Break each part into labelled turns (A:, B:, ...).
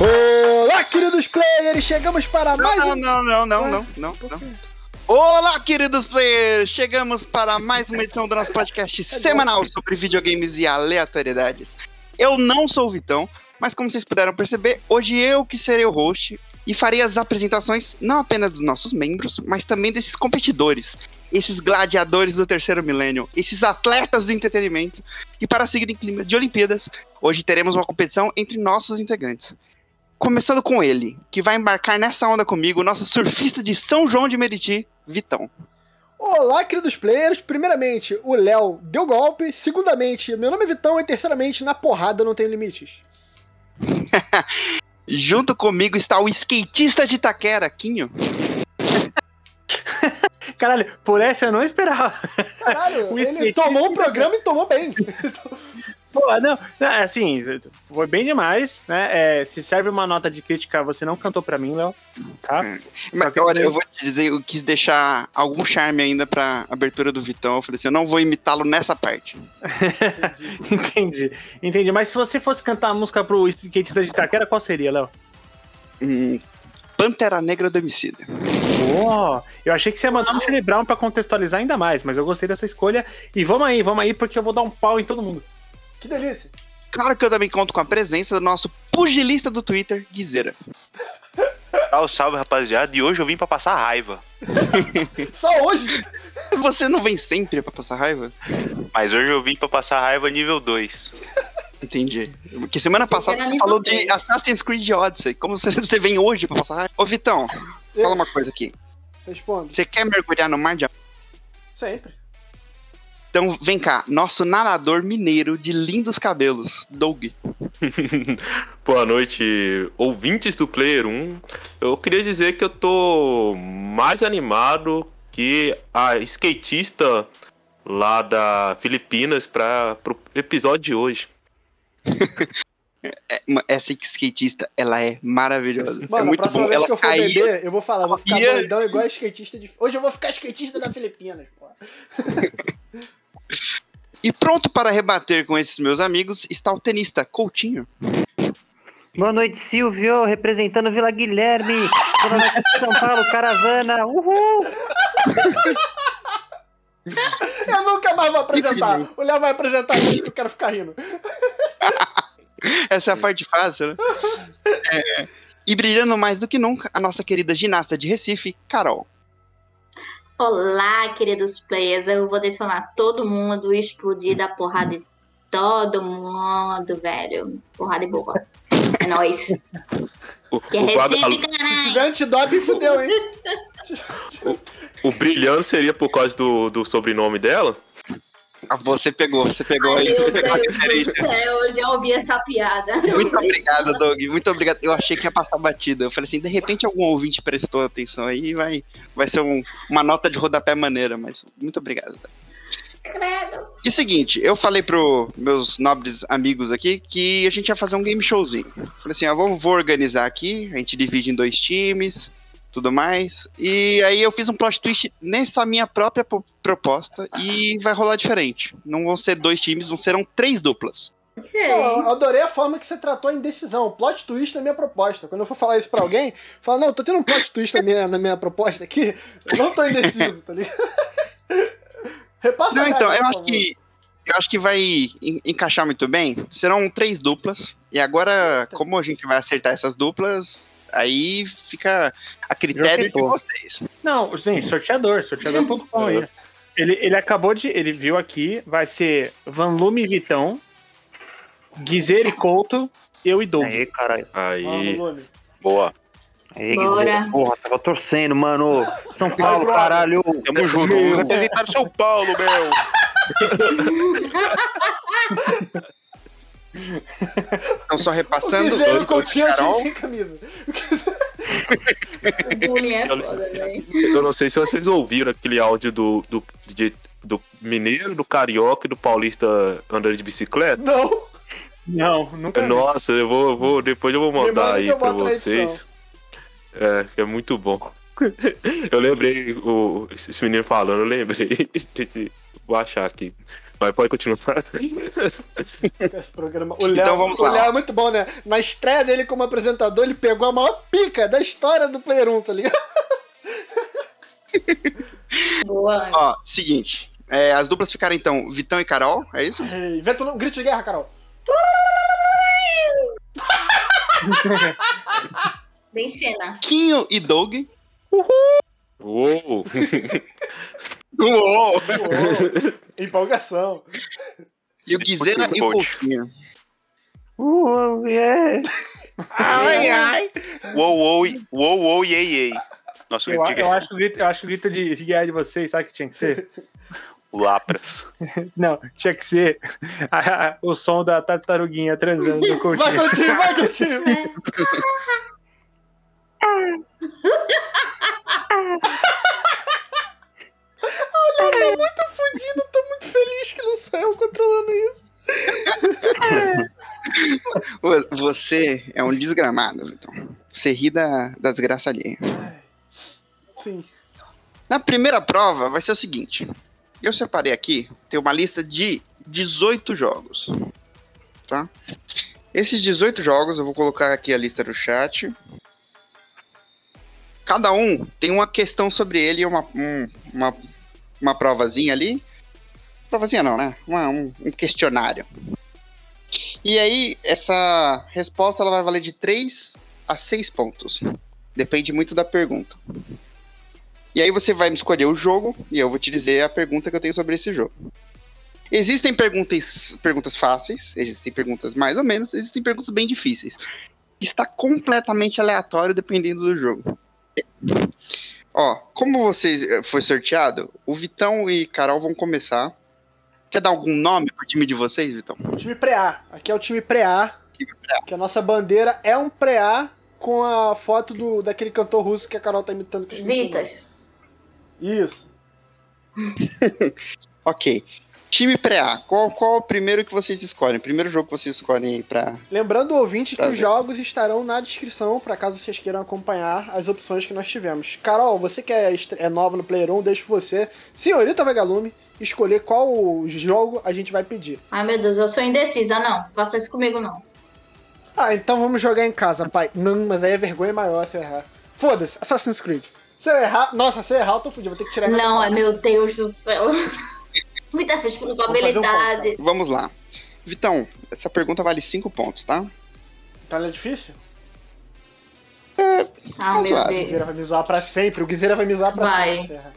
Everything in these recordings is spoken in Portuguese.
A: Olá, queridos players! Chegamos para
B: Não,
A: mais
B: não,
A: um.
B: não, não, não, não, não, não. Olá, queridos players! Chegamos para mais uma edição do nosso podcast semanal sobre videogames e aleatoriedades. Eu não sou o Vitão, mas como vocês puderam perceber, hoje eu que serei o host e farei as apresentações não apenas dos nossos membros, mas também desses competidores, esses gladiadores do terceiro milênio, esses atletas do entretenimento. E para seguir em clima de Olimpíadas, hoje teremos uma competição entre nossos integrantes. Começando com ele, que vai embarcar nessa onda comigo, o nosso surfista de São João de Meriti, Vitão.
A: Olá, queridos players! Primeiramente, o Léo deu golpe. Segundamente, meu nome é Vitão. E terceiramente, na porrada não tenho limites.
B: Junto comigo está o skatista de Itaquera, Quinho.
C: Caralho, por essa eu não esperava.
A: Caralho,
C: O
A: ele
C: skatista-
A: tomou o programa e tomou bem.
C: Pô, não, não, assim, foi bem demais, né? É, se serve uma nota de crítica, você não cantou pra mim, Léo, tá?
B: Mas
C: que
B: olha,
C: eu-
B: eu vou te dizer, eu quis deixar algum charme ainda pra abertura do Vitão. Eu falei assim, eu não vou imitá-lo nessa parte.
C: Entendi, entendi. Mas se você fosse cantar a música pro skatista de Itaquera, qual seria, Léo?
B: Hum, Pantera Negra do Homicida.
C: Pô, eu achei que você ia mandar um Charlie Brown pra contextualizar ainda mais, mas eu gostei dessa escolha. E vamos aí, vamos aí, porque eu vou dar um pau em todo mundo.
A: Que delícia.
B: Claro que eu também conto com a presença do nosso pugilista do Twitter, Guizeira.
D: Salve, salve, rapaziada. E hoje eu vim pra passar raiva.
A: Só hoje.
B: Você não vem sempre pra passar raiva?
D: Mas hoje eu vim pra passar raiva nível 2.
B: Entendi. Porque semana
E: Achei
B: passada
E: que era
B: você falou
E: nível
B: de
E: três.
B: Assassin's Creed Odyssey. Como você, você vem hoje pra passar raiva? Ô, Vitão,
A: Eu-
B: fala uma coisa aqui.
A: Responde.
B: Você quer mergulhar no mar de
A: Sempre.
B: Então vem cá, nosso nadador mineiro de lindos cabelos, Doug.
F: Boa noite, ouvintes do Player 1. Eu queria dizer que eu tô mais animado que a skatista lá da Filipinas para pro episódio de hoje.
B: É, ma- Essa skatista, ela é maravilhosa. é
A: Mano, a
B: muito
A: próxima
B: bom.
A: vez
B: Ela
A: que eu for
B: caía.
A: beber, eu vou falar. Vou ficar
B: Ia.
A: doidão igual skatista de... Hoje eu vou ficar skatista da Filipinas, pô.
B: E pronto para rebater com esses meus amigos está o tenista Coutinho.
G: Boa noite, Silvio, representando Vila Guilherme, Zona Norte de São Paulo, caravana, uhul!
A: Eu nunca mais vou apresentar. O Léo vai apresentar aqui porque eu quero ficar rindo.
B: Essa é a parte fácil, né? É. E brilhando mais do que nunca, a nossa querida ginasta de Recife, Carol.
E: Olá, queridos players. Eu vou detonar todo mundo e explodir da porrada de todo mundo, velho. Porrada e boa. É nóis.
F: O,
E: Que é
F: o quadro-
E: Recife,
A: Se
E: caralho.
A: tiver antidoping, fudeu, hein?
F: o brilhante seria por causa do, do sobrenome dela?
B: Ah, você pegou, você pegou
E: Ai,
B: aí, você
E: meu
B: pegou a
E: Deus do
B: é referência.
E: céu, É, eu já ouvi essa piada.
B: Muito obrigado, Doug. Muito obrigado. Eu achei que ia passar batida. Eu falei assim, de repente algum ouvinte prestou atenção aí e vai, vai ser um- uma nota de rodapé maneira, mas muito obrigado.
E: Credo.
B: E seguinte, eu falei pro meus nobres amigos aqui que a gente ia fazer um game showzinho. Falei assim, ó, vamos, vou organizar aqui, a gente divide em dois times, tudo mais. E aí eu fiz um plot twist nessa minha própria po- proposta e vai rolar diferente. Não vão ser dois times, vão serão três duplas.
E: Ok.
A: Não, eu adorei a forma que você tratou a indecisão. Plot twist na minha proposta. Quando eu for falar isso pra alguém, fala, não, tô tendo um plot twist na minha, na minha proposta aqui. Eu não tô indeciso, tá ligado? Repassa
B: Não,
A: a
B: então,
A: regra,
B: eu
A: por
B: acho
A: favor.
B: que eu acho que vai en- encaixar muito bem. Serão três duplas. E agora, como a gente vai acertar essas duplas, aí fica a critério de
C: Joguei, pô.
B: vocês.
C: Não, sim, sorteador, sorteador.com aí. Ele, ele acabou de. Ele viu aqui, vai ser Vanlume e Vitão, Guizer e Couto, eu e Doug.
G: Aí, caralho.
A: Vamos,
F: Aí.
A: Lune.
D: Boa.
G: Aí,
E: Bora.
G: Guizê. Porra, tava torcendo, mano. São Paulo, caralho.
D: Tamo junto.
G: Meu.
D: Vamos representar o São Paulo, meu.
B: Então, só repassando.
A: Dizer,
B: Vitor
A: o Coutinho é um time
B: Carol.
A: sem camisa.
E: Bullying é foda, velho.
F: Eu não sei se vocês ouviram aquele áudio do, do, de- do mineiro, do carioca e do paulista andando de bicicleta.
A: Não.
C: Não, nunca. vi.
F: É, Nossa, eu vou, eu vou- depois eu vou
A: Me manda
F: mandar
A: que
F: aí
A: eu
F: pra
A: boto na
F: vocês. É, é muito bom. Eu lembrei, o, esse menino falando, eu lembrei. Vou achar aqui. Mas pode continuar.
A: Esse programa. O Léo,
B: Então vamos
A: o
B: lá.
A: Léo é muito bom, né? Na estreia dele como apresentador, ele pegou a maior pica da história do Player 1, tá ligado?
E: Boa.
B: Ó, seguinte. é, as duplas ficaram então Vitão e Carol, é isso?
A: Ei, Inventa um grito de guerra, Carol.
E: Bem Xena.
B: Quinho e Doug.
F: Uou!
B: Uou!
A: Uou, empolgação.
B: E o Guizena e o Pouquinho.
G: Uh, yeah.
B: Ai, ai!
D: Uou, uou, uou, uou, iei, iei. Nossa,
C: Eu,
D: eu,
C: a- eu acho que o grito- eu acho que o grito de, de guerra de vocês, sabe o que tinha que ser?
D: Lapras.
C: Não, tinha que ser a- a- o som da tartaruguinha transando no
A: Vai
C: coxinha.
A: contigo, vai contigo. Fudido, eu tô muito feliz que não sou eu controlando isso.
B: Vo- Você é um desgramado, Vitão. Você ri da, da desgraça alheia.
A: Sim.
B: Na primeira prova vai ser o seguinte: eu separei aqui, tem uma lista de 18 jogos. Tá? Esses 18 jogos eu vou colocar aqui a lista no chat. Cada um tem uma questão sobre ele, uma, um- uma, uma provazinha ali. Provazinha não, né? Uma- um, um questionário. E aí, essa resposta ela vai valer de 3 a 6 pontos. Depende muito da pergunta. E aí você vai me escolher o jogo e eu vou te dizer a pergunta que eu tenho sobre esse jogo. Existem perguntas, perguntas fáceis, existem perguntas mais ou menos, existem perguntas bem difíceis. Está completamente aleatório dependendo do jogo. Ó, como você eh, foi sorteado, o Vitão e Carol vão começar. Quer dar algum nome pro time de vocês, Vitão?
A: Time pré-A. Aqui é o time pré-A. Que a nossa bandeira é um pré-A com a foto do, daquele cantor russo que a Carol tá imitando. que eu esqueci o nome.
E: Vitas.
A: Isso.
B: Ok. Time pré-A, qual, qual é o primeiro que vocês escolhem? Primeiro jogo que vocês escolhem aí pra.
A: Lembrando o ouvinte que
B: Prazer.
A: os jogos estarão na descrição, para caso vocês queiram acompanhar as opções que nós tivemos. Carol, você que é, estre- é nova no Player 1, deixo você, senhorita Vagalume, escolher qual jogo a gente vai pedir.
E: Ai, meu Deus, eu sou indecisa, não. Faça isso comigo, não.
A: Ah, então vamos jogar em casa, pai. Não, mas aí é vergonha maior se eu errar. Foda-se, Assassin's Creed. Se eu errar, nossa, se eu errar, eu tô fudido, vou ter que tirar
E: Não, é
A: minha.
E: meu Deus do céu. Muita responsabilidade.
B: Vamos lá. Vitão, essa pergunta vale 5 pontos, tá?
A: Tá é difícil?
E: Ah, meu
B: Claro,
A: O
E: Deus.
A: Guizeira vai me zoar pra sempre, o Guizeira vai me zoar pra
E: Vai.
A: sempre. se eu errar.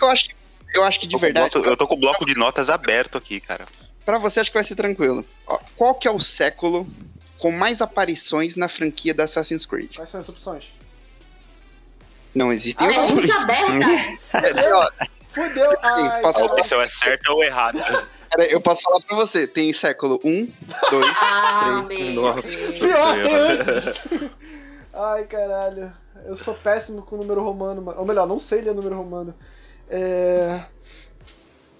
B: Eu acho, eu acho que de
D: Tô com
B: verdade,
D: bloco- eu tô com o bloco de notas aberto aqui, cara.
B: pra você acho que vai ser tranquilo. Ó, Qual que é o século com mais aparições na franquia da Assassin's Creed?
A: Quais são as opções?
B: Não
E: Ah,
B: existem
E: é?
B: opções.
E: Pergunta aberta.
B: É, ó,
A: Fudeu! Ai,
B: posso-
D: A
A: Carol.
D: opção é certa ou errada.
B: cara, eu posso falar pra você, tem século 1, 2,
E: Ah, meu Deus.
F: Nossa
A: Pior, tem
F: senhora.
A: antes. Ai, caralho. Eu sou péssimo com número romano, mano. Ou melhor, não sei ler número romano. É...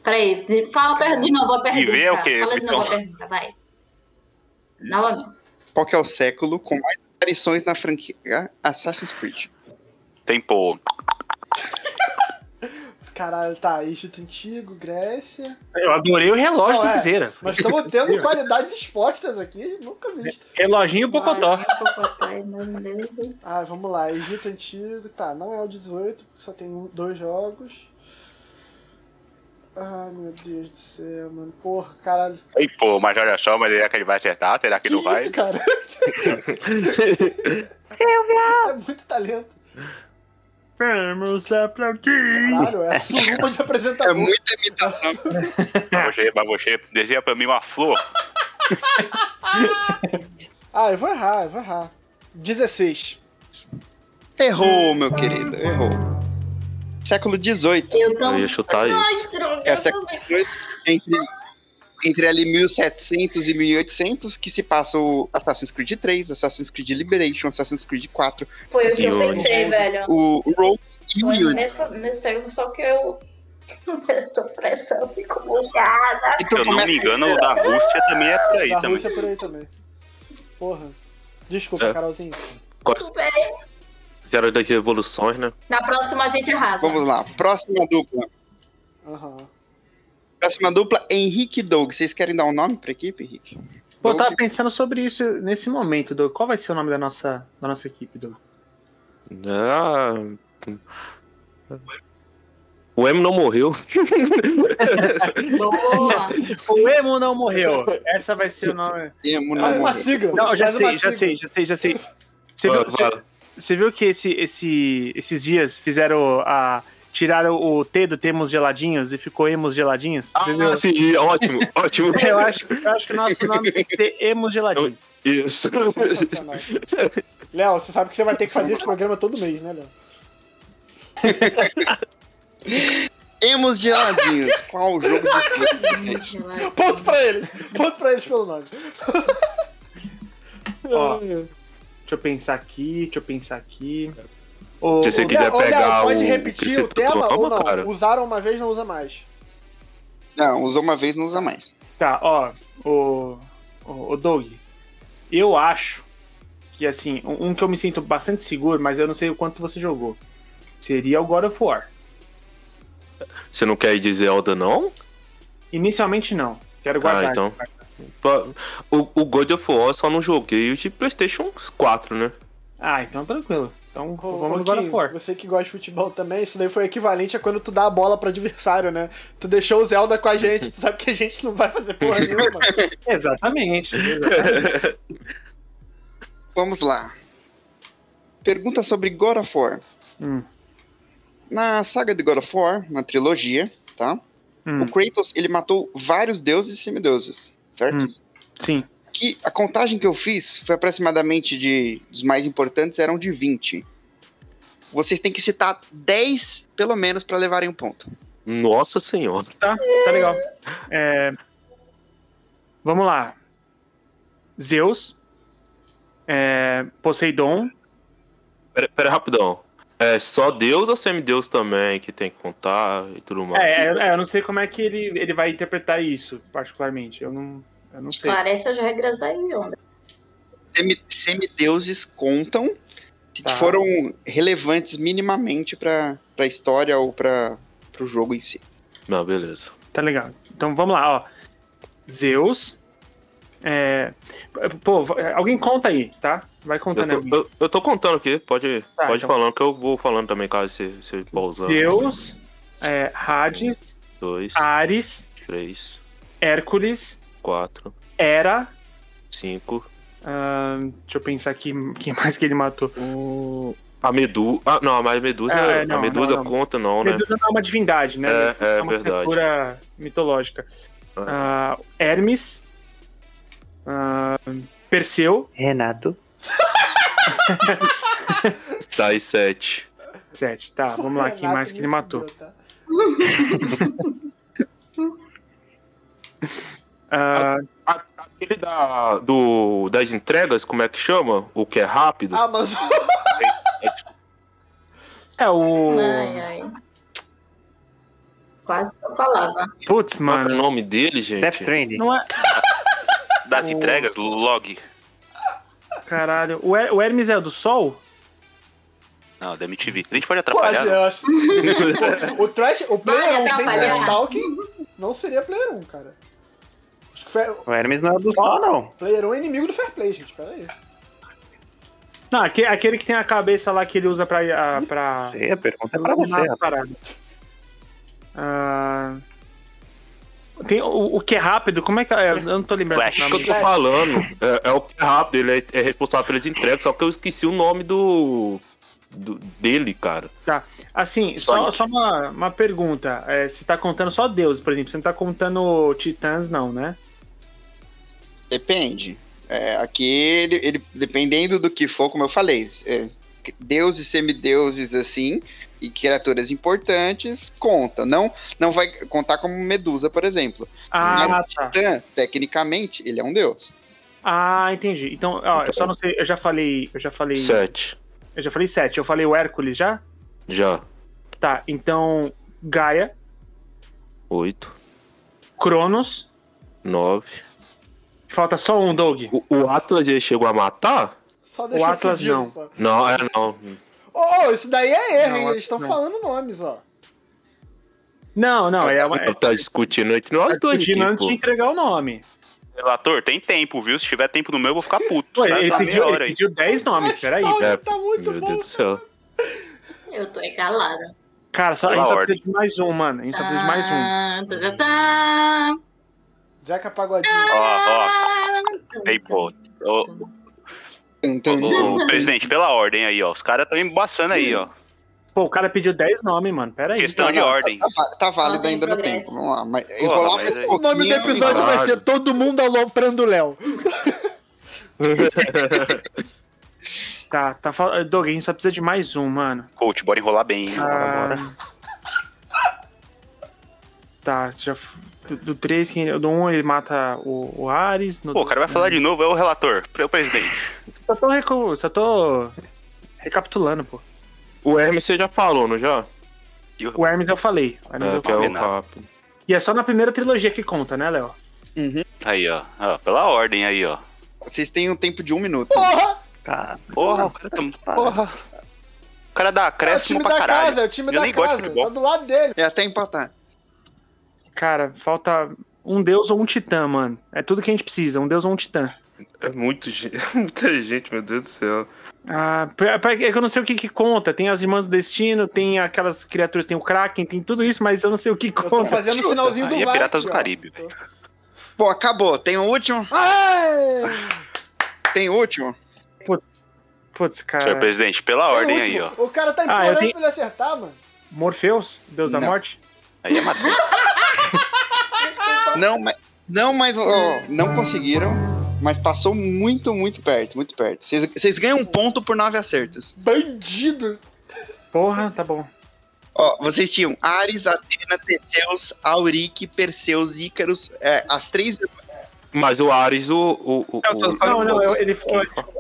E: Peraí, fala per- de novo a pergunta.
D: vê é o quê,
E: Fala de novo a
D: então?
E: pergunta, vai. Novamente.
B: qual que é o século com mais aparições na franquia Assassin's Creed?
D: Tempo.
A: Caralho, tá. Egito Antigo, Grécia.
C: Eu adorei o relógio
A: Não,
C: do
A: é.
C: Viseira.
A: Nós estamos tendo qualidades expostas aqui, nunca vi.
C: Reloginho Pocotó.
E: Ai, Pocotó, meu Deus do céu.
A: Ah, vamos lá. Egito Antigo, tá. Não é o 18, porque só tem um- dois jogos. Ai, meu Deus do céu, mano. Porra, caralho.
D: Tempo, mas olha só, mas será que ele vai acertar? Será que,
A: Que
D: não vai?
A: isso, cara? É muito talento.
C: Vamos aplaudir.
A: Caralho, é a suruba de
B: É
A: apresentador.
B: muita imitação.
D: Mas você, mas você desenha pra mim uma flor.
A: Ah, eu vou errar, eu vou errar. 16.
B: Errou, meu querido, errou. Século 18.
E: Eu
F: Eu ia
E: também.
F: é chutar isso.
E: Ai, droga,
B: É o
E: eu
B: século
E: também.
B: 18 entre, entre ali 1700 e 1800 que se passa o Assassin's Creed 3, Assassin's Creed Liberation, Assassin's Creed 4,
E: Foi o que eu
F: Senhor.
E: pensei, velho.
B: o Rogue e o
E: Foi
B: Unity.
E: Nessa, nesse século, só que eu. Eu tô pressão, fico bugada.
D: Se
B: Então
D: eu não
B: começa
D: me engano, o da Rússia também é por aí
A: da
D: também.
A: Rússia por aí também. Porra. Desculpa,
F: É.
A: Carolzinho.
E: Tudo bem.
F: Fizeram das revoluções, né?
E: Na próxima a gente arrasa.
B: Vamos lá, próxima dupla.
A: Aham.
B: Próxima dupla, Henrique e Doug. Vocês querem dar um nome pra equipe, Henrique?
C: Pô, eu
B: Doug,
C: tava pensando sobre isso nesse momento, Doug. Qual vai ser o nome da nossa, da nossa equipe, Doug?
F: Ah, o M não morreu.
E: Boa.
C: O Emo não morreu. Essa vai ser o nome.
B: Temo,
A: Faz
B: não,
A: uma sigla.
C: Não, eu já
A: faz uma
C: sei,
A: sigla.
C: já sei, já sei, já sei. Você
F: Vai,
C: viu, você-
F: vai.
C: você viu que esse, esse- esses dias fizeram a. Tiraram o T do Temos Geladinhos e ficou Emos Geladinhos? Você viu?
F: Ah, sim, ótimo, ótimo.
A: Ah.
C: Eu acho, eu acho que o nosso nome tem que ter Emos Geladinhos.
F: Isso.
A: Sensacional. Léo, você sabe que você vai ter que fazer esse programa todo mês, né, Léo?
B: Emos geladinhos. Qual o jogo de
A: Ponto pra eles. Ponto pra eles pelo nome.
C: Ó, deixa eu pensar aqui, deixa eu pensar aqui. O,
F: Se você
C: o-
F: quiser
A: Léo, ô, Léo,
F: pegar
A: pode
F: o
A: repetir o
F: Cristo
A: tema
F: Toma,
A: ou não?
F: cara.
A: Usaram uma vez, não usa mais.
B: Não, usou uma vez, não usa mais.
C: Tá, ó, o, o, o Doug, eu acho que, assim, um, um que eu me sinto bastante seguro, mas eu não sei o quanto você jogou, seria o God of War.
F: Você não quer ir de Zelda, não?
C: Inicialmente, não. Quero guardar.
F: Ah, então. Pa- O, o God of War só não joguei o de PlayStation 4, né?
C: Ah, então tranquilo. Então
A: Ô,
C: vamos no God
A: Roquinho,
C: of War.
A: Você que gosta de futebol também, isso daí foi equivalente a quando tu dá a bola pro adversário, né? Tu deixou o Zelda com a gente, tu sabe que a gente não vai fazer porra nenhuma.
C: Exatamente. exatamente.
B: Vamos lá. Pergunta sobre God of War.
C: Hum.
B: Na saga de God of War, na trilogia, tá?
C: Hum,
B: O Kratos, ele matou vários deuses e semideuses, certo?
C: Hum. sim.
B: Que a contagem que eu fiz foi aproximadamente de... Os mais importantes eram de 20. Vocês têm que citar 10, pelo menos, pra levarem um ponto.
F: Nossa senhora.
C: Tá, tá legal. É, vamos lá. Zeus. é, Poseidon.
F: Pera, pera rapidão. É só Deus ou semideus também que tem que contar e tudo mais?
C: É, é, é, eu não sei como é que ele, ele vai interpretar isso, particularmente. Eu não, eu não sei.
E: Esclarece as regras aí, onda.
B: Semi- semideuses contam se
C: Tá.
B: foram relevantes minimamente pra, pra história ou pra, pro jogo em si.
F: Não, beleza.
C: Tá legal. Então vamos lá, ó. Zeus. É, pô, v- alguém conta aí, tá? Vai
F: Eu
C: contando aí.
F: tô, eu- eu tô contando aqui, pode,
C: Tá,
F: pode
C: então.
F: falando que eu vou falando também, caso você, você pausar.
C: Zeus, é, Hades,
F: Dois,
A: Ah.
C: Ares,
F: três,
C: Hércules,
F: quatro,
C: Hera.
F: cinco.
C: ahn, deixa eu pensar aqui quem mais que ele matou.
F: Um... A Medusa. Ah, não, mas a Medusa,
C: Ah, é,
F: a
C: não,
F: Medusa
C: não, não.
F: conta, não, né?
C: Medusa não é uma divindade, né?
F: É, é
C: uma
F: verdade.
C: criatura mitológica. Ah, Hermes. ah, Perseu.
G: Renato.
F: Tá, e sete.
C: Sete. Tá, vamos lá. Quem
A: Renato
C: mais que
A: me
C: ele matou?
A: fudeu, tá?
C: Ah,
F: A- Aquele da, do, das entregas, como é que chama? O que é rápido?
C: Ah,
A: Amazon.
C: é o.
E: Ai, ai. Quase que eu falava.
C: Putz,
F: Qual é o
C: mano.
F: nome dele, gente?
G: Death Stranding.
C: Não é.
D: Das
C: O-
D: entregas, log.
C: Caralho. O, Her- o Hermes é o do Sol?
D: Não, da MTV. A gente pode atrapalhar. né?
A: Pode, eu acho.
C: né?
A: O Trash, o Player 1
E: Vai
A: sem
E: atrapalhar.
A: Trash Talking não seria Player 1, cara. Acho que foi,
G: O Hermes não é do sol, não.
A: Player 1 é inimigo do Fair Play, gente. Pera aí.
C: Não, aque- aquele que tem a cabeça lá que ele usa pra. ah, pra...
G: Sei, a pergunta é pra você.
C: Nas
G: rapaz.
C: paradas. Ah, tem o, o que é rápido, como é que é? Eu não tô lembrando.
D: Flash.
C: o
F: Acho que eu
C: nome.
F: tô falando. É, é o que é rápido, ele é, é responsável pelas entregas, só que eu esqueci o nome do. do- dele, cara.
C: Assim, só,
D: Sonic.
C: só uma, uma pergunta. É, você tá contando só Deus, por exemplo. Você não tá contando Titãs, não, né?
B: Depende. É, aqui, ele, ele- dependendo do que for, como eu falei, é, deuses, semideuses, assim, e criaturas importantes, conta. Não, não vai contar como Medusa, por exemplo.
C: Ah, tá.
B: Titã, tecnicamente, ele é um deus.
C: Ah, entendi. Então, ó, eu só não sei, eu já falei. Eu já falei.
F: Sete.
C: Eu já falei sete. Eu falei o Hércules já?
F: Já.
C: Tá, então. Gaia,
F: Oito.
C: Cronos.
F: Nove.
C: Falta só um, Doug.
F: O, o Atlas ele chegou a matar?
A: Só deixa
C: Atlas
A: fudido
C: não.
A: só.
F: Não, é não.
A: Ô, ô, isso daí é erro,
C: Não,
A: hein?
C: Atlas
A: Eles estão
C: não.
A: falando nomes, ó.
C: Não, não, é uma.
F: Ela tá discutindo entre nós dois aqui,
C: Discutindo antes
F: pô.
D: tipo,
C: de entregar o nome.
D: Relator, tem tempo, viu? Se tiver tempo no meu, eu vou ficar puto.
C: Pô,
D: Tá?
C: ele,
D: Tá meia
C: pediu,
D: hora
C: ele
D: aí.
C: pediu 10 nomes, peraí.
A: Nostalgia
D: É,
F: velho.
A: tá muito
F: Meu
A: bom.
F: Deus do céu.
E: Eu tô calada.
C: Cara, só, a
D: Pela
C: gente só
D: ordem.
C: precisa de mais um, mano. A gente só precisa de mais um.
E: Ah, tá, tá, tá.
A: Zeca Pagodinho.
D: Ah. Ó, ó.
E: Tum,
D: Ei, pô. Ô,
B: Entendeu?
D: ô, ô, presidente, pela ordem aí, ó. Os caras estão embaçando aí, ó.
C: Pô, o cara pediu 10 nomes, mano. Peraí.
D: Questão de ordem.
B: Tá, va- tá válido
E: Ordem
B: ainda no
E: progresso.
B: tempo. Vamos lá. Mas eu
D: Porra,
B: vou lá um
D: mas aí-
A: O nome do episódio vai ser Todo Mundo Aloprando o Léo.
C: Tá, tá falando. Doug, a gente só precisa de mais um, mano.
D: Coach, bora enrolar bem. hein? Bora,
C: Ah.
D: bora.
C: Tá, já. f- Do, do 3, quem, do 1 ele mata o, o Ares. No,
D: Pô, o cara vai falar de novo, é o relator. É o presidente.
C: Só tô, recu- só tô recapitulando, pô.
F: O Hermes você já falou, não já?
D: E o-
C: O Hermes eu falei. O Hermes
F: É,
C: eu
F: que é
C: falei.
F: o
D: combinado.
F: rápido.
C: E é só na primeira trilogia que conta, né, Léo?
D: Aí, ó. Ó, Pela ordem aí, ó.
B: Vocês têm um tempo de um minuto.
A: Porra! É
G: Cara,
D: Porra, o cara tá. Porra. O cara dá
A: É o
D: acréscimo
A: time
D: pra
A: da
D: caralho.
A: casa, é o time
D: Eu
A: da
D: nem gosto de
A: casa.
D: futebol.
A: Tá do lado dele.
B: É até empatar.
C: Cara, falta um deus ou um titã, mano. É tudo que a gente precisa, um deus ou um titã.
F: É muito gente, muita gente, meu Deus do céu.
C: Ah, pra- pra- é que eu não sei o que que conta. Tem as irmãs do destino, tem aquelas criaturas, tem o Kraken, tem tudo isso, mas eu não sei o que
A: Eu tô
C: conta.
A: fazendo o sinalzinho do
D: Aí é
A: VAR
D: Piratas do
A: aqui, ó.
D: Caribe, velho.
B: Pô, acabou. Tem o último?
A: Ai!
B: Tem o último?
C: Putz,
G: É.
D: Senhor
C: cara.
D: presidente, pela
A: Foi É o
D: ordem aí,
A: último.
D: ó.
A: O cara tá
C: Ah, eu
A: implorando
C: tenho-
A: pra ele acertar, mano.
C: Morpheus, deus da
B: Não.
C: morte?
D: Aí é matar.
E: Desculpa.
B: Não, mas. Não, mas. ó, não conseguiram. Mas passou muito, muito perto. Muito perto. Vocês- Vocês ganham um ponto por nove acertos.
A: Bandidos.
C: Porra, tá bom.
B: Ó, vocês tinham Ares, Atena, Teseus, Auric, Perseus, Ícaros. é, as três.
F: Mas o Ares, o. o, o,
B: Não, tô
F: o-
B: falando-
C: Não, não, eu- ele,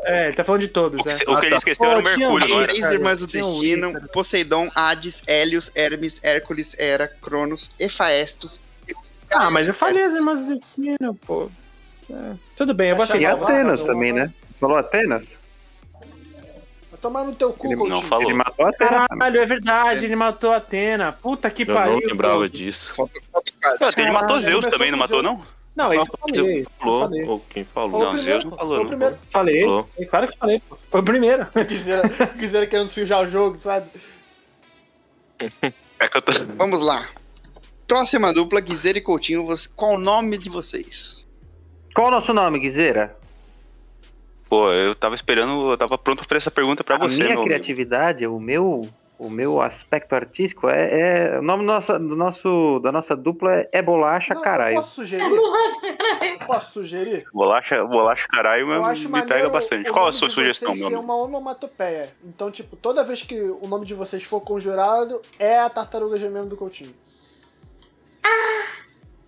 C: é, ele tá falando de
D: O
C: todos,
D: que,
C: é.
D: o que ele esqueceu era o
C: Pô, tinha
D: Mercúrio, não
B: As
D: era?
B: três
C: cara,
B: irmãs do
C: tinha um
B: destino,
C: Ícaros.
D: assim.
B: Poseidon, Hades, Hélios, Hermes, Hércules, Hera, Cronos, Hefaestos.
C: Ah, mas eu falei as irmãs do destino, pô. É, tudo bem, eu vou
A: Achei
G: e
C: aceitar.
A: Vai, vai,
G: Atenas
A: vai,
G: também,
A: vai.
G: né? Falou Atenas?
A: Vai tomar no teu cu,
G: Ele
A: Coutinho.
D: Não falou.
G: Ele matou Atenas. também.
C: Caralho, é verdade, ele matou a Atena. Puta que
F: eu
C: pariu.
F: não lembrava
C: pô.
F: disso.
B: Falta- falta quase.
D: Não, ele matou
A: Caralho,
D: Zeus
A: começou
D: também, não
A: com
D: matou,
A: Zeus.
D: não?
C: Não, é isso eu
F: Você
C: falei.
F: falou,
C: falei.
F: ou quem
A: Falou
F: falou?
D: Não,
A: primeiro,
D: Zeus não
A: pô.
D: falou,
A: Foi
D: não.
A: o primeiro.
C: Falei,
F: Falou.
C: é claro que falei, pô. Foi o primeiro.
A: Quiseram, quiseram querendo sujar o jogo, sabe?
D: É que eu tô.
B: Vamos lá. Próxima dupla, Guizeira e Coutinho, você- qual o nome de vocês?
G: Qual o nosso nome, Guizeira?
D: Pô, eu tava esperando, eu tava pronto pra essa pergunta pra
G: A
D: você,
G: minha
D: meu amigo.
G: criatividade, o meu, o meu aspecto artístico é, é- o nome nossa, do nosso, da nossa dupla é, é bolacha,
A: Não,
G: caralho.
A: Eu posso
E: Eu
A: sugerir?
E: não acho, caralho.
A: Posso sugerir?
D: Bolacha, bolacha caralho,
A: Eu
D: mas
A: acho
D: me
A: maneiro
D: pega bastante.
A: o
D: Qual a
A: nome
D: sua
A: de
D: sugestão,
A: vocês
D: meu
A: ser
D: amigo?
A: uma onomatopeia. Então, tipo, toda vez que o nome de vocês for conjurado, é a tartaruga gemendo do Coutinho.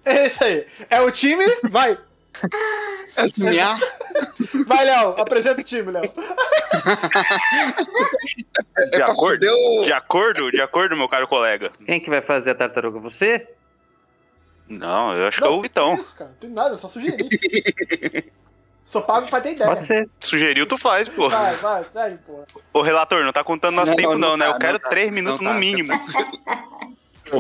A: É isso aí. É o time? Vai.
B: Minha-
A: Vai, Léo. Apresenta o time, Léo.
B: É
D: De
B: pra
D: acordo?
B: fuder
A: um
B: o-
D: De acordo? De acordo, meu caro colega?
G: Quem que vai fazer a tartaruga? Você?
D: Não, eu acho que é
A: Não,
D: o Vitão.
A: que isso, cara. Não tem nada, só sugeri. só pago pra ter ideia.
G: Pode ser.
D: Sugeriu, tu faz, pô.
A: Vai, vai, segue, pô.
D: Ô, relator, não tá contando nosso
B: Não,
D: tempo,
B: não
D: não, né?
B: tá,
D: Eu quero
B: não tá.
D: três minutos
B: Não tá.
D: no mínimo.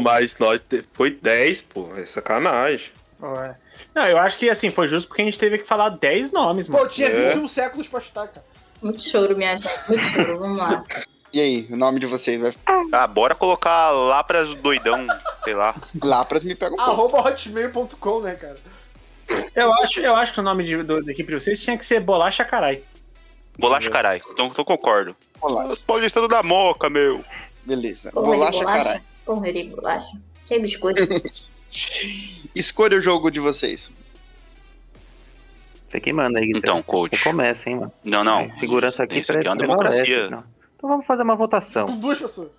F: Mas nós te- foi 10, pô. É sacanagem.
C: Ué. Não, eu acho que assim, foi justo porque a gente teve que falar 10 nomes,
A: Pô,
C: mano.
A: eu tinha
F: É.
A: 21 séculos pra chutar, cara.
E: Muito choro, minha gente. Muito choro. Vamos lá.
B: E aí, o nome de vocês vai
D: Ah, bora colocar lá pras doidão, sei lá.
B: lá pra me
E: Ah,
B: pegar um pouco.
A: Arroba hotmail.com, né, cara?
C: Eu acho, eu acho que o nome de, do, da equipe de vocês tinha que ser bolacha caralho.
B: Uhum.
D: Bolacha caralho. Então eu concordo.
B: Bolacha.
D: Os paulistanos da moca, meu.
B: Beleza.
E: Porra de
B: Bolacha,
E: bolacha.
B: caralho.
E: Porra de bolacha. Que é biscoito.
B: Escolha o jogo de vocês.
G: Você que manda aí, Guizeira.
D: Então, coach.
G: Você começa, hein, mano.
D: Não, não.
G: Aí, segurança aqui
D: Isso aqui é uma
G: prevalece,
D: democracia.
G: não. Então vamos fazer uma votação.
A: Com duas pessoas.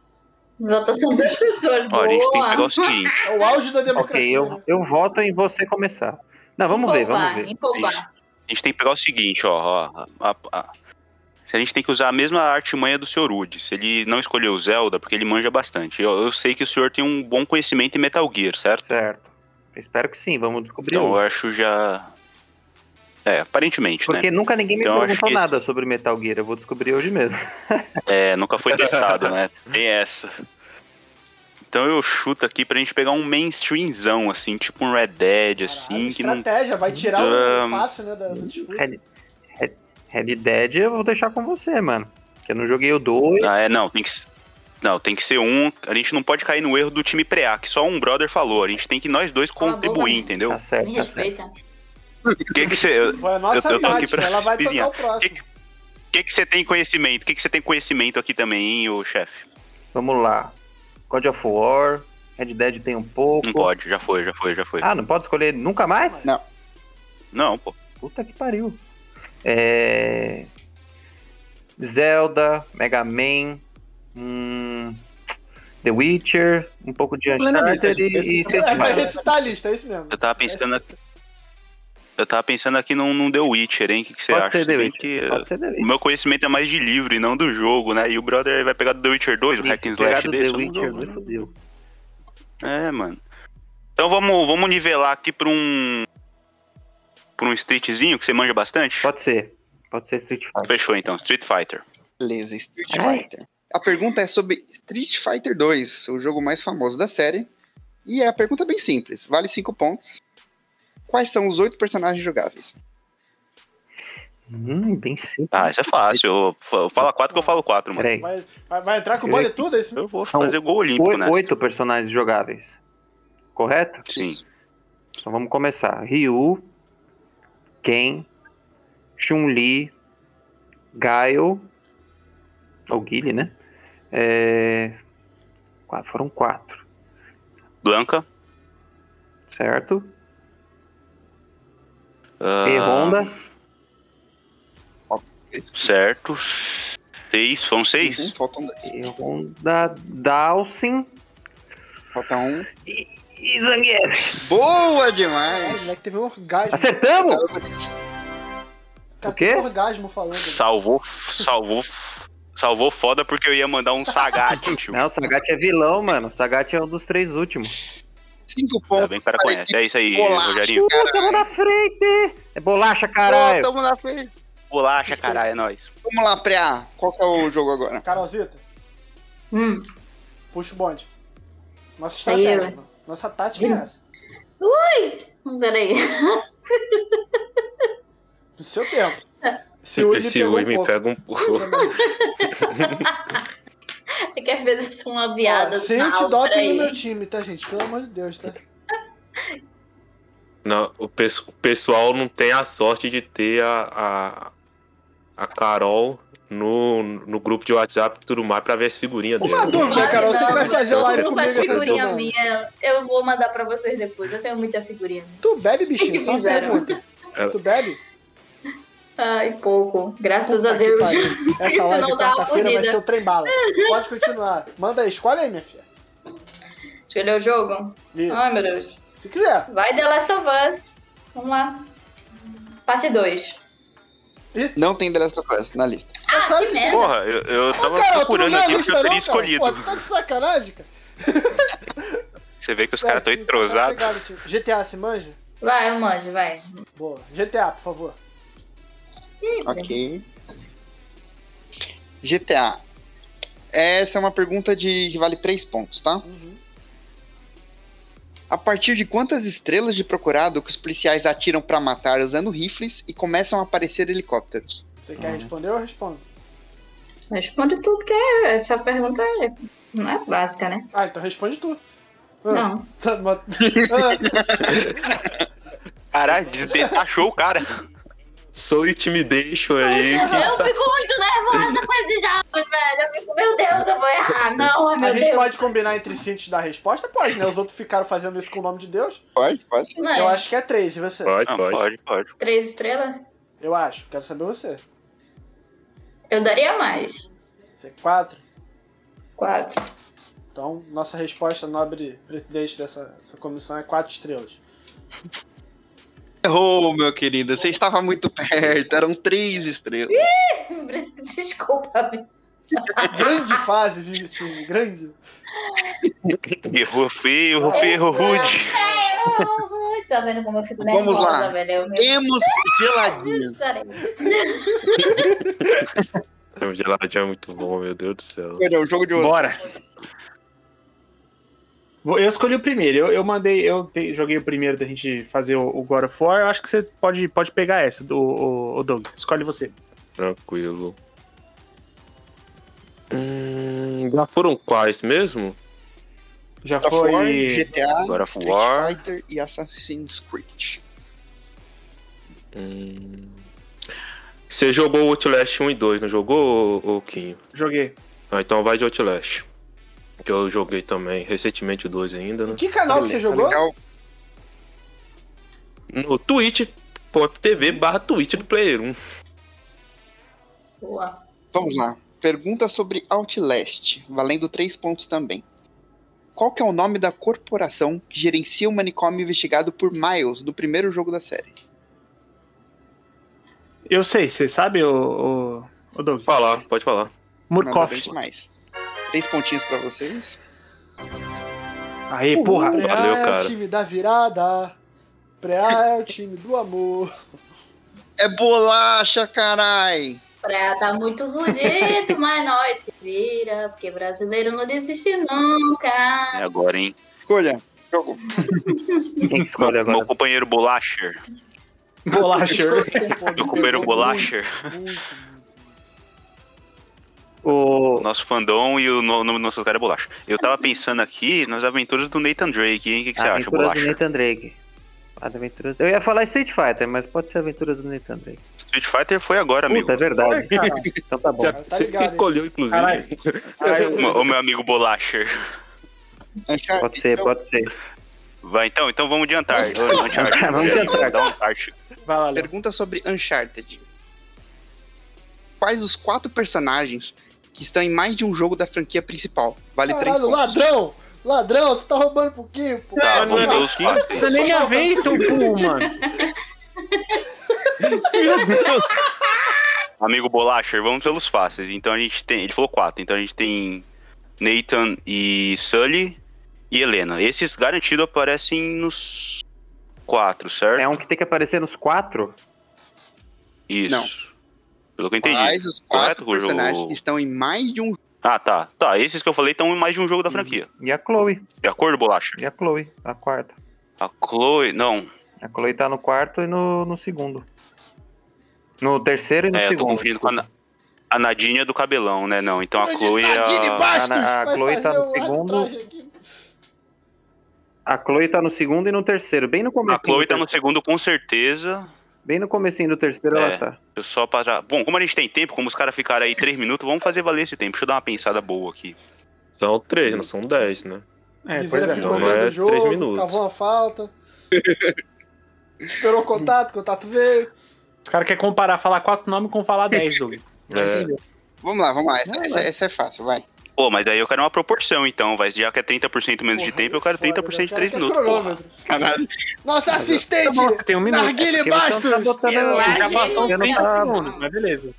E: Votação duas pessoas.
D: Ó,
E: Boa.
D: a gente tem que pegar o seguinte.
A: É o auge da democracia.
G: Ok, eu,
A: né?
G: eu voto em você começar. Não, vamos ver, vamos ver.
E: Empolgar.
D: A gente tem que pegar o seguinte, ó. ó a, a- a- se a gente tem que usar a mesma artimanha do Sr. Wood. Se ele não escolheu o Zelda, porque ele manja bastante. Eu, eu sei que o senhor tem um bom conhecimento em Metal Gear, certo?
G: Certo. Espero que sim, vamos descobrir.
D: Então eu
G: hoje.
D: acho já. É, aparentemente,
G: Porque
D: né?
G: nunca ninguém me
D: Então, eu acho
G: perguntou
D: que esse-
G: nada sobre Metal Gear, eu vou descobrir hoje mesmo.
D: É, nunca foi testado, né? Tem essa. Então eu chuto aqui pra gente pegar um mainstreamzão, assim, tipo um Red Dead, assim,
A: Caralho,
D: que não.
A: estratégia, vai tirar o
D: Ahn.
A: fácil, né, da, da disputa.
G: Red Dead eu vou deixar com você, mano. Porque eu não joguei o 2.
D: Ah, é, não, tem que. Não, tem que ser um. A gente não pode cair no erro do time preá, que só um brother falou. A gente tem que nós dois
E: Cala a boca,
D: contribuir,
E: né?
D: entendeu?
G: Tá certo,
E: Me
G: tá certo.
E: respeita.
D: O que que você
A: Foi a nossa
D: É. eu tô aqui
A: tática,
D: pra
A: ela vai tocar
D: espizinhar.
A: o próximo.
D: que que você tem conhecimento? O que que você tem conhecimento aqui também, hein, ô chefe?
G: Vamos lá. God of War, Red Dead tem um pouco.
D: Não pode, já foi, já foi, já foi.
G: Ah, não pode escolher nunca mais?
D: Não, pô.
G: Puta que pariu. É... Zelda, Mega Man, hum, The Witcher, um pouco de Uncharted
C: Planalista,
G: e, e
C: esse-
A: É, vai
G: Sentinela.
A: recitar a lista, é isso mesmo.
D: Eu tava pensando aqui. Eu tava pensando aqui num, num The Witcher, hein? O que, que você
G: Pode
D: acha?
G: ser The
D: Se bem
G: Witcher.
D: que, eh,
G: Pode ser The
D: O
G: Witcher.
D: meu conhecimento é mais de livro e não do jogo, né? E o brother vai pegar do The Witcher 2, o hack
G: Se
D: and
G: pegar
D: slash
G: do
D: desse.
G: The
D: eu não
G: Witcher, né?
D: jogo.
G: me fudeu.
D: É, mano. Então vamos, vamos nivelar aqui pra um. pra um streetzinho que você manja bastante?
G: Pode ser. Pode ser Street Fighter.
D: Fechou então, Street Fighter.
B: Beleza, Street
G: Ai.
B: Fighter. A pergunta é sobre Street Fighter 2, o jogo mais famoso da série. E a pergunta é bem simples, vale 5 pontos. Quais são os oito personagens jogáveis?
G: Hum, bem simples.
D: Ah, isso é fácil. Eu fa- fala quatro que eu falo quatro, mano.
G: Peraí.
A: Vai, vai, vai entrar com o bola e tudo, é isso mesmo?
D: Eu vou fazer gol olímpico
G: Oi-
D: nessa.
G: Oito personagens jogáveis. Correto?
D: Sim.
G: Então vamos começar. Ryu, Ken, Chun-Li, Gaio, ou Guile, né? É, qua- Foram quatro,
D: Blanca.
G: certo?
D: ah,
G: E Honda,
D: Certo. Seis, foram seis?
B: Uhum, faltam dois.
G: e Honda, Dalsin
B: Falta um.
G: e Zangief.
B: Boa
A: Caralho, o
B: demais!
A: moleque teve um orgasmo.
G: Acertamos?
A: Cara,
G: O quê?
A: teve um orgasmo falando.
D: Salvou, salvou, salvou foda porque eu ia mandar um sagate, tio.
G: Não, o Sagat é vilão, mano. O Sagat é um dos três últimos.
B: Cinco
D: Ainda
B: pontos.
D: bem que o cara
B: Cara,
D: conhece. É isso aí,
B: bolacha,
D: Rogerinho.
G: Uh, tamo na frente! É bolacha,
B: Pô,
G: caralho!
B: tamo na frente.
D: Bolacha, caralho, é nóis.
B: Vamos lá, Preá. Qual que é o jogo agora?
A: Carolzita,
E: Hum.
A: puxa o bonde. Nossa
E: Sou eu.
A: estratégia, mano. Nossa tática é essa.
E: hum, Peraí.
A: No seu tempo. Se o Willi
F: Esse
A: pegou
F: Wii
A: um
F: me
A: pouco.
F: pega um pouco.
E: É que às vezes eu sou uma
A: Ó,
E: viada.
A: Sem
E: não,
A: antidoping
E: peraí.
A: no meu time, tá, gente? Pelo amor de Deus, tá?
F: Não, o, pes- o pessoal não tem a sorte de ter a, a, a Carol no, no grupo de WhatsApp e tudo mais pra ver as figurinhas
A: Uma
F: dela.
A: dúvida, Carol. Você
E: Não,
A: vai fazer
F: não
A: live
E: Não faz
A: comigo essa
E: figurinha
A: semana?
E: minha. Eu vou mandar pra vocês depois. Eu tenho muita figurinha.
A: Tu bebe, bichinho?
E: Que
A: Só uma
E: fizeram.
A: pergunta.
D: É.
F: Ela-
A: Tu bebe?
E: Ai, pouco. Graças
A: Puta
E: a
A: que
E: Deus.
A: pariu. Essa
E: Isso
A: live de
E: não dá uma
A: quarta-feira vai
E: punida.
A: ser o trem bala. Pode continuar. Manda aí, escolhe aí, minha filha.
E: Escolheu o jogo?
A: Me-
E: Ai, meu Deus.
A: Se quiser.
E: Vai The Last of Us. Vamos lá. Parte 2.
B: Não tem The Last of Us na lista.
E: Ah,
A: É claro
E: que
A: que
E: merda.
D: Porra, eu, eu
A: Ô,
D: tava
A: Carol, tu não
D: procurando
A: lê a
D: aqui porque
A: lista
D: eu
A: não,
D: teria
A: Carol?
D: escolhido.
A: Pô, tu tá de sacanagem, cara.
D: Você vê que os caras estão
A: Tio,
D: entrosados.
A: tá ligado, tio. GTA se manja?
E: Vai, eu manjo, vai.
A: Boa. GTA, por favor.
B: Ok. GTA. Essa é uma pergunta de que vale três pontos, tá?
A: Uhum.
B: A partir de quantas estrelas de procurado que os policiais atiram pra matar usando rifles e começam a aparecer helicópteros?
A: Você quer
D: Uhum.
A: responder ou eu respondo?
E: Responde tudo, porque essa pergunta é- não é básica, né?
A: Ah, então responde tu. Ah,
E: Não.
A: tá, mas- Ah,
D: Caralho, desbetachou o cara.
F: Sou intimidation aí.
A: é
E: Eu fico muito nervosa com esses jogos, velho. Eu fico, meu Deus, eu vou errar. Não,
A: Ah,
E: ai,
A: a
E: meu
A: gente
E: Deus.
A: pode combinar entre si antes da resposta? Pode, né? Os outros ficaram fazendo isso com o nome de Deus?
B: Pode, pode.
E: Não é.
A: Eu acho que é três, e você?
F: Pode,
D: Não,
F: pode.
D: Ah, pode, pode.
E: Três estrelas?
A: Eu acho. Quero saber você.
E: Eu daria mais.
A: Você é quatro?
E: Quatro.
A: Então, nossa resposta, nobre presidente dessa dessa comissão, é quatro estrelas.
B: Errou, meu querido. Você estava muito perto. Eram três estrelas.
E: Desculpa, meu.
A: Grande fase, vive o time. Grande.
D: Errou feio,
E: É.
D: errou feio, errou rude.
E: Ai, Tá vendo como eu fico nervosa,
B: Vamos lá.
E: velho? Eu me-
B: Temos geladinha.
E: Peraí.
F: O geladinho é um muito bom, meu Deus do céu.
B: Perdão, jogo de hoje.
C: Bora. Vou- Eu escolhi o primeiro. Eu, eu mandei, eu te- joguei o primeiro da gente fazer o, o God of War. Eu acho que você pode, pode pegar essa, do, o, o Doug. Escolhe você.
F: Tranquilo. Hum, já foram quais mesmo?
C: Já
B: God of War,
C: foi.
B: GTA,
D: God of
B: Street
D: War.
B: Fighter e Assassin's Creed.
F: Hum. Você jogou Outlast 1 e 2, não jogou, ô, ô Quinho?
C: Joguei.
F: Ah, então vai de Outlast. Que eu joguei também, recentemente o 2 ainda, né?
A: Que canal que você jogou?
B: Legal.
F: No twitch.tv barra twitch do Player 1.
E: Boa.
B: Vamos lá. Pergunta sobre Outlast, valendo três pontos também. Qual que é o nome da corporação que gerencia o manicômio investigado por Miles do primeiro jogo da série?
C: Eu sei, você sabe, o, o, o Doug?
F: Falar, pode falar.
B: Nada é
C: Murkoff.
B: bem demais. Três pontinhos pra vocês.
C: Aí, porra.
A: Preá
F: Valeu,
A: é o
F: cara.
A: time da virada. Preá é o time do amor.
B: É bolacha, carai!
E: Pra tá muito fudido, mas nós se vira, porque brasileiro não desiste nunca.
D: É agora, hein?
B: Escolha. Jogo.
G: Quem que escolhe agora?
D: Meu companheiro Bolacher.
C: Bolacher.
B: um
D: Meu companheiro Bolacher.
C: o,
D: O nosso fandom e o no- nome do nosso cara é Bolacha. Eu tava pensando aqui nas aventuras do Nathan Drake, hein? O que, que você acha,
G: Aventuras do
D: Bolacha?
G: Nathan Drake. Aventuras... Eu ia falar Street Fighter, mas pode ser Aventuras do Nathan Drake.
D: Street Fighter foi agora, amigo.
G: Puta, é verdade. então tá bom.
F: Você,
A: tá
F: você
A: ligado, hein?
F: escolheu, inclusive.
C: Caralho. Caralho.
D: Ô, meu amigo Bolacher.
B: Uncharted,
G: Pode ser,
B: então,
G: pode ser.
D: Vai, então, então vamos adiantar. Ô, Uncharted,
G: Vamos
D: peraí, vou
G: adiantar.
D: dar um start.
C: Vai lá, Léo.
B: Pergunta sobre Uncharted. Quais os quatro personagens que estão em mais de um jogo da franquia principal? Vale três
A: Caralho,
B: pontos.
A: ladrão! Ladrão, você tá roubando um pouquinho, pô. Vai
D: Tá, vamos
A: lá.
D: ver os quatro.
C: Não é nem minha vez, seu cu, mano.
G: Meu Deus!
D: Amigo Bolacher, vamos pelos fáceis. Então a gente tem. Ele falou quatro. Então a gente tem Nathan e Sully e Helena. Esses garantido aparecem nos quatro, certo?
G: É um que tem que aparecer nos quatro?
D: Isso.
B: Não.
D: Pelo que eu entendi.
B: Quais os quatro
D: Correto, Gujo?
B: personagens que estão em mais de um
D: Ah, tá. Tá, esses que eu falei estão em mais de um jogo da franquia.
G: E a Chloe.
D: De acordo, Bolacha?
G: E a Chloe, a quarta.
D: A Chloe. Não.
G: A Chloe tá no quarto e no, no segundo. No terceiro e no
D: É, eu tô
G: segundo.
D: confundindo com a, Na- a Nadinha do cabelão, né? Não. Então a
A: Grande
D: Chloe é
A: Nadine
D: a.
A: Bastos!
G: a- a
A: Vai
G: Chloe tá
A: fazer
G: no
A: o
G: segundo.
A: arbitragem aqui.
G: A Chloe tá no segundo e no terceiro. Bem no
D: A
G: começo.
D: Chloe tá no segundo com certeza.
G: Bem no comecinho do terceiro
D: É.
G: ela tá.
D: Eu só para. Bom, como a gente tem tempo, como os caras ficaram aí três minutos, vamos fazer valer esse tempo. Deixa eu dar uma pensada boa aqui.
F: São três, não são dez, né?
C: É,
A: Ele
C: pois
A: vira
C: é.
F: Então,
A: pitmanzinho
F: é
A: do jogo,
F: três minutos.
A: Cavou uma falta. Esperou o contato, o contato veio.
C: Os caras querem comparar falar quatro nomes com falar dez, Doug.
F: É.
B: Vamos lá, vamos lá. Essa,
C: Vai,
B: essa-
C: vai.
B: essa é fácil, vai.
D: Pô, mas daí eu quero uma proporção, então, vai. Já que é 30% menos de
A: Porra,
D: tempo, eu quero
A: foda,
D: 30% de
A: cara,
D: 3
A: que é
D: minutos. porra.
A: cronômetro.
B: Caralho.
A: Nossa
C: Tá
A: assistente!
C: bom, que tem um minuto.
A: Narguile
G: Porque você não tá
A: Bastos!
G: botando-
E: Eu acho
C: Gravação
E: que
G: você não
C: 30
A: assim,
G: tá-
C: segundos, mas beleza.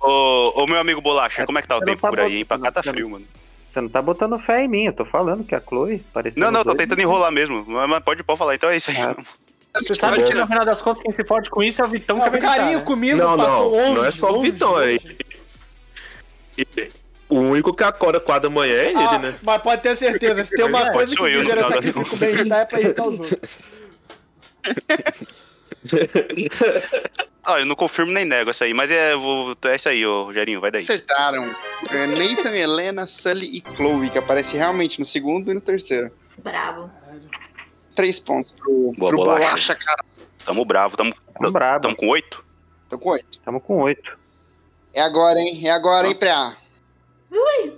D: Ô, ô, meu amigo Bolacha,
G: É,
D: como é que tá o
G: eu não
D: tempo
G: tá
D: por aí, hein? Pra
G: botando,
D: cá tá
G: não.
D: frio, mano.
G: Você não tá botando fé em mim, eu tô falando que a Chloe pareceu.
D: Não,
G: nos
D: não, tô
G: dois.
D: tentando enrolar mesmo. Mas mas pode, pode falar, então é isso aí.
G: Ah.
C: Você sabe que no final das contas quem se fode com isso é o Vitão que
A: Ah,
C: vai
A: o carinho
C: editar, né?
A: comigo
F: Não,
A: passou
F: não,
A: longe,
F: não é só o
A: longe,
F: Vitão,
A: longe.
F: O único que acorda 4 da manhã é ele,
A: Ah,
F: né?
A: Mas pode ter certeza, se tem uma
D: Pode
A: coisa
D: ser
A: que
D: eu,
A: o
D: no
A: Vigera
D: final das
A: sacrifica o bem-estar é pra irritar os outros.
D: Ah, eu não confirmo nem nego essa aí, mas é, vou, é isso aí, ô Rogerinho, vai daí.
B: Acertaram. É Nathan, Helena, Sully e Chloe, que aparece realmente no segundo e no terceiro.
E: Bravo.
B: Três pontos pro,
D: Boa
B: pro
D: bolacha.
B: bolacha, cara.
D: Tamo bravo, tamo,
C: né?
G: Tamo brabo,
D: tamo com oito?
B: Tô com oito.
G: tamo com oito.
B: É agora, hein? É agora, hein, Preá?
E: Vai.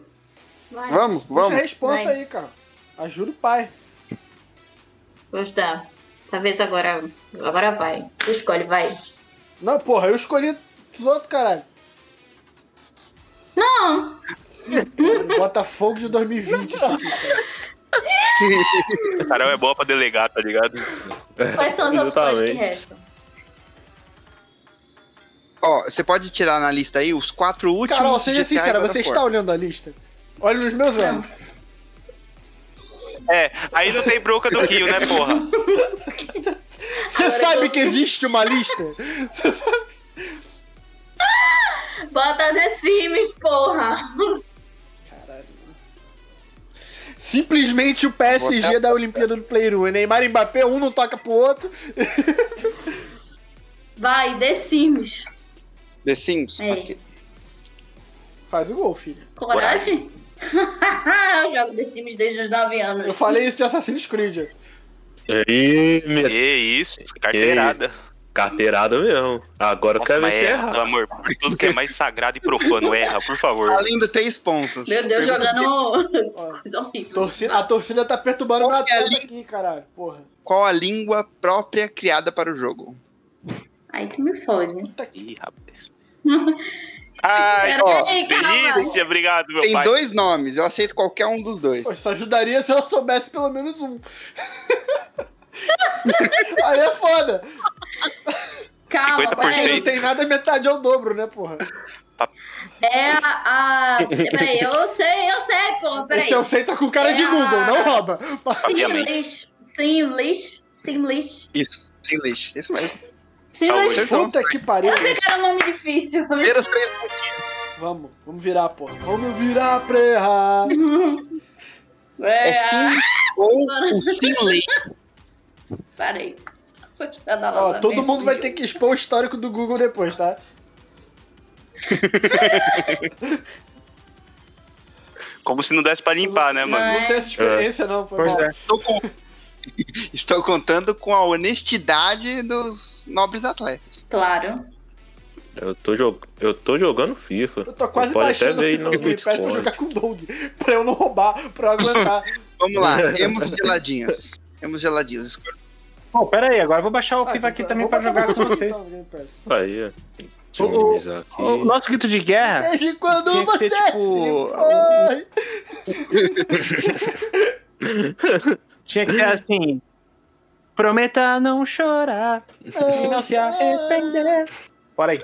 B: Vamos,
A: Puxa a
B: vamos.
A: responsa
E: Vai.
A: aí, cara. Ajuda o pai.
E: Gostar. Essa vez agora. Agora vai. Tu escolhe, vai.
A: Não, porra, eu escolhi os outros, caralho.
E: Não!
A: Botafogo de 2020, isso aqui.
D: O Carol é boa pra delegar, tá ligado?
E: Quais são as opções que
F: Exatamente.
E: restam?
B: Ó, você pode tirar na lista aí os quatro últimos.
A: Carol, seja
B: GTA e
A: sincera,
B: God
A: você
B: of
A: está
B: War.
A: olhando a lista? Olha nos meus olhos.
D: É, aí não tem bronca do Rio, né, porra?
A: Você
E: Agora
A: sabe
E: eu-
A: que existe uma lista? Você sabe?
E: Bota The Sims, porra!
A: Simplesmente o PSG da Olimpíada do Player 1. Neymar e Mbappé, um não toca pro outro.
E: Vai, decimos.
B: The Sims?
E: É.
B: Ok.
A: Faz o gol, filho.
E: Coragem? eu jogo The Sims desde os 9 anos.
A: Eu falei isso de Assassin's Creed.
F: Ih, minha
D: Que isso, carteirada.
F: carteirada mesmo. Agora eu
D: Nossa,
F: quero ver
D: mas
F: se é
C: é
D: erra, pelo
F: erra.
D: amor, por tudo que é mais sagrado e profano, erra, por favor.
B: Além de Tá três pontos.
E: Meu Deus,
B: Pergunta
E: jogando
A: Ó,
E: coisa horrível.
A: torcida- a torcida tá perturbando meu
B: Olha
A: atleta
B: ali.
A: aqui, caralho. Porra.
B: Qual a língua própria criada para o jogo?
E: Aí tu me fode.
D: Ih, rapaz. Ai,
E: Pera
D: ó,
E: aí, calma.
D: delícia, obrigado, meu
B: Tem
D: pai.
B: dois nomes, eu aceito qualquer um dos dois.
A: Pô, isso ajudaria se eu soubesse pelo menos um. Aí é foda.
E: Calma,
D: 50%.
A: Mas quem
E: peraí.
A: não tem nada, metade é o dobro, né, porra?
E: É a. a- Peraí, eu sei, eu sei, porra. Peraí.
A: Esse eu sei tá com cara de
E: É a-
A: Google, não rouba.
D: Obviamente.
E: Simlish. Simlish. Simlish.
B: Isso, English. Isso mesmo.
D: Saúde.
E: Simlish.
A: Puta que pariu.
E: Eu sei que era um nome difícil.
B: Primeiros três
A: Vamos, vamos virar, porra. Vamos virar pra errar.
E: É,
B: é sim ou o Simley.
E: Peraí. Tô te dando a
A: Ó,
E: nota
A: todo
E: mesmo.
A: mundo vai ter que expor o histórico do Google depois, tá?
D: Como se não desse pra limpar, né, mano?
A: É, Não tem essa experiência, não. Foi
C: Pois
A: mal.
C: é.
B: Estou, com- Estou contando com a honestidade dos nobres atletas.
E: Claro.
F: Eu tô, jo- eu tô jogando FIFA.
A: Eu tô quase
F: Pode até
A: baixando o
F: ver aí
A: FIFA
F: no
A: Game Pass pra
F: Discord.
A: jogar com o Doug. Pra eu não roubar, pra eu aguentar.
B: Vamos lá, temos geladinhas. Temos geladinhas.
C: Bom, pera aí, agora eu vou baixar o FIFA
A: Ah,
C: aqui
A: então,
C: também
A: vou
C: pra
A: botar
C: jogar
A: no
C: com
A: Game
C: vocês.
A: Pass, no Game Pass.
F: Aí, ó. Deixa eu
C: Ô, ô,
F: minimizar aqui.
C: O nosso grito de guerra
A: Desde quando
C: Tinha que
A: você
C: ser, tipo,
A: se foi?
C: tinha que ser assim. Prometa não chorar,
A: É.
C: se não se arrepender. Bora aí.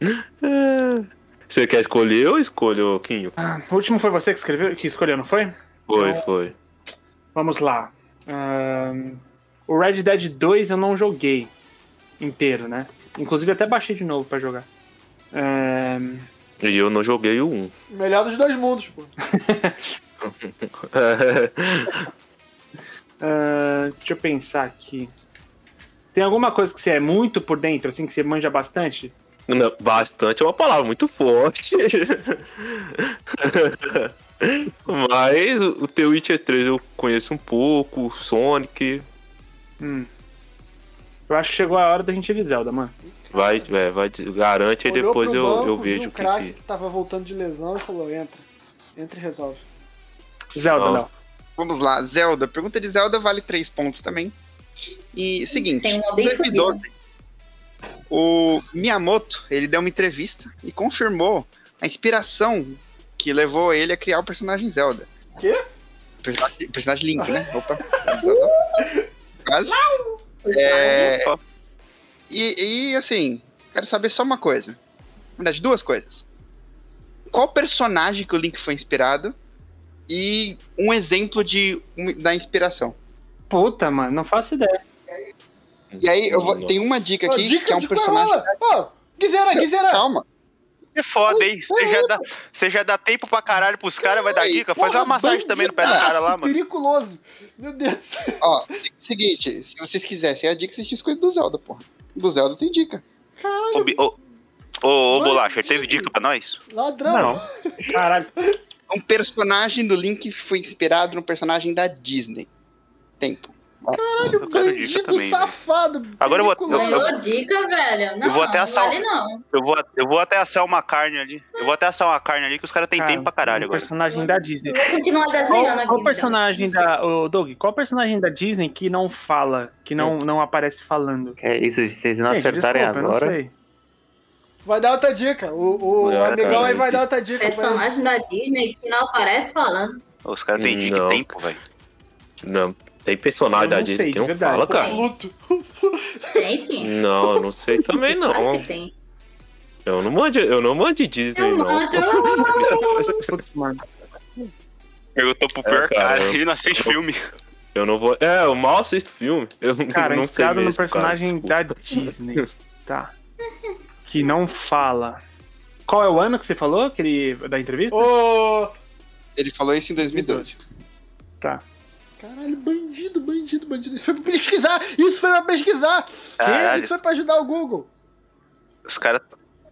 F: É. Você quer escolher ou escolho, Quinho?
C: Ah, O último foi você que escreveu, que escolheu, não foi?
F: Foi, foi.
C: Vamos lá. Ahn, o Red Dead 2 eu não joguei inteiro, né? Inclusive até baixei de novo pra jogar. Ahn,
F: E eu não joguei o 1.
A: Melhor dos dois mundos, pô.
F: É.
C: ahn, deixa eu pensar aqui. Tem alguma coisa que você é muito por dentro, assim, que você manja bastante?
F: Não, Bastante é uma palavra muito forte. Mas o o The Witcher 3 eu conheço um pouco, o Sonic.
C: Hum. Eu acho que chegou a hora da gente ir Zelda, mano.
F: Vai, é, vai, garante aí
A: Olhou
F: depois
A: pro
F: eu,
A: banco,
F: eu
A: viu
F: vejo
A: um
F: o que,
A: craque
F: que.
A: tava voltando de lesão e falou, entra. Entra e resolve.
C: Zelda,
F: Não.
C: não.
B: Vamos lá, Zelda. Pergunta de Zelda vale três pontos também. E seguinte,
E: Tem uma
B: em
E: bem
B: 2012, o Miyamoto, ele deu uma entrevista e confirmou a inspiração que levou ele a criar o personagem Zelda.
A: Quê?
B: Personagem, personagem Link, né? Opa. Quase. É, e, e, assim, quero saber só uma coisa. Na verdade, duas coisas. Qual personagem que o Link foi inspirado? E um exemplo de, um- da inspiração.
C: Puta, mano, não faço ideia.
B: E aí, eu vou,
F: Nossa.
B: tem uma dica
A: Ó,
B: aqui,
A: dica
B: que é um
A: de
B: personagem...
A: Coelhola. Ó, Guizera, Guizera.
B: Calma.
D: É foda, hein? Você já, dá, você já dá tempo pra caralho pros caras, vai dar dica. Faz
A: Porra,
D: uma massagem também no pé do cara lá,
A: bandidaço,
D: mano.
A: Periculoso. Meu Deus do céu.
B: Ó, se- seguinte, se vocês quisessem a dica, vocês tinham escolhido do Zelda, porra. Do Zelda tem dica.
D: Ô, bi- ô, ô, ô,
A: Bandido.
D: Bolacha, teve dica pra nós?
A: Ladrão.
C: Não. Caralho.
B: Um personagem do Link foi inspirado no personagem da Disney. Tempo.
A: Caralho,
D: Eu quero dica
A: bandido
D: também,
A: safado.
D: Agora eu vou- eu-
A: periculoso.
E: Ganhou dica, velho. Não,
D: eu vou até
E: não
D: assar um-
E: vale não.
D: Eu vou, eu vou até assar uma carne ali. Eu vou até assar uma carne ali que os caras têm
C: Cara,
D: tempo pra caralho
C: um
D: agora.
C: personagem da Disney.
E: Vou continuar
C: Qual,
E: desenhando aqui.
C: qual
E: então.
C: personagem da. Ô, Doug, qual personagem da Disney que não fala, que não, não aparece falando?
G: Que é isso, vocês É. não
C: Gente,
G: acertarem
C: desculpa, eu não
G: agora.
C: sei.
A: Vai dar outra dica. O, o
F: Olha,
A: amigão
F: cara,
A: aí vai
F: dica.
A: dar outra dica. mas-
E: Personagem da Disney que não aparece falando.
D: Os caras têm dica
F: Não.
D: e tempo, velho.
F: Não, tem
C: Eu
F: personagem da
C: não sei,
F: Disney que
C: de
F: não
C: verdade.
F: fala, cara.
A: Luto.
E: Tem sim.
F: Não, eu não sei também
E: Claro
F: não.
E: que tem. É um
F: Eu não mando, eu não mando de Disney,
E: Eu
F: não.
E: manjo. eu-
C: Putz, mano.
D: Perguntou pro pior
F: cara,
D: cara,
F: eu-
D: ele não assiste filme.
F: Eu não vou. É, eu mal assisto filme. Eu
C: Cara,
F: não sei
C: inspirado
F: mesmo,
C: no personagem
F: cara,
C: da Disney. Tá. Que não fala. Qual é o ano que você falou que ele, da entrevista?
A: Ô,
B: Ele falou isso em 2012.
A: Caralho, bandido, bandido, bandido. Isso foi pra pesquisar! Isso foi pra pesquisar!
D: Caralho,
A: Isso foi pra ajudar o Google.
D: os caras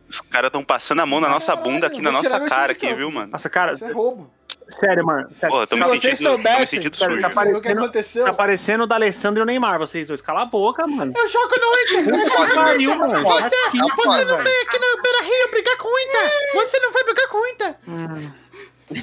D: os cara estão passando a mão na nossa
A: Caralho,
D: bunda aqui, na
A: vou tirar
D: nossa
A: meu
D: cara
A: chapéu.
D: aqui, viu, mano?
C: Nossa, cara,
A: Isso é roubo.
C: sério, mano. Sério,
D: Porra, eu tô
A: Se
D: me
A: vocês
D: sentindo, tô me
A: soubessem,
D: sentindo
C: cara,
D: sujo.
C: tá
D: velho.
C: pare-
A: Foi o que aconteceu.
C: Tá parecendo o da Alessandro e o Neymar, vocês dois. Cala a boca, mano.
A: Eu jogo no Inter! Eu jogo no
C: Pariu,
A: Inter!
C: mano.
A: Você, tá
C: Aqui,
A: você não
C: velho.
A: veio aqui na Beira Rio brigar com o Inter! Você não foi brigar com o Inter!
C: Hum.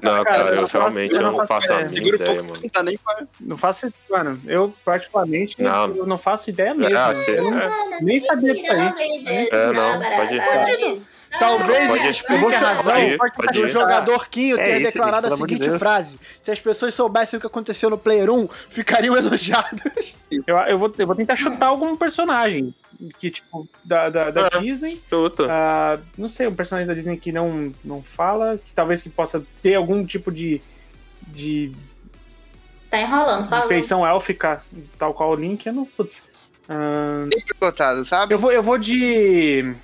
F: Não,
C: Cara,
F: cara,
C: eu
F: eu
C: não faço-
F: realmente
C: eu
F: eu
C: não
F: não
C: faço
F: faço a
C: ideia.
F: mínima
B: Segura um
F: ideia,
B: pouco,
F: mano.
B: não tá nem pra-
C: Não faço, mano. Eu, particularmente,
F: Não.
C: eu não faço ideia mesmo.
F: Ah, você.
C: Eu não-
F: é.
C: Nem sabia disso aí.
F: É, não, pode ir.
E: é
A: Talvez
F: Pode-
A: isso explique a razão
F: pode ir, pode
A: do
F: ir.
A: jogador Quinho ter
G: É isso,
A: declarado
G: gente,
A: a
G: pelo amor de
A: seguinte
G: Deus.
A: frase: Se as pessoas soubessem o que aconteceu no Player 1, ficariam elogiadas.
C: Eu, eu, vou, eu vou tentar chutar algum personagem que, tipo, da, da, da
F: É.
C: Disney.
F: Chuta.
C: Ah, não sei, um personagem da Disney que não, não fala, que talvez que possa ter algum tipo de, de
E: Tá enrolando, fala.
C: feição élfica, tal qual o Link. Eu não. Putz. Ah,
B: Nem picotado, sabe?
C: eu, vou, eu vou de.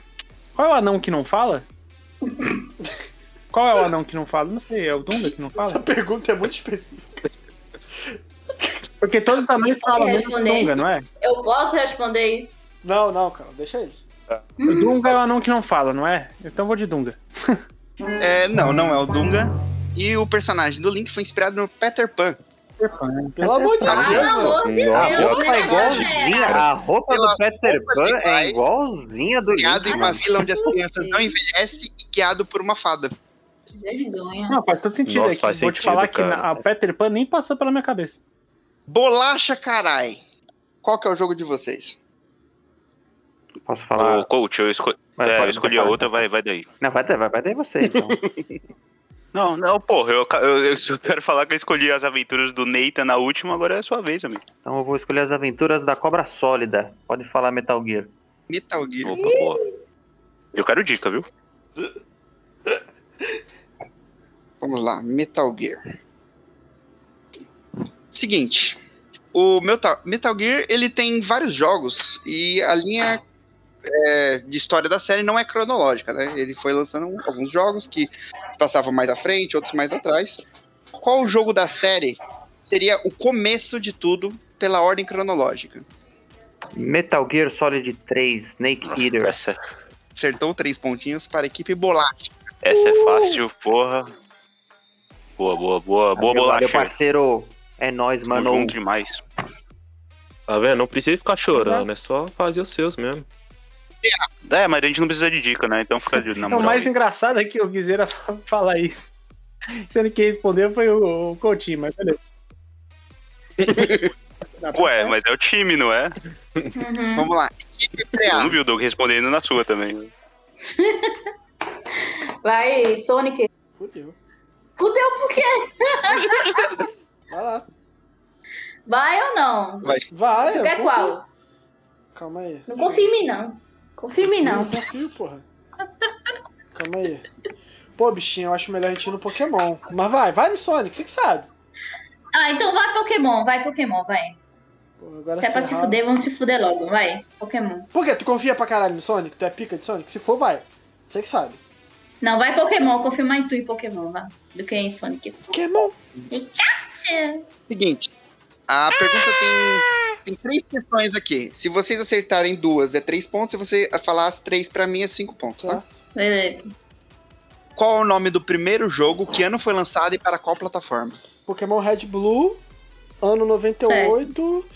C: Qual é o anão que não fala? Qual é o anão que não fala? Não sei, é o Dunga que não
A: Essa
C: fala?
A: pergunta é muito específica.
C: Porque todos os anões falam mesmo o Dunga, não é?
E: Eu posso responder isso?
A: Não, não, cara, deixa isso.
C: O Dunga é o anão que não fala, não é? Então eu vou de Dunga.
B: É, não, não é o Dunga. E o personagem do Link foi inspirado no Peter Pan.
G: né? Então-
A: Pelo amor de
E: Ah,
A: Deus,
E: pelo
A: mano.
E: amor de
F: Nossa,
E: Deus,
F: ela
E: né,
F: tá
G: igualzinha.
E: galera?
G: A roupa do
B: Pelas
G: Peter
B: roupas
G: Pan é
B: iguais.
G: igualzinha do
B: Criado em
G: Link.
B: uma vila onde as crianças não envelhecem e guiado por uma fada.
E: Que vergonha.
C: Não, faz todo sentido.
F: Nossa,
C: é que
F: faz
C: vou te
F: sentido,
C: falar que
F: cara.
C: na- a Peter Pan nem passou pela minha cabeça.
B: Bolacha, carai! Qual que é o jogo de vocês?
G: Posso
D: Ô,
G: falar?
D: coach, eu, esco-
G: Vai,
D: é, eu
G: pode,
D: escolhi a
G: vai, vai.
D: outra, vai, vai daí.
G: Não, vai, vai, vai daí você, então.
D: Não, não, porra, eu, ca- eu, eu só quero falar que eu escolhi as aventuras do Nathan na última, agora é a sua vez, amigo.
G: Então eu vou escolher as aventuras da Cobra Sólida. Pode falar Metal Gear.
B: Metal Gear.
D: Opa, boa. Eu quero dica, viu?
B: Vamos lá, Metal Gear. Seguinte, o Metal, Metal Gear ele tem vários jogos e a linha é, de história da série não é cronológica, né? Ele foi lançando alguns jogos que passavam mais à frente, outros mais atrás. Qual o jogo da série seria o começo de tudo pela ordem cronológica?
G: Metal Gear Solid 3 Snake
D: Nossa,
G: Eater.
D: essa,
B: Acertou três pontinhos para a equipe bolar.
D: essa é fácil, porra. Boa, boa, boa, boa
G: Valeu, valeu,
D: bolacha.
G: parceiro. É nóis,
D: Tamo
G: mano.
D: junto demais.
F: Tá vendo? Não precisa ficar
C: Uhum.
F: chorando, é só fazer os seus mesmo.
D: É, mas a gente não precisa de dica, né? Então fica de na
C: o
D: moral.
C: mais
D: aí.
C: engraçado é que o Guizeira fa- fala isso. Sendo que quem respondeu foi o o Coutinho, mas beleza.
D: Ué, mas é o time, não é?
E: Uhum.
B: Vamos lá, equipe
D: Eu não
B: pré-A.
D: vi o Doug respondendo na sua também.
E: Vai, Sonic.
A: Fudeu.
E: Fudeu por quê?
A: Vai lá.
E: Vai ou não?
A: Vai,
E: Tu
A: eu
E: quer
A: confio.
E: é qual?
A: Calma aí.
E: Não confia em mim, não. Confia em mim,
A: Eu
E: não.
A: confio, porra. Calma aí. Pô, bichinho, eu acho melhor a gente ir no Pokémon. Mas vai, vai no Sonic, você que sabe.
E: Ah, então vai Pokémon, vai Pokémon, vai.
A: Pô, agora
E: Se é pra se
A: errar-
E: fuder, vamos se fuder logo, vai. Pokémon.
A: Por quê? Tu confia pra caralho no Sonic? Tu é pica de Sonic? Se for, vai. Você que sabe.
E: Não, vai Pokémon, confio mais em tu em Pokémon, vai. Do que em Sonic.
A: Pokémon.
B: Seguinte, a pergunta
E: Ah!
B: tem, tem três questões aqui. Se vocês acertarem duas, é três pontos. Se você falar as três pra mim, é cinco pontos, tá?
A: Tá.
E: Beleza.
B: Qual é o nome do primeiro jogo? Que ano foi lançado e para qual plataforma?
A: Pokémon Red Blue, ano 98.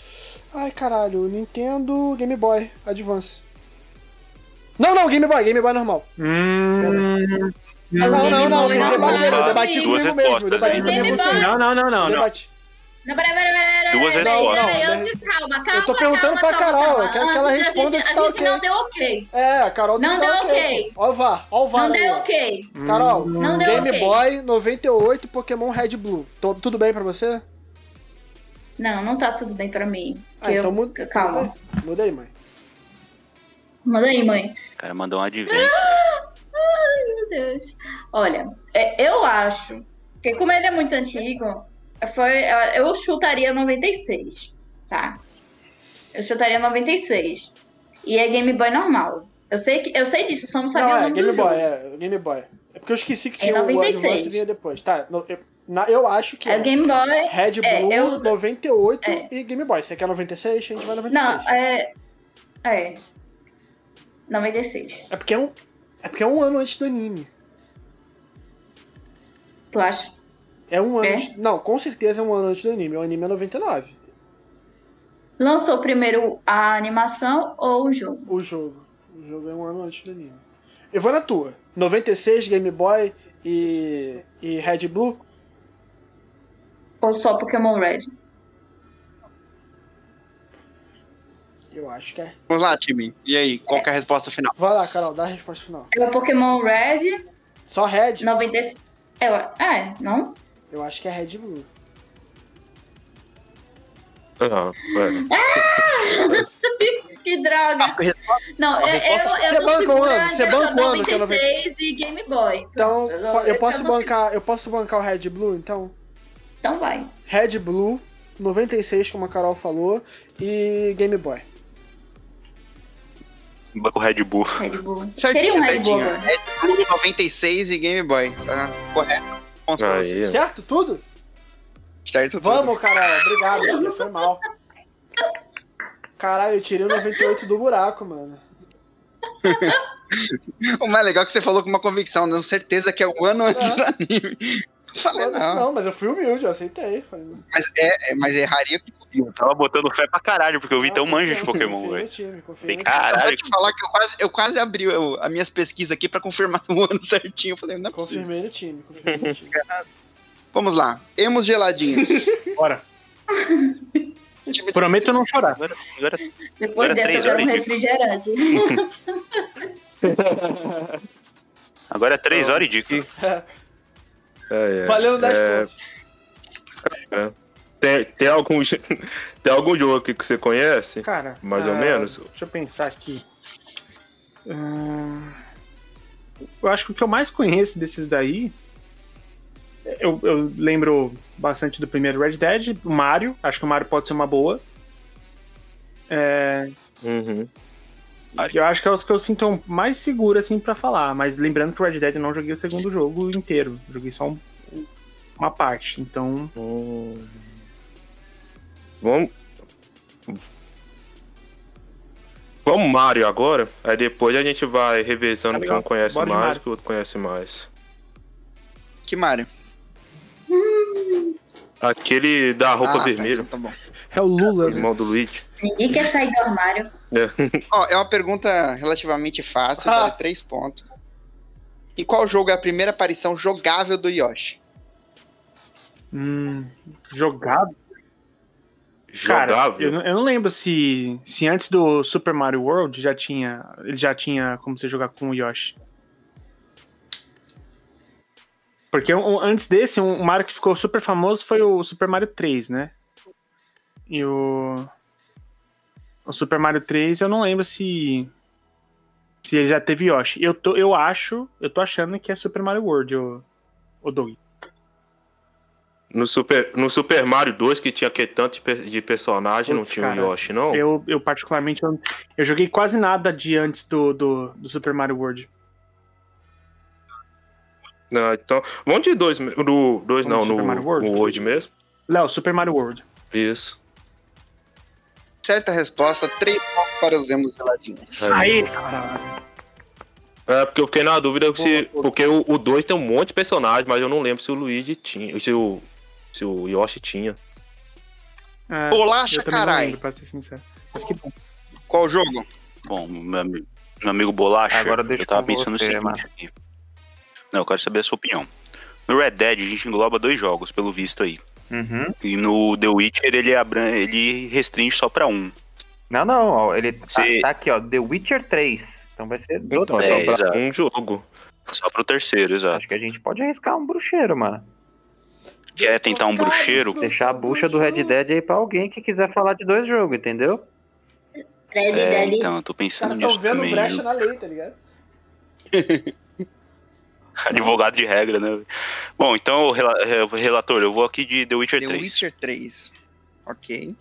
A: Ai, caralho, Nintendo Game Boy Advance. Não, não, Game Boy, Game Boy normal.
C: Hum,
E: Não,
A: Não, não, não,
D: Boy
A: vocês
D: normal.
A: debateram, eu debati
D: Duas
A: comigo mesmo, eu
D: respostas,
A: debati
E: hein?
A: comigo
E: Game
A: mesmo.
E: Boy.
C: não, não, não, não. não.
A: Debate.
E: Não, peraí, peraí, peraí, peraí,
D: Duas
E: peraí,
A: respostas.
E: peraí,
A: Não,
E: eu
A: não,
E: te- calma, calma,
A: Eu tô perguntando
E: calma,
A: pra
E: calma,
A: Carol,
E: calma.
A: eu quero que ela
E: Antes a
A: responda
E: gente-
A: se tá
E: A gente não
A: ok.
E: deu ok.
A: É, a Carol tem
E: Não
A: que
E: deu
A: dar
E: ok.
A: pô. Ó o VAR, ó o VAR.
E: Não
A: aí,
E: deu
A: ó.
E: ok.
A: Carol,
E: Não deu
A: Game
E: ok.
A: Boy 98, Pokémon Red Blue. Tô- tudo bem pra você?
E: Não, não tá tudo bem pra mim.
A: Ah,
E: Eu-
A: então muda.
E: Calma.
A: Mudei, mãe.
E: Manda aí, mãe.
D: O cara mandou um advento.
E: Ai, meu Deus. Olha, é, eu acho que como ele é muito antigo, foi, eu chutaria 96, tá? Eu chutaria 96. E é Game Boy normal. Eu sei, que, eu sei disso, só não sabia
A: não,
E: o
A: é
E: nome
A: Game
E: do
A: Boy,
E: jogo.
A: é Game Boy. É porque eu esqueci que
E: É
A: tinha o
E: 96.
A: Advance vinha depois. Tá, no- eu, na- eu acho que
E: É
A: é
E: o Game Boy.
A: Red Blue,
E: é, eu-
A: 98
E: é.
A: e Game Boy. Você quer 96? A gente vai 96.
E: Não, é. É. 96.
A: É porque é um. É porque é um ano antes do anime.
E: Tu acha?
A: É um ano.
E: É?
A: antes- Não, com certeza é um ano antes do anime. O anime é 99.
E: Lançou primeiro a animação ou o jogo?
A: O jogo. O jogo é um ano antes do anime. Eu vou na tua. 96, Game Boy e. e Red Blue.
E: Ou só Pokémon Red?
A: Eu acho que é.
B: Vamos lá, time. E aí, qual que é a resposta final?
A: Vai lá, Carol, dá a resposta final.
E: É o Pokémon Red
A: Só Red?
E: 96. Eu, é, não?
A: Eu acho que é Red Blue.
F: Ah, é.
E: Que
A: Ah,
E: droga! Não, eu,
B: resposta-
E: eu, eu
A: Você
E: tô
A: banca o ano?
E: segurando,
A: Você
E: eu
A: banca o
E: tô
A: ano que é
E: 96 e Game Boy.
A: Então,
E: Eu-
A: po- eu
E: eu
A: posso
E: não sei.
A: bancar. Eu posso bancar o Red Blue, então?
E: Então vai.
A: Red Blue, 96, como a Carol falou, e Game Boy.
D: Banco Red Bull.
E: Red Bull.
B: Certinho,
E: Queria um Red Bull
B: certinho.
E: agora.
B: Red Bull 96 e Game Boy. Tá correto. Pontos pra você.
F: Aí,
A: Certo? Tudo?
B: Certo? tudo.
A: Vamos, Carol. Obrigado, filho. Foi mal. Caralho, eu tirei o 98 do buraco, mano.
B: O mais legal é que você falou com uma convicção, dando certeza que é o ano antes do anime. Eu Falei,
A: Não,
B: não.
A: não, mas eu fui humilde, eu aceitei. Falei, não.
B: Mas, é, é- mas erraria que
D: Eu tava botando fé pra caralho, porque eu vi tão
A: Não,
D: manja de
A: confiei-
D: Pokémon,
A: confiei
D: velho.
A: no time, confiei
D: Tem
A: no time.
B: Eu vou
D: caralho.
B: te falar que eu quase, eu quase abri eu- as minhas pesquisas aqui pra confirmar o ano certinho. Eu falei, não é possível.
A: Confirmei no time, confirmei no time.
B: Vamos lá. Emos geladinhos.
C: Bora. Prometo não chorar.
D: Agora, agora
E: Depois
D: Era
E: dessa eu
D: três
E: quero um
D: horas e
E: refrigerante.
D: Agora é 3 horas e dica.
F: é, é.
A: Valendo 10
F: É,
A: pontos.
F: Tem, tem, algum, tem algum jogo aqui que você conhece?
C: Cara.
F: Mais ou
C: ah,
F: menos.
C: Deixa eu pensar aqui. Ah, eu acho que o que eu mais conheço desses daí. Eu, eu lembro bastante do primeiro Red Dead, o Mario. Acho que o Mario pode ser uma boa. É,
F: Uhum.
C: eu acho que é os que eu sinto mais seguro assim para falar. Mas lembrando que o Red Dead eu não joguei o segundo jogo inteiro. Joguei só um- uma parte. Então,
F: Hum. Vamos. Vamos Mario agora? Aí depois a gente vai revezando
C: Tá
F: quem
C: legal.
F: um conhece
C: Bora de
F: mais,
C: Mario.
F: que o outro conhece mais.
B: que Mario?
F: Aquele da roupa
B: Ah,
F: vermelha,
B: Tá, então tá bom.
A: É o Lula, né?
F: irmão do Luigi.
E: Ninguém quer sair do armário.
B: Ó, é uma pergunta relativamente fácil,
A: Ah.
B: vale três pontos. E qual jogo é a primeira aparição jogável do Yoshi?
C: hum, jogar Cara, eu,
F: Jogável.
C: não- eu não lembro se, se antes do Super Mario World já tinha, ele já tinha como você jogar com o Yoshi. Porque um- um- antes desse, um um Mario que ficou super famoso foi o Super Mario 3, né? E o. O Super Mario 3, eu não lembro se. Se ele já teve Yoshi. Eu, tô, eu acho, eu tô achando que é Super Mario World, o, o Doug.
F: No, Super, no Super Mario 2, que tinha que tanto de, pe- de personagem,
C: Putz,
F: não tinha
C: cara,
F: o Yoshi, não?
C: Eu, eu particularmente, eu, eu joguei quase nada de antes do, do, do Super Mario World.
F: Não, então, vamos de dois, me- no
C: Vamos
F: dois não,
C: de
F: no,
C: Super Mario World?
F: no World mesmo.
C: Léo, Super Mario World.
F: Isso.
B: Certa resposta, três pontos para os Emos geladinhos.
C: Aí, caralho.
F: É, porque eu fiquei na dúvida se.
B: Boa, boa.
F: Porque o o 2 tem um monte de personagem, mas eu não lembro se o Luigi tinha. Se o, se o Yoshi tinha.
C: É,
B: Bolacha,
C: eu também não
B: carai.
C: lembro, pra ser sincero. Mas que bom.
B: Qual jogo?
D: Bom, meu, ami- meu amigo Bolacha,
H: Agora deixa
D: eu tava
H: com
D: pensando
H: você,
D: no seguinte aqui. Não, eu quero saber a sua opinião. No Red Dead, a gente engloba dois jogos, pelo visto aí.
H: Uhum.
D: E no The Witcher, ele, abran... ele restringe só pra um.
H: Não, não, ó, ele tá,
D: Se-
H: tá aqui, ó, The Witcher 3. Então vai ser do
F: Então, é
H: três.
F: só pra
D: exato.
F: um jogo.
D: Só pro terceiro, exato.
H: Acho que a gente pode arriscar um bruxeiro, mano.
D: Quer tentar um bruxeiro?
H: Deixar a bucha do Red Dead aí pra alguém que quiser falar de dois jogos, entendeu?
E: Red
D: É,
E: Dead.
D: então, eu tô
A: Os caras
D: pensando
A: estão
D: nisso
A: vendo
D: também.
A: brecha
D: viu?
A: na lei, tá ligado?
D: Advogado de regra, né? Bom, então, rela- eh, relator, eu vou aqui de The Witcher
B: The
D: 3.
B: Witcher 3. Ok.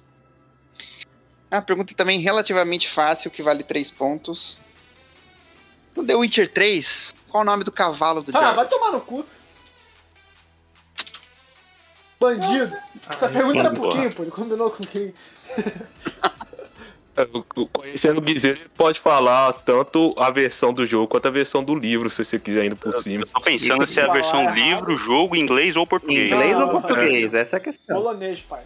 B: É uma pergunta também relativamente fácil, que vale 3 pontos. No The Witcher 3, Qual o nome do cavalo do
A: Ah,
B: Jarvis?
A: vai tomar no cu. Bandido. Essa pergunta era pro
F: porra.
A: Kim, pô. Ele combinou com quem?
F: É, O- o- Conhecendo o Guiseiro, ele pode falar tanto a versão do jogo quanto a versão do livro, se você quiser indo por cima.
D: Eu tô pensando se é a
A: Falar
D: versão
A: errado.
D: livro, jogo, inglês ou português.
G: Inglês
A: Ah.
G: ou português? Essa é a questão.
A: Polonês, pai.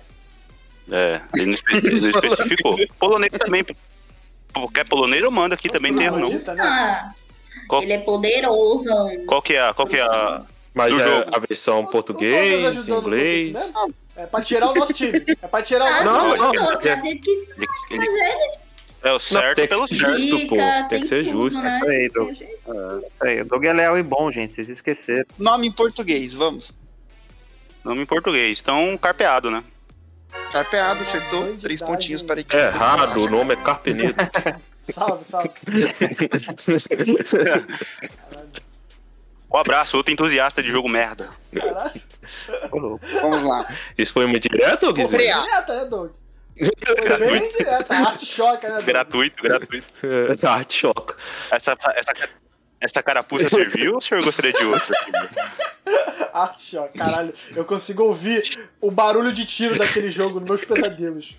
D: É, ele não, espe- ele não especificou. Polonês também. Pô, Quer polonês eu mando aqui, também tem erro não.
A: Maldita, né?
E: Ah,
D: Qual-
E: Ele é poderoso.
D: Qual que é, a- qual que é a...
F: Mas
D: Do
F: é
D: jogo.
F: a versão
A: Todos
F: português,
A: tá ajudando
F: inglês.
A: todos, né? É pra tirar o nosso time. É pra tirar o nosso
E: Ah,
F: Não, não,
E: não, não.
F: é-
E: A gente quis
D: ele- ele-
E: fazer
D: É o
F: Não,
D: certo
F: tem que
D: pelo
F: ser
D: certo.
F: justo, pô.
E: dica,
F: Tem que ser
E: tudo,
F: justo.
E: né?
G: Peraí, Doug. Peraí, o Doug é leal e bom, gente. Vocês esqueceram.
B: Nome em português, vamos.
D: Nome em português. Então, carpeado, né?
B: Carpeado, acertou. Três
A: Bandidagem.
B: pontinhos para a equipe.
F: É errado, o nome é Carpenedo.
A: Salve, salve.
D: Um abraço, outro entusiasta de jogo merda.
A: Caralho.
G: Ô, louco.
B: Vamos lá.
F: Isso foi muito direto, Guiseiro?
B: Frear.
A: Direta, né, Doug? Foi bem direta. A arte choca, né, Doug?
D: Gratuito, gratuito.
F: É, Arte choca.
D: Essa, essa, essa carapuça serviu ou o senhor gostaria de outra?
A: A arte choca. Caralho, eu consigo ouvir o barulho de tiro daquele jogo nos meus pesadelos.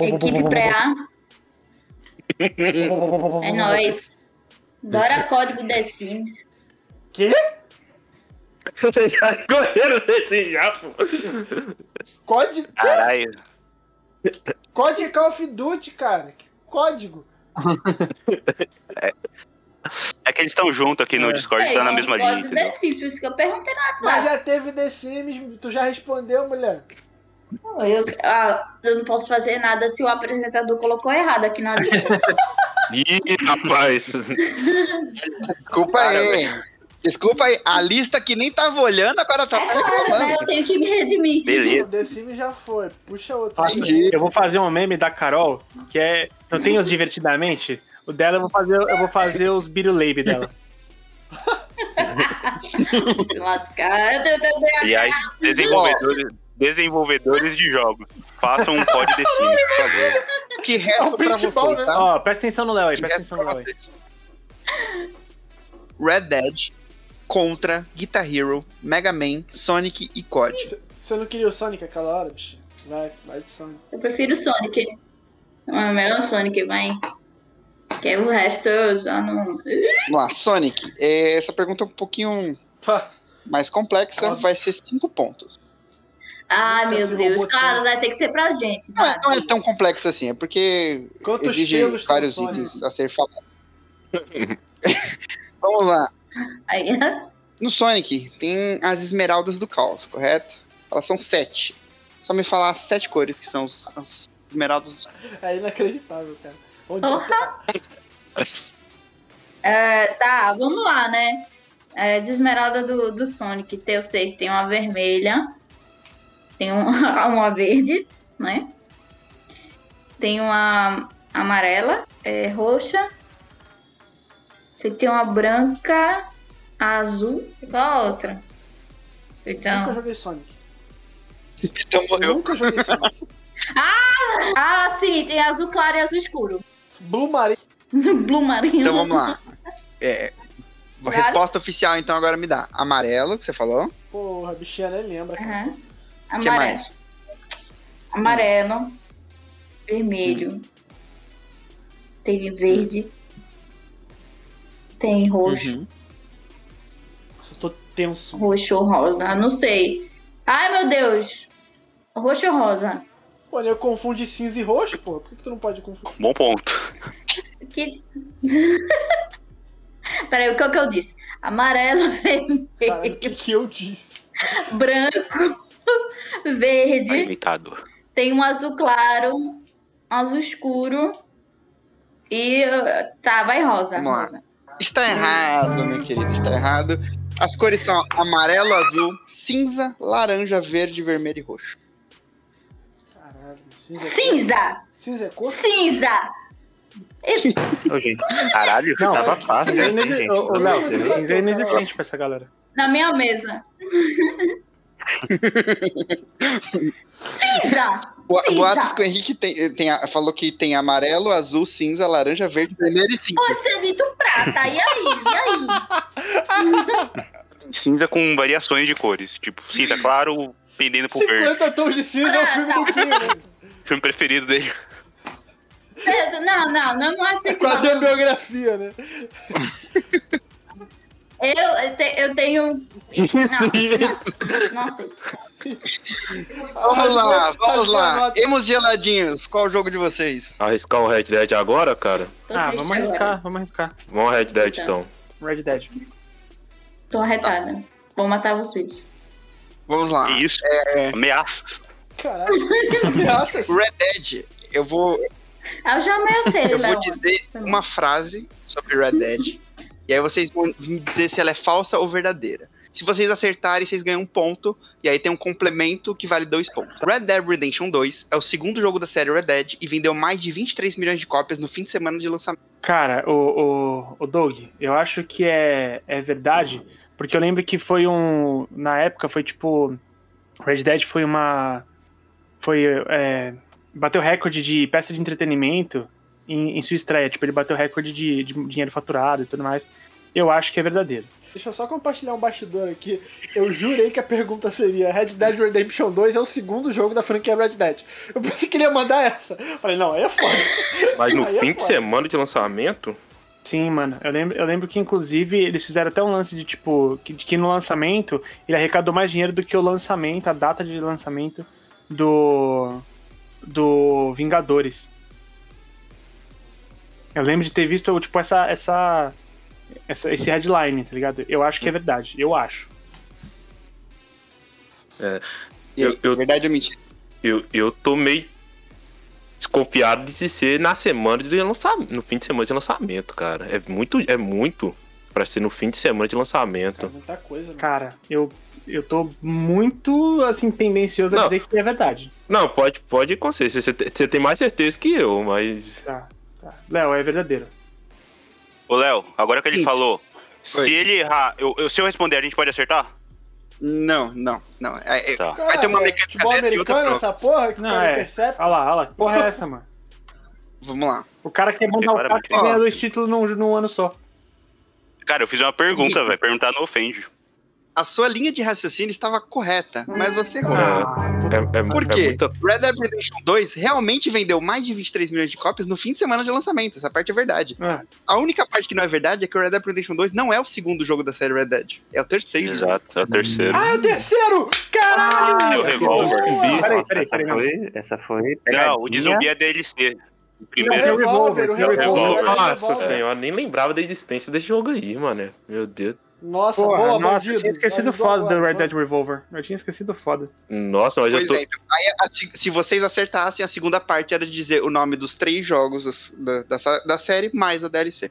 E: Equipe pré-A. É nóis. Bora código The Sims.
A: Quê?
F: Vocês já escolheram desse já, pô.
A: Código?
D: Caralho.
A: Código Call of Duty, cara. Que código?
D: É que eles estão juntos aqui no Discord, tá na
E: É,
D: mesma linha,
E: código The
D: entendeu?
E: Sims, por isso que eu perguntei no
A: Mas
E: WhatsApp.
A: já teve The Sims, tu já respondeu, mulher.
E: Eu, ah, eu não posso fazer nada se o apresentador colocou errado aqui na lista. né?
F: Ih, rapaz.
B: Desculpa aí. Desculpa aí. A lista que nem tava olhando, agora tá
E: É claro, né?
B: reclamando.
E: Eu tenho que me redimir.
D: Beleza.
A: O The Sims já foi. Puxa outro.
C: Nossa, eu vou fazer um meme da Carol, que é. Não tem os divertidamente? O dela eu vou fazer, eu vou fazer os Biruleibe dela.
E: Se lascar. Eu tenho que ver
D: Aliás, desenvolvedores, desenvolvedores de jogos. Façam um pod The Sims, por favor.
B: O que
A: É
B: resta
A: um
B: pra
A: paintball,
B: vocês,
A: né?
B: tá?
C: Ó, presta atenção no Léo aí,
B: Que
C: presta
B: resta
C: atenção no
B: pra
C: Léo aí.
B: vocês. Red Dead contra Guitar Hero, Mega Man, Sonic e COD.
A: Você não queria o Sonic aquela hora, bicho? Vai, vai de Sonic.
E: Eu prefiro o Sonic. Não, é melhor o Sonic, vai. Porque o resto eu já não.
B: Vamos lá, Sonic. é, Essa pergunta é um pouquinho
A: Pá,
B: mais complexa, vai ser cinco pontos.
E: Ai,
A: Nunca se
E: meu Deus.
A: robotou.
E: Claro, vai ter que ser pra gente.
B: assim, Não é,
E: tá?
B: não é tão complexa assim, é porque
A: Quantos
B: exige
A: pelos tem o
B: vários
A: Sonic?
B: itens a ser falados. Vamos lá.
E: Aí,
B: No Sonic tem as esmeraldas do caos, correto? Elas são sete. Só me falar as sete cores que são os- as esmeraldas do
A: É inacreditável, cara. Onde
E: Porra. É, tá, vamos lá, né? É, de esmeralda do, do Sonic, eu sei que tem uma vermelha, tem um- uma verde, né? Tem uma amarela, é, roxa. Sei que tem uma branca, azul. E Qual a outra?
A: eu nunca
E: Então.
A: joguei Sonic.
B: Então
A: Eu
B: morreu.
A: nunca joguei Sonic.
E: Ah, sim, tem azul claro e azul escuro.
A: Blue Marine.
E: Blue marinho.
B: Então vamos lá. É,
E: Claro.
B: resposta oficial, então agora me dá. Amarelo, que você falou.
A: Porra, a bichinha nem lembra, cara.
E: Aham.
B: O que
E: Amarelo.
B: mais?
E: Amarelo.
B: Hum.
E: Vermelho. Tem verde. Tem roxo.
A: Eu tô
B: Uhum.
A: tenso.
E: Roxo ou rosa. Ah, Não sei. Ai, meu Deus. Roxo ou rosa?
A: Pô, eu confundi cinza e roxo, porra. Por que, que tu não pode confundir?
D: Bom ponto.
E: Que... Peraí, o que é que eu disse? Amarelo,
A: Caralho, o
E: vermelho,
A: que, que eu disse?
E: branco,
D: Tá
E: verde.
D: inventado.
E: Tem um azul claro, um azul escuro. E uh, tá, vai rosa.
B: Vamos lá.
E: rosa.
B: Está errado, meu querido, está errado. As cores são amarelo, azul, cinza, laranja, verde, vermelho e roxo.
A: Caralho, cinza é
E: Cinza!
A: cor? Cinza é cor?
E: Cinza!
G: Ô, gente,
D: Caralho,
C: Não,
F: Tava fácil.
C: cinza é
F: né?
C: inexi- ô, ô, Léo,
A: Cinza
C: cinza é
A: bateu,
C: inexistente pra essa galera.
E: Na minha mesa. Cinza!
B: O, o Atos
E: Cinza!
B: que o Henrique tem, tem a- falou que tem amarelo, azul, cinza, laranja, verde, vermelho e cinza.
E: Você é dito prata, e aí? E aí?
D: Cinza com variações de cores. Tipo, cinza claro, pendendo pro verde.
A: 50 tons de cinza é o filme do King.
D: Filme preferido dele.
E: Pedro, não, não, não, não achei que
A: Quase a biografia, né?
E: Eu, te- eu tenho.
C: Isso aí.
E: Não sei.
B: Vamos lá, vamos lá.
A: Arrasou.
B: Emos geladinhos, qual o jogo de vocês?
F: Arriscar o Red Dead agora, cara?
E: Tô
C: Ah,
E: triste
C: vamos
E: agora.
C: arriscar, vamos arriscar.
F: Vamos ao Red Dead,
E: Tá.
F: então.
C: Red Dead.
E: Tô arretada. Vou matar vocês.
B: Vamos lá.
D: E isso, ameaças.
A: Caraca. Ameaça assim.
B: Red Dead, eu vou,
E: Ah, Eu já ameacei,
B: eu vou
E: Léo.
B: dizer
E: também.
B: uma frase sobre Red Dead. e aí vocês vão me dizer se ela é falsa ou verdadeira. Se vocês acertarem, vocês ganham um ponto. E aí tem um complemento que vale dois pontos. Red Dead Redemption 2 é o segundo jogo da série Red Dead e vendeu mais de 23 milhões de cópias no fim de semana de lançamento.
C: Cara, o, o, o Doug, eu acho que é, é verdade, porque eu lembro que foi um. Na época foi tipo. Red Dead foi uma. Foi. é, bateu recorde de peça de entretenimento em, em sua estreia. Tipo, ele bateu recorde de, de dinheiro faturado e tudo mais. Eu acho que é verdadeiro.
A: Deixa eu só compartilhar um bastidor aqui. Eu jurei que a pergunta seria: Red Dead Redemption 2 é o segundo jogo da franquia Red Dead. Eu pensei que ele ia mandar essa. Falei, não, aí é foda.
F: Mas no
A: Aí é
F: fim de
A: foda.
F: semana de lançamento,
C: Sim, mano. Eu lembro, eu lembro que, inclusive, eles fizeram até um lance de tipo. Que, de que no lançamento ele arrecadou mais dinheiro do que o lançamento, a data de lançamento do. Do Vingadores. Eu lembro de ter visto, tipo, essa. essa, essa- esse headline, tá ligado? Eu acho que é verdade. Eu acho.
B: E aí,
F: Eu- eu-
B: É verdade ou mentira?
F: eu, eu tô meio desconfiado de ser na semana de lançamento. No fim de semana de lançamento, cara. É muito, é muito pra ser no fim de semana de lançamento.
A: Muita coisa, né?
C: Cara, eu. Eu tô muito, assim, tendencioso a
F: Não.
C: dizer que é verdade.
F: Não, pode, pode acontecer. Você, te- você tem mais certeza que eu, mas.
C: Tá, tá. Léo, é verdadeiro.
D: Ô, Léo, agora que ele
B: Sim.
D: falou,
B: Oi.
D: se ele errar, eu, eu- se eu responder, a gente pode acertar?
B: Não, não, não. É- é-
D: Tá.
B: Vai ter uma
A: Cara,
B: mecânica
A: Futebol
B: dessa e outra
A: americano,
B: pro-
A: essa porra, que
C: Não,
A: o cara
C: é.
A: intercepta.
C: Olha lá, olha lá. Que porra é essa, mano?
B: Vamos lá.
C: O cara quer mandar o cara
D: Claramente.
C: que ganha dois títulos num, num ano só.
D: Cara, eu fiz uma pergunta, velho. Perguntar não ofende.
B: A sua linha de raciocínio estava correta, mas você errou.
C: Ah, puta-
F: É, é,
B: Por
F: é
B: quê?
F: muita-
B: Red Dead Redemption 2 realmente vendeu mais de 23 milhões de cópias no fim de semana de lançamento. Essa parte é verdade.
C: ah,
B: A única parte que não é verdade é que o Red Dead Redemption 2 não é o segundo jogo da série Red Dead. É o terceiro.
D: Exato, é o terceiro.
A: Ah, é o terceiro! Caralho!
D: Meu
C: Ah,
A: Boa!
D: revólver.
C: Peraí,
H: Nossa,
C: peraí,
H: essa,
C: peraí. não.
H: foi, essa foi.
D: Não, o de
H: pegadinha.
D: zumbi é DLC. O
A: O
D: primeiro.
A: É revólver, o revólver.
D: Revólver.
F: Nossa
A: Revólver.
F: senhora, nem lembrava da existência desse jogo aí, mano. Meu Deus.
A: Nossa,
C: Porra,
A: boa,
C: nossa,
A: bandido. é
C: eu tinha esquecido
A: Ajudou
C: foda do
A: agora.
C: Red Dead Revolver. Eu tinha esquecido foda.
F: Nossa, mas eu
B: Pois
F: tô.
B: é, então, aí, a- se, se vocês acertassem, a segunda parte era de dizer o nome dos três jogos das- da, da- da série mais a DLC.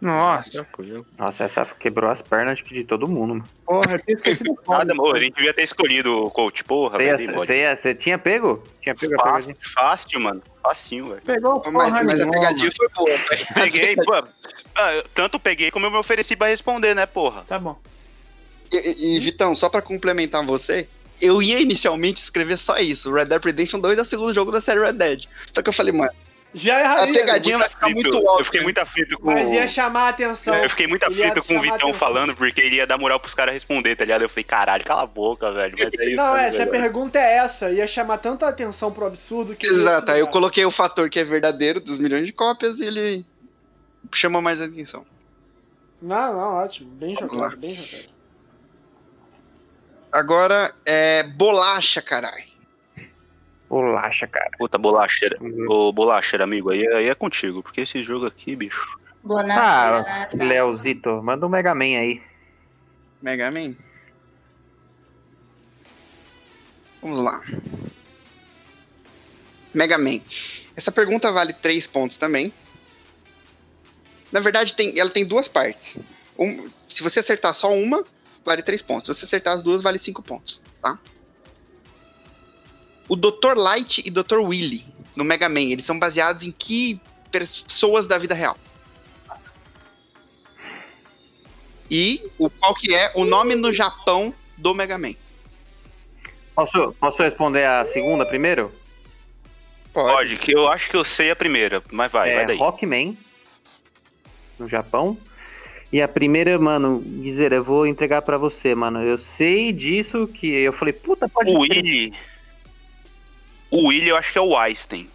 C: Nossa,
F: Tranquilo.
H: Nossa, essa quebrou as pernas acho que de todo mundo, mano.
C: porra, eu tinha esquecido
D: é
C: foda.
D: Nada, amor, a gente devia ter escolhido o coach. Porra,
H: Você ia-
D: velho. tem bode.
H: Você ia- você tinha pego? Tinha pego a
D: Fácil,
H: pegadinha?
D: fácil, mano. Facinho, velho.
C: Pegou porra
B: Mas, um mas a
C: nenhuma.
B: pegadinha foi boa. né? velho.
D: Peguei, pô. Ah, eu- tanto peguei como eu me ofereci pra responder, né, porra?
C: Tá bom.
B: E, e, Vitão, só pra complementar você, eu ia inicialmente escrever só isso. Red Dead Redemption 2 é o segundo jogo da série Red Dead. Só que eu falei, mano,
A: Já
B: a
A: erraria. né?
B: pegadinha vai ficar muito né?
D: Aflito.
B: alta.
D: tá Eu fiquei muito aflito com.
A: Mas ia chamar a atenção.
D: Eu fiquei muito
A: Ele ia
D: aflito com o
A: chamar
D: Vitão
A: atenção.
D: falando, porque ele ia dar moral pros caras responder, tá ligado? Eu falei, caralho, cala a boca, velho. Mas é isso,
A: Não, é,
B: né?
D: velho.
A: se a pergunta é essa, ia chamar tanta atenção pro absurdo que.
B: Exato, aí eu
A: Esse-
B: coloquei o fator que é verdadeiro dos milhões de cópias e ele chama mais atenção.
A: Não, não, ótimo. Bem
B: Vamos
A: jogado, bem jogado.
B: Agora é bolacha, caralho.
H: Bolacha, cara.
D: Puta, bolacheira. Ô, bolacheira, amigo, aí, aí é contigo, porque esse jogo aqui, bicho.
E: Boa noite.
H: Ah,
E: Renata.
H: Leozito, manda um Mega Man aí.
B: Mega Man. Vamos lá. Mega Man. Essa pergunta vale três pontos também. Na verdade, tem, ela tem duas partes. Um- se você acertar só uma, vale três pontos. Se você acertar as duas, vale cinco pontos, tá? O Dr. Light e Dr. Willy no Mega Man, eles são baseados em que pessoas da vida real? E o, qual que é o nome no Japão do Mega Man?
G: Posso, posso responder a segunda primeiro?
D: Pode, que eu acho que eu sei a primeira, mas vai, vai
G: é
D: daí.
G: Rockman, no Japão. E a primeira, mano, dizer, eu vou entregar pra você, mano. Eu sei disso que eu falei, puta, pode
D: O
G: crer.
D: Willy. O Willy eu acho que é o Einstein.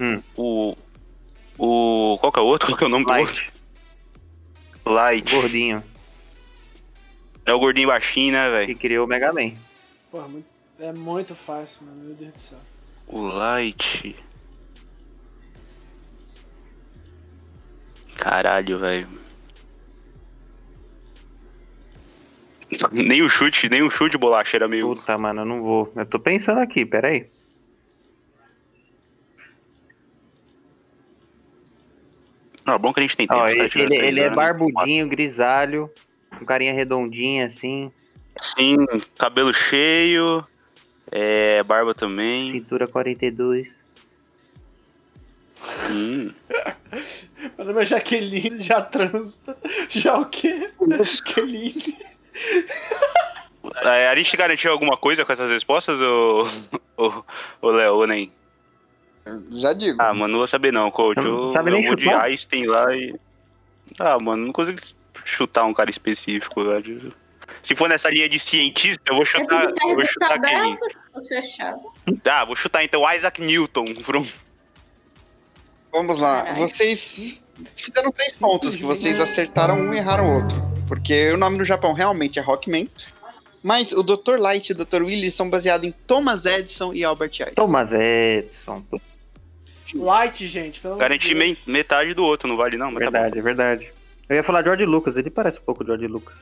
G: Hum.
D: O. O. Qual que é o outro? Qual que é o nome do outro?
G: Light,
D: Light.
G: gordinho,
D: É o gordinho baixinho, né, velho?
G: que criou o Mega Man.
A: Porra, muito- é muito fácil, mano. Meu Deus do céu.
D: O Light. Caralho, velho. Nem o chute, nem o chute bolacha era meio.
G: Puta, mano, eu não vou. Eu tô pensando aqui, peraí.
D: Ah, bom que a gente tem tempo.
G: Ó,
D: tá?
G: ele,
D: Tiveram
G: ele-
D: três
G: ele é
D: anos.
G: barbudinho, grisalho, com carinha redondinha, assim,
D: Sim, cabelo cheio. É, barba também.
G: cintura 42.
D: Hum.
A: Meu nome é Jaqueline, já transa. Já o quê? Jaqueline.
D: É, a gente garantiu alguma coisa com essas respostas, ô ô- ô, Léo, ou nem?
B: Já digo.
D: Ah, mano, não vou saber não, coach.
G: Não
D: Eu,
G: sabe
D: eu
G: nem
D: vou de
G: chutar?
D: Einstein lá e. Ah, mano, não consigo chutar um cara específico, velho. Se for nessa linha de cientista, eu vou
E: É
D: chutar.
E: tudo né?
D: eu vou
E: perto
D: chutar quem?
E: aberto, se fosse fechado.
D: Ah, vou chutar então Isaac Newton. Pronto.
B: Vamos lá.
E: Caralho.
B: Vocês fizeram três pontos que vocês acertaram um e erraram o outro. Porque o nome do Japão realmente é Rockman. Mas o Dr. Light e o Dr. Willy são baseados em Thomas Edison e Albert Einstein.
G: Thomas Edson.
D: Tá
A: Light, gente, pelo amor de
D: Garanti
A: Deus.
D: me- metade do outro, não vale não, mas tá bom.
G: Verdade, é verdade. Eu ia falar George Lucas, ele parece um pouco George Lucas.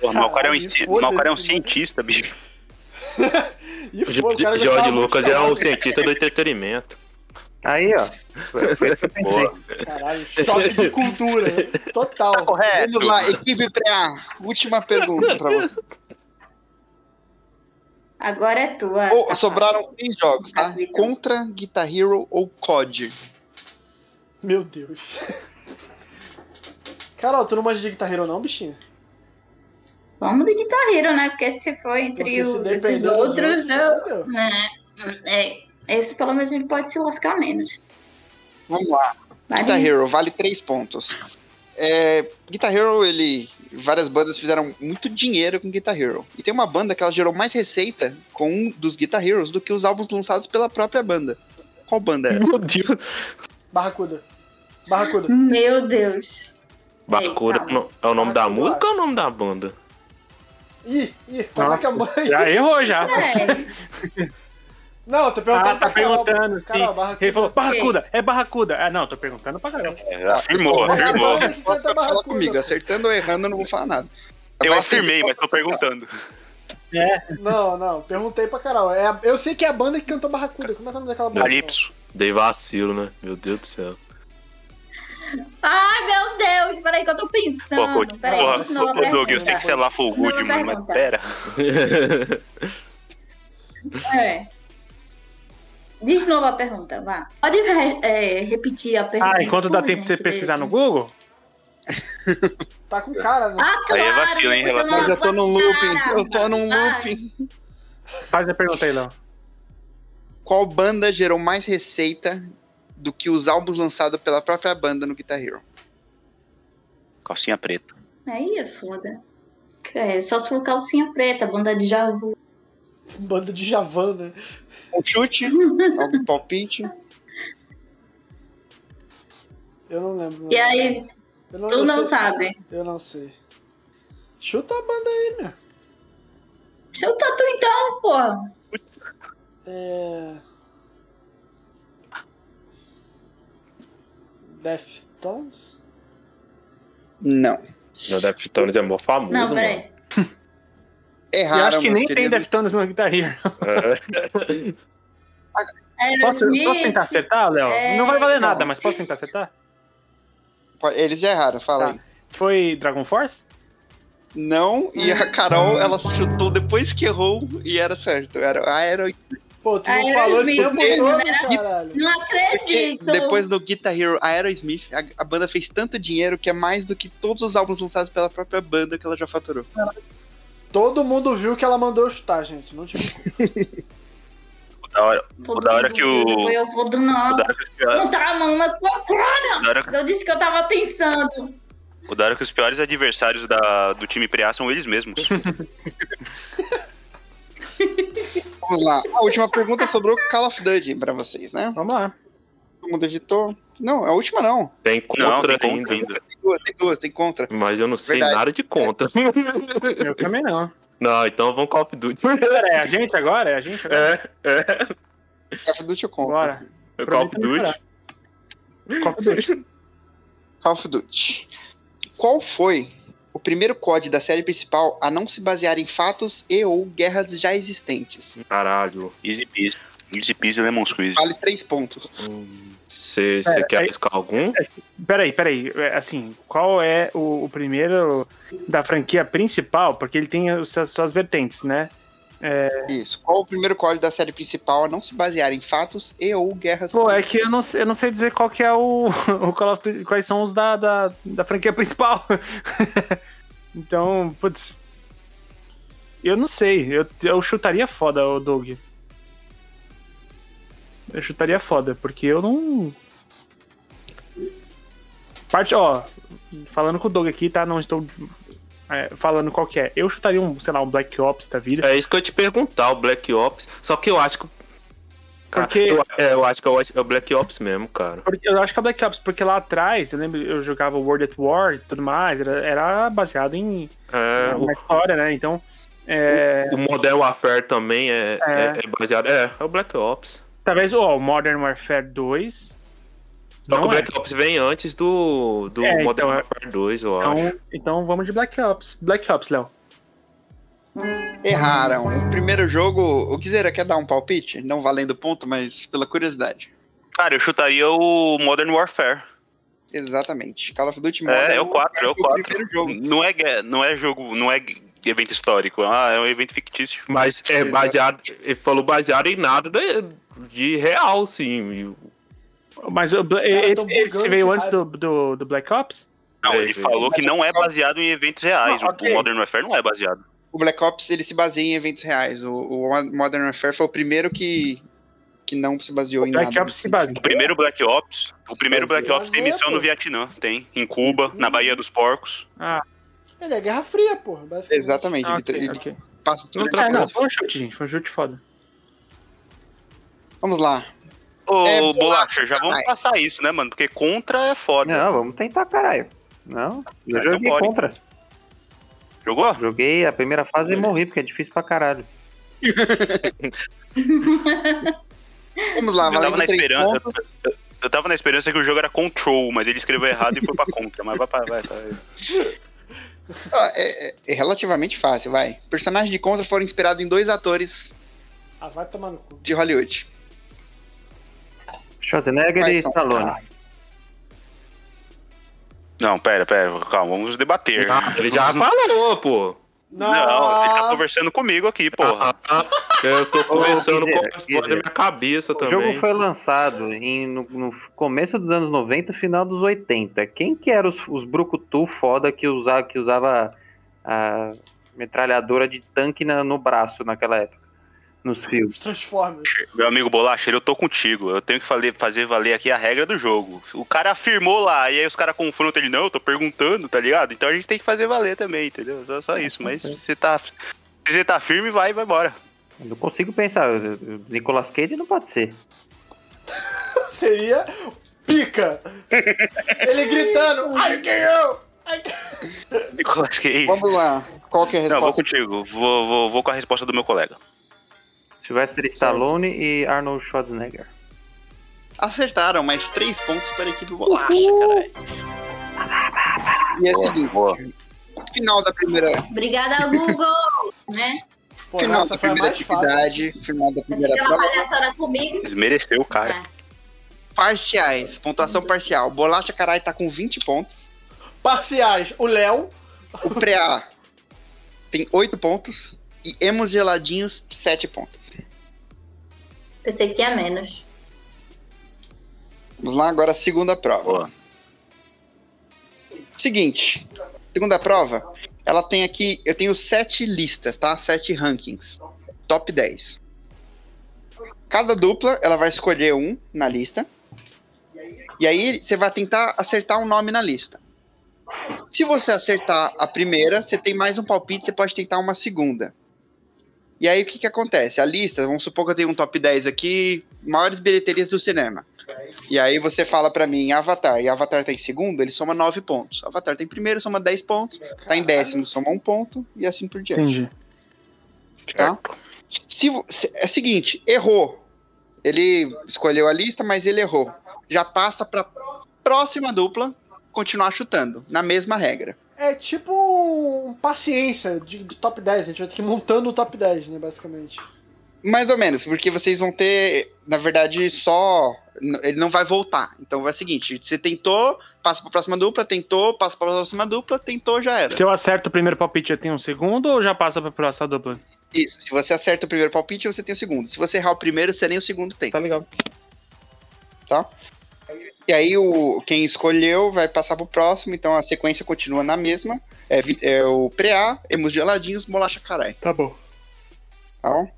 D: Porra, mas o cara é um,
A: Caralho,
D: ci- mas o cara é um
E: né?
A: foda-se.
D: cientista, bicho.
A: E
F: Ge-
A: foi, o cara gostava
F: Ge- Tipo George
A: muito
F: Lucas
A: de
F: é o
A: Star
F: cientista do entretenimento.
G: Aí, ó. Foi, foi isso que eu pensei.
F: um
A: Wars. Caralho, choque de cultura. né? Total.
B: Vamos lá, equipe PA. Última pergunta pra vocês.
E: Agora é tua.
B: Ou-
E: Rafa.
B: sobraram três jogos, tá?
E: Facilita.
B: Contra, Guitar Hero ou COD.
A: Meu Deus. Carol, tu não manja de Guitar Hero não, bichinho?
E: Vamos de Guitar Hero, né? Porque se for entre
A: Porque se
E: o-
A: depender
E: esses
A: dos
E: outros, eu...
A: entendeu?
E: né, é, esse pelo menos a gente pode se lascar menos.
B: Vamos lá.
E: Vai
B: Guitar
E: de-
B: Hero vale 3 pontos. É, Guitar Hero, ele. Várias bandas fizeram muito dinheiro com Guitar Hero. E tem uma banda que ela gerou mais receita com um dos Guitar Heroes do que os álbuns lançados pela própria banda. Qual banda é? essa?
F: Meu Deus.
A: Barracuda. Barracuda.
E: Meu Deus.
F: Bakura
E: calma.
F: no- é o nome da
A: Bakura.
F: música ou é o nome da banda?
A: Ih, ih, coloca a mãe.
C: Já errou, já.
E: É,
A: Não, tô perguntando
C: Ah,
A: pra
C: tá
A: Carol.
C: perguntando, sim.
A: Carol, Barracuda.
C: Ele falou, Barracuda, é Barracuda. Ah, não, tô perguntando pra galera.
D: É, afirmou,
A: É a
D: afirmou.
A: banda que
B: Pode
A: canta
B: falar
A: Barracuda.
B: comigo, acertando ou errando, eu não vou falar nada.
D: Eu
B: Vai ser-
D: afirmei, mas tô perguntando.
A: Não, não, perguntei pra Carol. É a- eu sei que é a banda que cantou Barracuda. Como é que é o nome daquela banda?
D: Calypso.
F: Dei vacilo, né? Meu Deus do céu.
E: Ah, meu Deus. Peraí que eu tô
D: Pô,
E: pensando.
D: coach,
E: Peraí,
D: porra,
E: isso não é
D: ô, Doug, eu
E: pergunta.
D: sei que você é lá foi o
E: Não é
D: good, mano, mas
E: pergunta.
D: pera.
E: É. De novo a pergunta, vá. Pode re- é, repetir a pergunta.
C: Ah, enquanto dá
E: por
C: tempo de você
E: gentileza.
C: pesquisar no Google?
A: Tá com cara, né?
E: Ah, claro.
D: Aí é vacilo, hein,
E: você
D: Renato?
E: não
B: Mas eu tô num looping,
D: então
E: Cara,
B: eu tô num
E: ai.
B: looping.
C: Faz a pergunta aí, Léo.
B: Qual banda gerou mais receita do que os álbuns lançados pela própria banda no Guitar Hero?
D: Calcinha preta.
E: Aí é foda. É, só se for calcinha preta, banda de Javu.
A: Banda de Javan, né?
B: Um chute? Algum palpite?
A: Eu não lembro. né?
E: E aí,
A: eu não,
E: tu
A: eu
E: não
A: sei-
E: sabe.
A: Eu não sei. Chuta a banda aí, meu.
E: Chuta tu então, pô.
A: É. Deftones?
B: Não.
F: Meu Deftones é mó famoso,
E: Não,
F: mano.
E: peraí.
B: Erraram,
C: Eu acho que
B: meus
C: nem tem
B: queridos.
C: Deftones no Guitar Hero.
F: É.
E: É,
C: Posso, posso
E: Aerosmith.
C: tentar acertar, Léo?
E: é,
C: Não vai valer
E: não.
C: nada, mas posso tentar acertar?
B: Eles já erraram, fala
C: Tá.
B: aí.
C: Foi Dragon Force?
B: Não, e a Carol, ela chutou depois que errou e era certo. Era Aero.
A: Pô, tu não
E: Aerosmith
A: falou esse tempo
E: mesmo,
A: todo,
E: né?
A: caralho.
E: Não
B: Porque
E: acredito.
B: depois do Guitar Hero Aerosmith, a, a banda fez tanto dinheiro que é mais do que todos os álbuns lançados pela própria banda que ela já faturou.
A: Todo mundo viu que ela mandou eu chutar, gente. Não tive culpa.
D: O da hora, o da hora
E: mundo
D: que o.
E: viu, Eu vou do
D: o da
E: nossa.
D: hora que os piores-
E: Não tá a mão na tua
D: o da hora que-
E: cara. Eu disse que eu tava pensando.
D: o da hora é que os piores adversários da, do time Preá são eles mesmos.
B: Vamos lá. A última pergunta sobrou Call of Duty pra vocês, né?
C: Vamos lá.
B: Todo mundo editou. Não, a última não.
F: Tem
D: Não,
F: contra
D: tem
F: ainda,
D: contra ainda.
B: Tem duas, tem duas, tem contra.
F: mas eu não sei
B: Verdade.
F: nada de conta.
C: Eu também não.
F: não, então vamos Call of Duty.
C: É a gente agora? É a gente agora?
F: É, é.
B: Call of Duty ou contra?
C: Bora.
F: Call of
C: Aproveita e
F: Duty.
C: Call of Duty.
B: Call of Duty. Qual foi o primeiro COD da série principal a não se basear em fatos e ou guerras já existentes?
F: Caralho.
D: Easy Peasy. Easy Peasy é Lemon Squeeze.
B: Vale três pontos.
F: Você você quer
C: aí-
F: arriscar algum?
C: Peraí, peraí. É, Assim, qual é o, o primeiro da franquia principal? Porque ele tem as suas, suas vertentes, né?
B: Isso. Qual o primeiro COD da série principal a não se basear em fatos e ou guerras...
C: Pô, é que eu não, sei- eu não sei dizer qual que é o, o Call of Duty, quais são os da, da, da franquia principal. então, putz. Eu não sei. Eu, eu chutaria foda, o Doug. Eu chutaria foda, porque eu não. Parte, ó, falando com o Doug aqui, tá? Não estou é, falando qual que é. Eu chutaria um, sei lá, um Black Ops da vida.
F: É isso que eu ia te perguntar, o Black Ops. Só que eu acho que. Cara,
C: Porque-
F: eu, é, eu acho que é o- é o Black Ops mesmo, cara.
C: Porque- eu acho que é Black Ops, porque lá atrás, eu lembro, eu jogava World at War e tudo mais, era, era baseado em
F: É, o,
C: uma história, né? Então, é,
F: o Modern Warfare também é,
C: É.
F: é- é baseado. É, é o Black Ops.
C: talvez, ó, o Modern Warfare 2.
F: Só que
C: é.
F: o Black Ops vem antes do, do
C: É,
F: Modern
C: então, é.
F: Warfare 2, eu acho.
C: Então, então vamos de Black Ops. Black Ops, Léo.
B: Erraram. O primeiro jogo... O Kizera quer dar um palpite? Não valendo ponto, mas pela curiosidade.
D: Cara, eu chutaria o Modern Warfare.
B: Exatamente. Call of Duty Modern
D: É, é o 4, é o
B: foi
D: 4.
B: primeiro jogo.
D: Não é, gue- não é jogo, não é gu- evento histórico. Ah, é um evento fictício.
F: Mas é
B: Exato.
F: baseado. Ele falou baseado em nada de, de real, sim. E o-
C: Mas o Bla-
A: caras
C: esse,
A: tão
C: esse
A: bugando
C: veio
A: de
C: antes do, do, do Black Ops?
D: Não,
F: É,
D: ele
F: é.
D: falou que não é baseado em eventos reais.
C: Não,
D: O-
C: ok.
D: O Modern Warfare não é baseado.
B: o Black Ops ele se baseia em eventos reais. O, o Modern Warfare foi o primeiro que, que não se baseou em
C: Black
B: nada.
C: Ops se baseia.
D: O primeiro Black Ops, o primeiro Black Ops tem
A: Mas é,
D: missão
A: pô.
D: no Vietnã, tem. Em Cuba, na Bahia dos Porcos.
A: Ele é Guerra Fria, porra, basicamente.
B: Exatamente,
C: Ah,
B: ele,
C: ok,
B: ele
C: ok.
B: passa tudo.
C: É, não, foi um chute, gente. Foi um chute foda.
B: Vamos lá.
D: Ô,
B: É,
D: Bolacha, já
B: caralho.
D: vamos passar isso, né, mano? Porque contra é foda.
H: Não, vamos tentar, caralho. Não, eu
D: Então
H: joguei
D: bora.
H: contra.
D: Jogou?
H: Joguei a primeira fase e morri, porque é difícil pra caralho.
B: Vamos lá,
D: eu tava
B: Ah, valendo
D: na
B: três
D: esperança.
B: pontos.
D: Eu, eu- eu tava na esperança que o jogo era control, mas ele escreveu errado e foi pra contra. Mas vai pra. Vai, pra-
B: Ah, É, é- é relativamente fácil, vai. Personagens de Contra foram inspirados em dois atores
A: Ah, vai tomar no cu.
B: de Hollywood.
H: Schwarzenegger
B: Quais
H: e
B: são?
H: Stallone.
D: Não, pera, pera, calma, vamos debater.
F: Ah, ele já falou, pô.
A: Não,
D: Não,
A: Ah,
D: tá- ele tá conversando comigo aqui, porra.
F: Ah, ah, eu tô começando com
H: Guilherme,
F: as coisas da
H: Guilherme.
F: minha cabeça
H: O
F: também.
H: jogo foi lançado em- no, no começo dos anos 90 final dos 80. Quem que era os, os brucutu foda que usava, que usava a metralhadora de tanque na- no braço naquela época? Nos filmes.
A: Transformers.
D: Meu amigo Bolacha, eu tô contigo. Eu tenho que fale- fazer valer aqui a regra do jogo. O cara afirmou lá, e aí os caras confrontam ele, não, eu tô perguntando, tá ligado? Então a gente tem que fazer valer também, entendeu? Só, só isso. Mas se você tá. Se você tá firme, vai, vai embora.
H: Eu não consigo pensar. eu- eu- Nicolas Cage não pode ser.
A: Seria pica. ele gritando, ai, que eu!
D: Nicolas Cage.
B: Vamos lá. Qual que é a
D: Não, vou
B: resposta?
D: contigo. Vou, vou, vou com a resposta do meu colega.
H: Sylvester Stallone e Arnold Schwarzenegger.
B: Acertaram, mas três pontos para a equipe Bolacha, caralho. E é o seguinte.
D: boa.
B: no Final da primeira
E: Obrigada, Google, né?
A: Pô,
B: final
A: nossa,
B: da
A: foi a
B: primeira
A: mais fácil.
B: atividade, final da primeira
E: Aquela
B: prova,
E: palhaçada comigo.
D: Desmereceu o cara.
B: parciais, pontuação parcial. Bolacha Carai tá com 20 pontos.
A: Parciais, o Léo.
B: O Preá tem 8 pontos. E Emos Geladinhos, 7 pontos.
E: Pensei que tinha menos.
B: Vamos lá, agora a segunda prova.
D: Boa.
B: Seguinte, segunda prova. Ela tem aqui, eu tenho sete listas, tá? Sete rankings. Top 10. Cada dupla, ela vai escolher um na lista. E aí você vai tentar acertar um nome na lista. Se você acertar a primeira, você tem mais um palpite, você pode tentar uma segunda. E aí o que que acontece? A lista, vamos supor que eu tenho um top 10 aqui, maiores bilheterias do cinema. E aí você fala pra mim, Avatar, e Avatar tá em segundo, ele soma 9 pontos. Avatar tem primeiro, soma 10 pontos, tá em décimo, soma 1 ponto, e assim por diante.
C: Entendi.
B: Tá? Se, vo- se- é o seguinte, errou. Ele escolheu a lista, mas ele errou. Já passa pra próxima dupla continuar chutando, na mesma regra.
A: É tipo um paciência de, do top 10. A gente vai ter que ir montando o top 10, né, basicamente.
B: Mais ou menos, porque vocês vão ter, na verdade, só. n- Ele não vai voltar. Então é o seguinte: você tentou, passa pra próxima dupla, tentou, passa pra próxima dupla, tentou, já era.
C: Se eu acerto o primeiro palpite, eu tenho um segundo ou já passa pra próxima dupla?
B: Isso. Se você acerta o primeiro palpite, você tem o segundo. Se você errar o primeiro, você nem o segundo tem. Tá?
C: Tá legal.
B: E aí o, quem escolheu vai passar pro próximo, então a sequência continua na mesma. É, vi- é o pré-A, emus geladinhos, bolacha carai.
C: Tá bom.
B: Tá bom?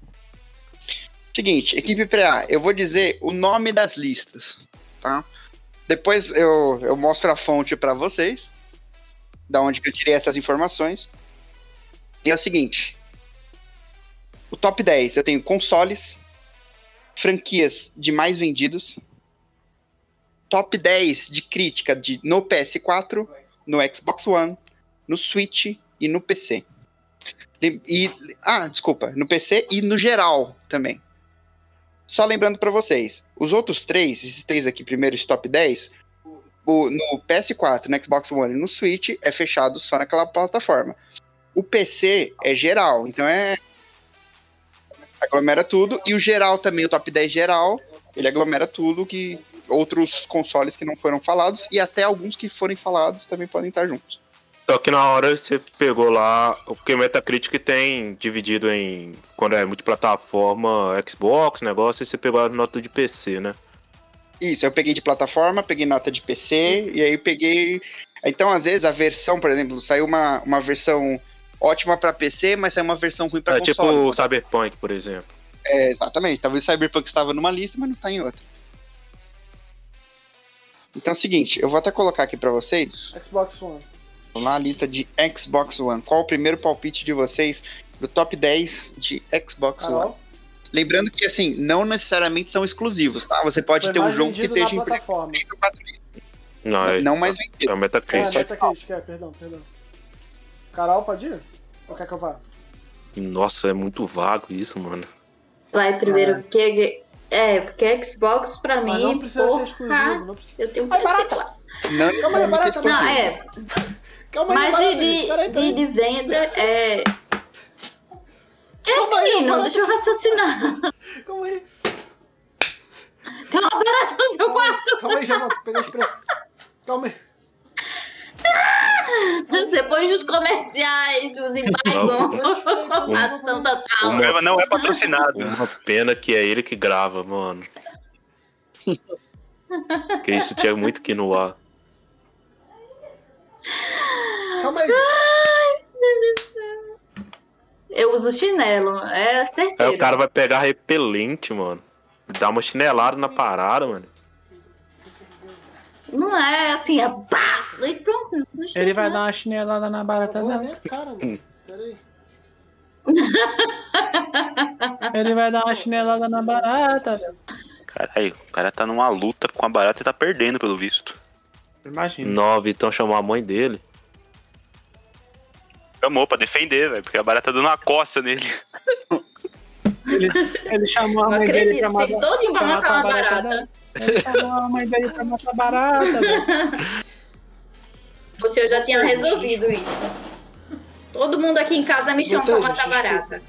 B: Seguinte, equipe pré-A, eu vou dizer o nome das listas, tá? Depois eu, eu mostro a fonte pra vocês, da onde que eu tirei essas informações. E é o seguinte, o top 10 eu tenho consoles, franquias de mais vendidos, top 10 de crítica de, no PS4, no Xbox One, no Switch e no PC. Lem- E, ah, desculpa, no PC e no geral também. Só lembrando pra vocês, os outros três, esses três aqui primeiros de top 10, o, no PS4, no Xbox One e no Switch é fechado só naquela plataforma. O PC é geral, então é aglomera tudo e o geral também, o top 10 geral, ele aglomera tudo que outros consoles que não foram falados e até alguns que forem falados também podem estar juntos.
F: Só que na hora você pegou lá, porque o Metacritic tem dividido em, quando é multiplataforma, Xbox, negócio, e você pegou a nota de PC, né?
B: Isso, eu peguei de plataforma, peguei nota de PC, e aí peguei. Então, às vezes, a versão, por exemplo, saiu uma, uma versão ótima pra PC, mas saiu uma versão
C: Tá
B: ruim pra
F: é tipo
B: console.
F: o Cyberpunk, por exemplo.
B: É, exatamente. Talvez Cyberpunk estava numa lista, mas não tá em outra. Então é o seguinte, eu vou até colocar aqui pra vocês,
A: Xbox One.
B: na lista de Xbox One, qual o primeiro palpite de vocês do top 10 de Xbox One?
A: Carol,
B: Lembrando que, assim, não necessariamente são exclusivos, tá? Você pode
A: foi
B: ter um
A: mais
B: jogo que
A: vendido
B: esteja
A: na
B: em
A: plataforma.
B: 3 ou 4
F: Não, é,
B: não mais vendido.
F: é
A: É,
F: o Metacritic.
A: Metacritic, é, perdão, perdão. Carol, pode ir? Ou quer que eu vá?
F: Nossa, é muito vago isso, mano.
E: Vai primeiro, porque. É, porque Xbox pra
A: Mas
E: mim.
A: Ah, não precisa
E: porra,
A: ser exclusivo. tá Não precisa...
E: Eu tenho
A: Ai,
E: que
A: barata.
E: teclado.
B: Não,
A: Calma aí, barata.
E: Não, é.
A: Calma aí,
E: Mas de,
A: barata.
E: de,
A: Peraí,
E: de,
A: peraí.
E: de venda é.
A: Calma
E: É,
A: aí,
E: menino,
A: barata.
E: deixa eu raciocinar.
A: Calma aí.
E: Tem uma barata no seu quarto.
A: Calma aí, já volto. Peguei os preços. Calma aí.
E: Depois dos comerciais, dos embargos. Passado tanta
D: O
E: tal.
D: Meva não é patrocinado.
F: Uma pena que é ele que grava, mano. Porque isso tinha muito que no ar.
A: Calma aí. gente.
E: Eu uso chinelo, é
F: Aí
E: certeiro.
F: o cara vai pegar repelente, mano. Dá uma chinelada na parada, mano.
E: Não é assim, é pá! E pronto. não
C: Ele
E: chega,
C: vai
E: né?
C: dar uma chinelada na barata
A: Eu vou na
C: dela.
A: minha né, cara, mano. Peraí.
C: Ele vai dar uma chinelada na barata. dela.
D: Caralho, o cara tá numa luta com a barata e tá perdendo, pelo visto.
C: Imagina.
F: Não, o Vitão chamou então a mãe dele.
D: Chamou pra defender, velho, porque a barata tá dando uma coça nele.
C: Ele, ele chamou a
E: Não
C: mãe dele
E: acredito,
C: pra matar
E: fiquei todinho pra matar uma barata.
C: dela. Ele chamou a mãe dele pra matar a barata. né? dela.
E: Você eu já tinha resolvido isso. Todo mundo aqui em casa me chama pra
A: Voltei,
E: matar
A: gente,
E: barata.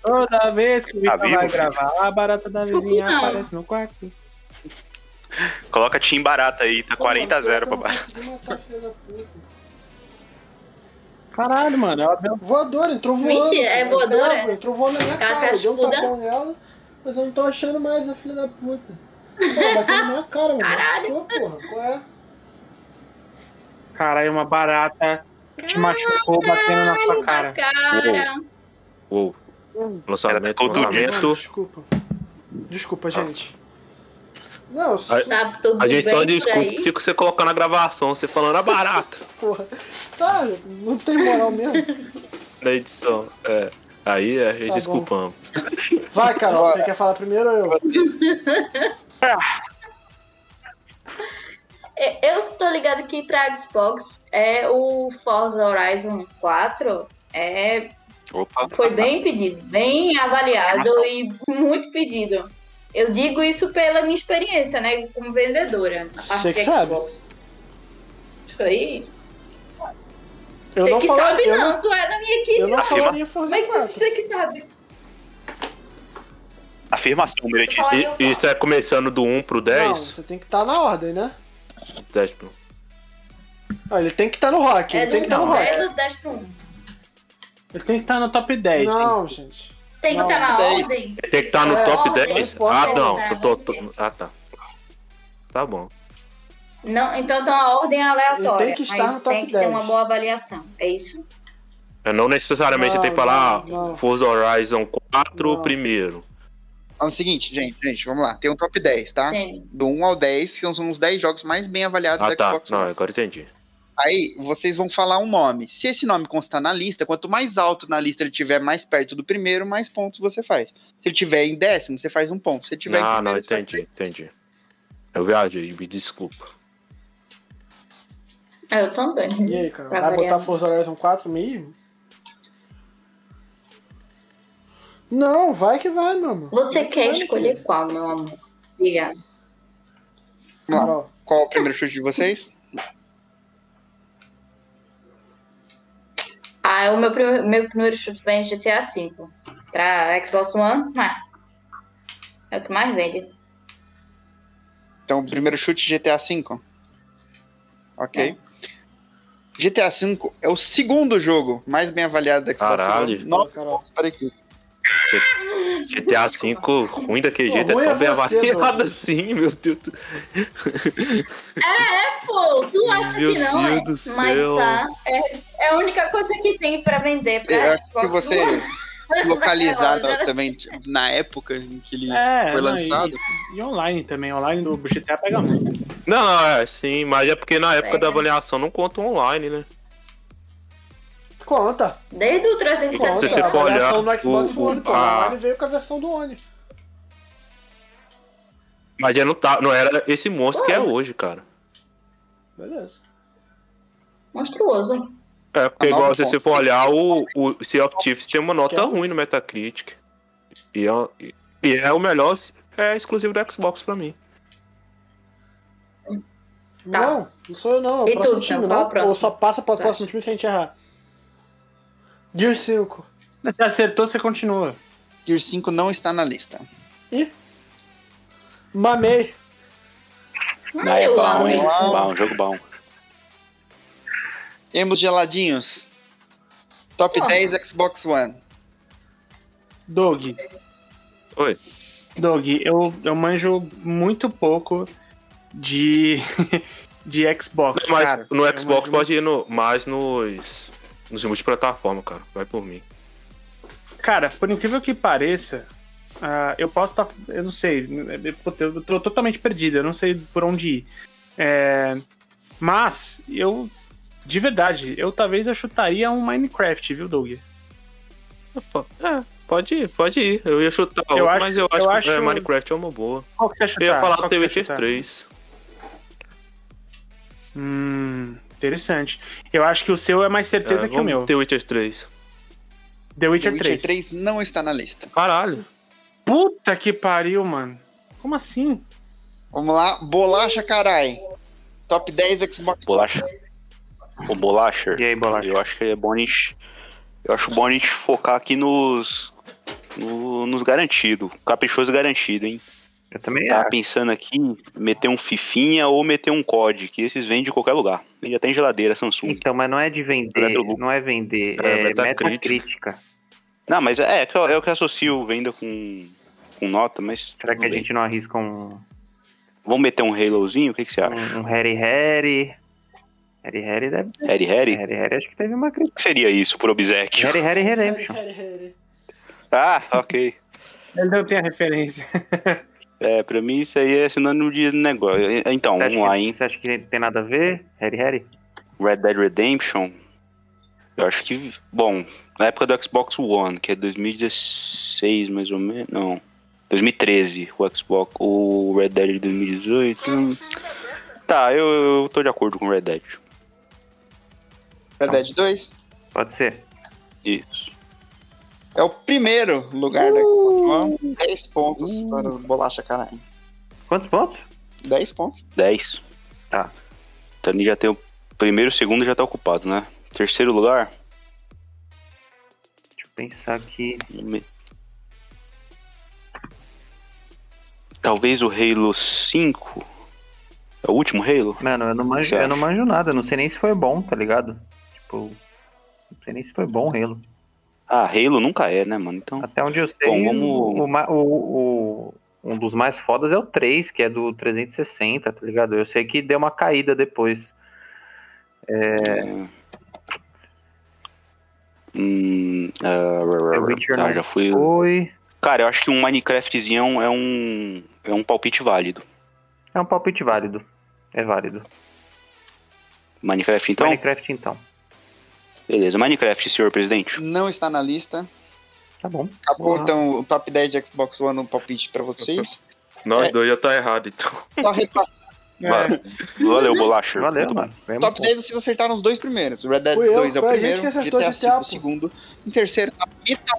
C: Toda vez que o
D: Tá
C: Vitor
D: vivo,
C: vai
D: filho?
C: gravar, a barata da vizinha
E: Não.
C: aparece no quarto.
D: Coloca Team Barata aí, tá 40 a 0 pra
A: Eu não
D: barata.
A: consegui matar, filha da puta.
C: Caralho, mano. Ela deu...
A: Voadora, entrou voando.
E: Mentira, é voadora?
A: Entrava, entrou voando na minha
E: Ela
A: cara.
E: tá
A: Eu dei um
E: escuda?
A: tapão nela, mas eu não tô achando mais a filha da puta. Pô, bateu na minha cara, mano.
E: Caralho.
C: um
A: Machucou, porra. Qual é?
C: Caralho, uma barata te machucou batendo na sua cara.
E: Cara,
F: Uou.
D: Era
F: Lançamento,
D: todo dia.
A: Não,
F: lançamento.
A: desculpa. Desculpa, gente. Não, su-
F: Ai.
E: tá tudo
F: A gente
E: bem
F: só
E: por
F: desculpa
E: aí?
F: se você colocar na gravação, você falando é barato
A: porra. Tá, não tem moral mesmo.
F: na edição. É. Aí é,
A: bom.
F: desculpamos.
A: Vai, cara, você quer falar primeiro ou eu?
E: É, Eu tô ligado que pra Xbox é o Forza Horizon 4 é,
D: Opa.
E: foi bem pedido, bem avaliado e muito pedido. Eu digo isso pela minha experiência, né, como vendedora na parte
A: Você que
E: de
A: sabe.
E: Xbox. Isso aí.
A: Eu
E: você
A: não
E: que
A: falar,
E: sabe
A: eu
E: não,
A: não,
E: tu é da minha
A: eu
E: equipe.
A: não Tipo, falaria
E: Como
A: Forza
E: é que
A: 4.
E: você que sabe?
D: Afirmação,
E: Tu
D: Meretíssimo.
E: falaria o
F: E, isso é começando do 1 pro
A: Não,
F: 10?
A: você tem que estar na ordem, né?
F: 10 pro... um.
A: Ah, ele tem que estar no rock,
E: É
A: ele tem que um
E: do
A: estar no
E: 10
A: rock.
E: ou 10 pro 1.
C: Ele tem que estar no top
E: é
C: 10. hein?
A: Não, gente.
E: Tem que
A: Não,
E: estar na
B: 10.
E: ordem.
F: Tem que estar no
A: É,
F: top
E: ordem,
F: 10?
A: pode
F: Ah,
E: ser,
F: não.
A: né?
E: tá,
F: eu tô-
E: pode
F: tô- ah, tá. Tá bom.
E: Não, então tá uma ordem aleatória.
A: Ele tem que estar
E: mas
A: no top
E: tem que ter
A: 10.
E: uma boa avaliação. É isso?
F: Eu não necessariamente
A: Não,
F: tem que
A: não,
F: falar
A: não.
F: ah, Forza Horizon 4
A: Não.
F: primeiro.
B: É o seguinte, gente, gente, vamos lá. Tem um top 10,
A: Ah.
B: tá?
E: Tem.
B: Do 1 ao 10, que são os 10 jogos mais bem avaliados
F: Ah,
B: da
F: tá.
B: Xbox
F: Não,
B: One.
F: agora entendi.
B: Aí vocês vão falar um nome. Se esse nome constar na lista, quanto mais alto na lista ele tiver, mais perto do primeiro, mais pontos você faz. Se ele tiver em décimo, você faz um ponto. Se ele tiver em
F: Não, Ah, não,
B: primeiro, você faz
F: entendi, entendi. Eu viajei, me desculpa.
E: Ah, Eu também.
A: E aí, cara?
E: Pra
A: Vai
E: variar.
A: botar Forza Horizon 4 mesmo? Não, vai que vai, meu amor.
E: Você quer
A: Vai que
E: escolher qual, meu amor? Diga.
A: vai.
B: Não.
A: Carol,
B: Qual é o primeiro chute de vocês?
E: Ah, o meu, pri- meu primeiro chute vem GTA V. Pra Xbox One, mas é o que mais vende.
B: Então, o primeiro chute GTA V. Ok.
E: Tá.
B: GTA V é o segundo jogo mais bem avaliado da Xbox
F: Caralho.
B: One. Nove
A: Carol.
B: pontos para a equipe.
F: GTA V, ruim daquele
A: Pô,
F: jeito, é
A: ruim é
F: tão bem
A: você,
F: avaliado
A: mano.
F: assim, meu Deus. do-
E: Pô, tu acha
F: Meu
E: que não
F: Deus
E: é?
F: do
E: Mas
F: céu.
E: tá. É, é a única coisa que tem pra vender
B: Eu
E: pra
B: acho que
E: Ah, Xbox
B: você
E: One.
B: localizar
E: Na loja.
B: também tipo, na época em que ele
C: É,
B: foi
C: não,
B: lançado.
C: E, e online também. Online do GTA pega muito.
F: Não, não, é sim, mas é porque na época
E: É.
F: da avaliação não conta online, né?
A: Conta.
E: Desde o
A: Conta.
F: Enquanto Se
E: 360.
F: você
A: a
F: for olhar
A: versão do Xbox
F: o- o-
A: One, pô.
F: a-
A: A One veio com a versão do One.
F: Mas já não, tá, não era esse monstro que é
A: Ué.
F: hoje, cara.
A: Beleza.
E: Tá. Monstruoso.
F: É, porque
B: A
F: igual
C: um
B: nove
F: se você for olhar, o, o Sea of Thieves tem uma nota ruim no Metacritic. E é, e é o melhor, é exclusivo do Xbox pra mim.
E: Tá.
A: Não, não sou eu não, é o
E: E
A: próximo
E: tu, então,
A: time,
E: qual é o
A: não?
E: próximo?
A: Ou só passa para o
E: Tu
A: próximo time se a gente errar. Gear 5.
C: Você acertou, você continua.
B: Gear 5 não está na lista.
A: Mamei.
E: Ah, eu amo.
B: é hein?
D: Bom, jogo bom.
B: Temos geladinhos. Top
C: Ah.
E: Porra.
B: 10 Xbox One.
C: Dog.
F: Oi.
C: Dog, eu, eu manjo muito pouco de, de Xbox,
F: Mas
C: cara.
F: é no
C: Eu
F: Xbox
C: manjo
F: pode ir no, mais nos, nos multiplataforma, cara. Vai por mim.
C: Cara, por incrível que pareça, ah, eu posso estar. eu não sei. eh, puta, Eu tô totalmente perdido, eu não sei por onde ir. É, mas, eu. De verdade, eu talvez eu chutaria um Minecraft, viu, Doug?
F: É, pode ir, pode ir. Eu ia chutar
C: Eu
F: outro,
C: acho-
F: mas eu
C: eu
F: acho que é,
C: acho-
F: Minecraft é uma boa.
C: Qual que você ia
F: Eu
C: chutar?
F: ia falar
C: Qual que
F: The
C: você ia
F: Witcher
C: chutar?
F: 3.
C: Hum, interessante. Eu acho que o seu é mais certeza
F: É,
C: que o
F: vamos
C: meu.
F: The Witcher 3.
C: The
B: The
C: Witcher,
B: Witcher
C: 3.
B: 3 não está na lista.
F: Caralho.
C: Puta que pariu, mano. Como assim?
B: Vamos lá, bolacha carai. Top 10 Xbox One.
D: Bolacha. O Bolacher.
H: E aí, Bolacha?
D: Eu acho que é bom a gente. Eu acho bom a gente focar aqui nos. no- nos garantidos. Caprichoso garantido, hein?
H: Eu também
D: Tava
H: acho.
D: pensando aqui em meter um Fifinha ou meter um COD, que esses vendem em qualquer lugar. Vende até em geladeira, Samsung.
H: Então, mas não é de vender,
D: Metro-
H: não é vender,
F: É,
H: é,
F: Metacritic.
H: metacrítica.
D: Não, mas é, é que eu, é o que eu associo venda com, com nota, mas.
H: Será que
D: tudo
H: a
D: bem.
H: gente não arrisca um,
D: Tá. Vamos meter um Halozinho? O que, que você acha?
H: um, um Harry Harry?
G: Harry Harry deve.
D: Harry Harry?
G: Harry Harry acho que teve uma crítica.
D: O que seria isso por obsequio?
G: É. Harry Harry
A: Harry,
G: Redemption.
A: Harry, Harry.
D: Ah, ok.
C: Ele não tem a referência.
D: É, pra mim isso aí é sinônimo de negócio. Então,
G: Você acha,
D: vamos lá,
G: que,
D: hein?
G: você acha que tem nada a ver? Harry Harry?
D: Red Dead Redemption. Eu acho que. Bom, na época do Xbox One, que é 2016 mais ou menos. Não. 2013, o Xbox. O Red Dead de 2018. hum. Tá, eu, eu tô de acordo com o Red Dead.
B: Red Dead 2
G: Pode ser.
D: Isso.
B: é o primeiro lugar da Xbox One. 10 pontos para o Bolacha Caralho.
G: Quantos pontos?
B: 10 pontos.
D: 10.
G: Tá.
D: Então ele já tem o primeiro e o segundo já tá ocupado, né? Terceiro lugar?
G: Deixa eu pensar aqui.
D: Me- Talvez o Halo 5? É o último Halo?
G: Mano, eu não manjo, eu não manjo nada. Eu não sei nem se foi bom, tá ligado? Tipo. Não sei nem se foi bom o Halo.
D: Ah, Halo nunca é, né, mano? Então.
G: Até onde eu sei,
D: Bom, vamos-
G: o ma- o- o- um dos mais fodas é o 3, que é do 360, tá ligado? Eu sei que deu uma caída depois.
D: Hum, ah,
G: É Witcher
D: tá,
G: não.
D: já fui.
G: Foi.
D: Cara, eu acho que um Minecraftzinho é um- é um, é um palpite válido.
G: É um palpite válido. É válido.
D: Minecraft, então?
G: Minecraft, então.
D: Beleza, Minecraft, senhor presidente.
B: Não está na lista.
G: Tá bom.
B: Acabou
G: Porra.
B: então o top 10 de Xbox One no palpite para vocês.
F: Nós
B: É.
F: dois já tá errado, então.
B: Só repassar.
D: Va- Valeu, bolacha.
G: Valeu, mano. Foi
B: Top
G: É muito
B: 10 vocês acertaram os dois primeiros. O Red Dead
A: Fui eu,
B: 2 é o
A: foi a gente
B: primeiro,
A: que acertou
B: GTA
A: esse
B: 5 é o
A: diabo.
B: segundo. Em terceiro, tá a Meta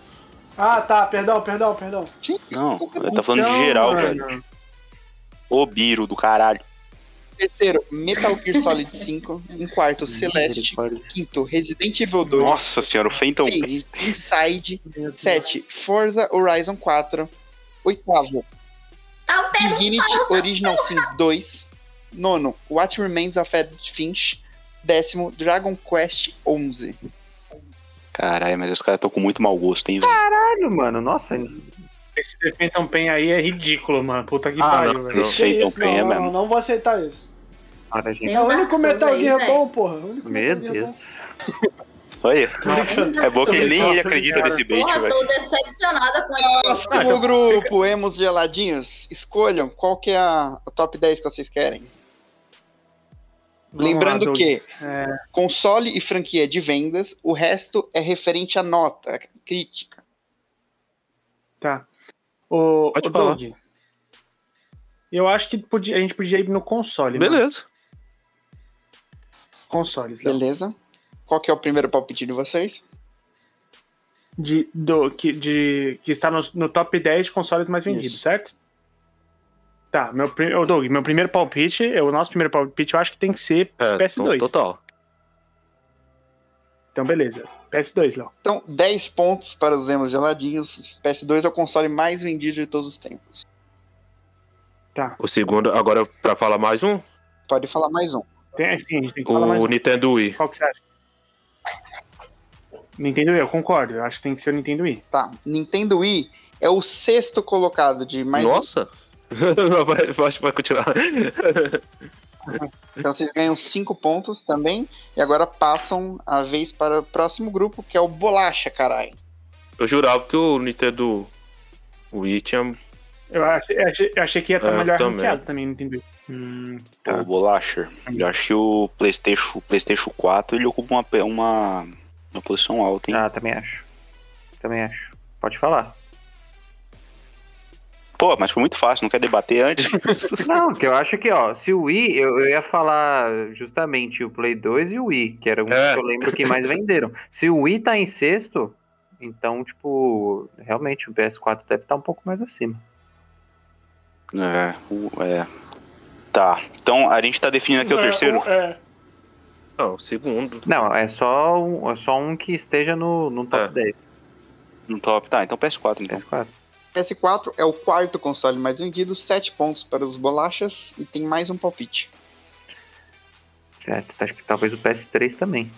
A: Ah, tá, perdão, perdão, perdão.
D: Não, tá falando
A: então,
D: de geral, velho. Ô, Biro do caralho.
B: terceiro, Metal Gear Solid 5. Em quarto, Celeste.
G: misericórdia.
B: Quinto, Resident Evil 2.
D: Nossa senhora, o Fenton
B: Seis, Inside. Sete, Forza Horizon 4. Oitavo,
E: Tá um pé no
B: Divinity Original Sins 2. Nono, What Remains of Ed Finch. Décimo, Dragon Quest 11.
D: Caralho, mas os caras estão com muito mau gosto, hein,
A: Ah,
D: velho?
G: Caralho, mano. Nossa,
C: Esse Defentam Pen aí é ridículo, mano. Puta que
F: Ah,
C: pariu,
F: não,
C: velho.
D: Não
A: Que
D: sei, então
A: isso, não,
D: quem é
A: não,
D: mesmo.
A: não, não vou aceitar isso.
G: cara, gente.
A: É o único Metal Gear bom, porra. O único
G: Meu
A: Metal Gear
G: Deus.
A: bom.
D: Olha, é bom que ele nem ele
C: brincando,
D: acredita
C: cara.
D: nesse bait,
E: Porra,
D: velho.
E: tô decepcionada com isso.
B: Próximo grupo, Emos Geladinhos. Escolham qual que é a o top 10 que vocês querem.
C: Vamos
B: Lembrando
C: lá, Doug.
B: que
C: É.
B: console e franquia de vendas, o resto é referente à nota, à crítica.
C: Tá. O,
F: Pode
C: ô, Doug, eu acho que podia- a gente podia ir no console. mano.
F: Beleza.
C: Consoles, Léo.
B: Beleza? Qual que é o primeiro palpite de vocês?
C: De, do, que, de, que está no, no top 10 de consoles mais vendidos,
B: Isso.
C: certo? Tá, meu, pri- ô, Doug, meu primeiro palpite, é o nosso primeiro palpite, eu acho que tem que ser
F: É,
C: PS2.
F: to- total.
C: Então, beleza. PS2, Léo.
B: Então, 10 pontos para os Emos Geladinhos. PS2 é o console mais vendido de todos os tempos.
F: O segundo, agora pra falar mais um,
B: Pode falar mais um.
C: Tem, assim, a gente tem que falar mais
F: o Nintendo Wii.
C: Qual que você acha? Nintendo Wii, eu concordo. Eu acho que tem que ser o Nintendo Wii.
B: Tá. Nintendo Wii é o sexto colocado de mais.
F: Nossa! vai, vai, vai continuar.
B: Então vocês ganham 5 pontos também. E agora passam a vez para o próximo grupo, que é o Bolacha, caralho.
F: Eu jurava que o Nintendo Wii tinha.
C: Eu achei, eu achei, eu achei que ia estar
F: É,
C: melhor
F: também.
C: ranqueado também, Nintendo Wii. Hum, tá.
D: Ô, bolacha. Eu acho que o PlayStation, o PlayStation 4 ele ocupa uma, pe- uma, uma posição alta, hein?
G: Ah, também acho. Também acho. Pode falar.
D: Pô, mas foi muito fácil, não quer debater antes?
G: Não, que eu acho que, ó, se o Wii, eu, eu ia falar justamente o Play 2 e o Wii, que eram os
F: É.
G: que eu lembro que mais venderam. Se o Wii tá em sexto, então, tipo, realmente o PS4 deve estar um pouco mais acima.
D: é, o- é. Tá. Então a gente tá definindo aqui o
A: É,
D: terceiro.
A: É,
F: Não, o segundo.
G: Não, é só um, é só um que esteja no, no top
F: É.
G: 10.
D: No top. Tá, então PS4, então.
G: PS4.
B: PS4 é o quarto console mais vendido, 7 pontos para os Bolachas. E tem mais um palpite.
G: Certo, acho que talvez o PS3 também.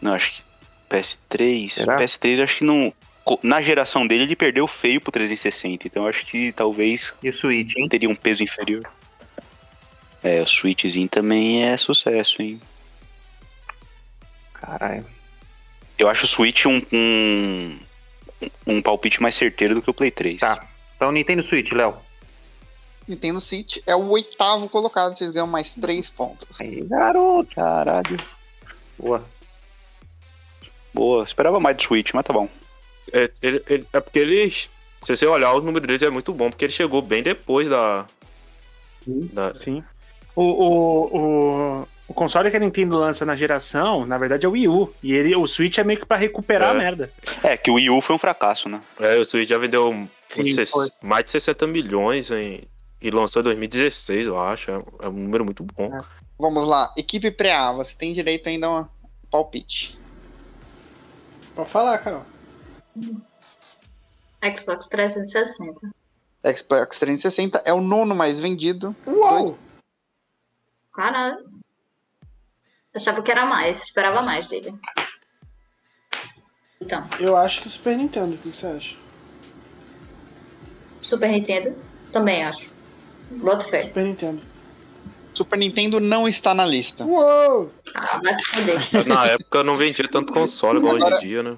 D: Não, acho que. PS3.
G: Será?
D: PS3 eu acho que não. co- Na geração dele, ele perdeu feio pro 360. Então eu acho que talvez
G: E o Switch, hein?
D: teria um peso inferior. É, o Switchzinho também é sucesso, hein?
G: Caralho.
D: Eu acho o Switch um, um, um palpite mais certeiro do que o Play 3.
G: Tá. Então, Nintendo Switch, Léo.
B: Nintendo City é o oitavo colocado, vocês ganham mais três pontos.
G: Aí, garoto.
D: Caralho.
G: Boa.
D: Boa, esperava mais do Switch, mas tá bom.
F: É, ele- ele- é porque ele. Se você olhar, o número 13 é muito bom, porque ele chegou bem depois da. da-
C: Sim. O, o, o, o console que a Nintendo lança na geração, na verdade, é o Wii U. E ele, o Switch é meio que pra recuperar
F: É.
C: a merda.
D: É, que o Wii U foi um fracasso, né?
F: é, o Switch já vendeu uns
C: Sim,
F: ses-
C: foi.
F: mais de 60 milhões em- e lançou em 2016, eu acho. É, é um número muito bom.
B: Vamos lá, equipe pré-A, você tem direito ainda a um palpite.
A: Pode falar, Carol.
E: Xbox 360.
B: Xbox 360 é o nono mais vendido.
A: Uou!
E: Caralho. Achava que era mais, esperava mais dele. Então,
A: Eu acho que Super Nintendo, o que você acha?
E: Super Nintendo, também acho. Boto fé.
A: Super Nintendo.
B: Super Nintendo não está na lista.
A: Uou!
E: Ah, vai se foder.
F: Na época eu não vendia tanto console igual hoje
B: Agora-
F: em dia, né?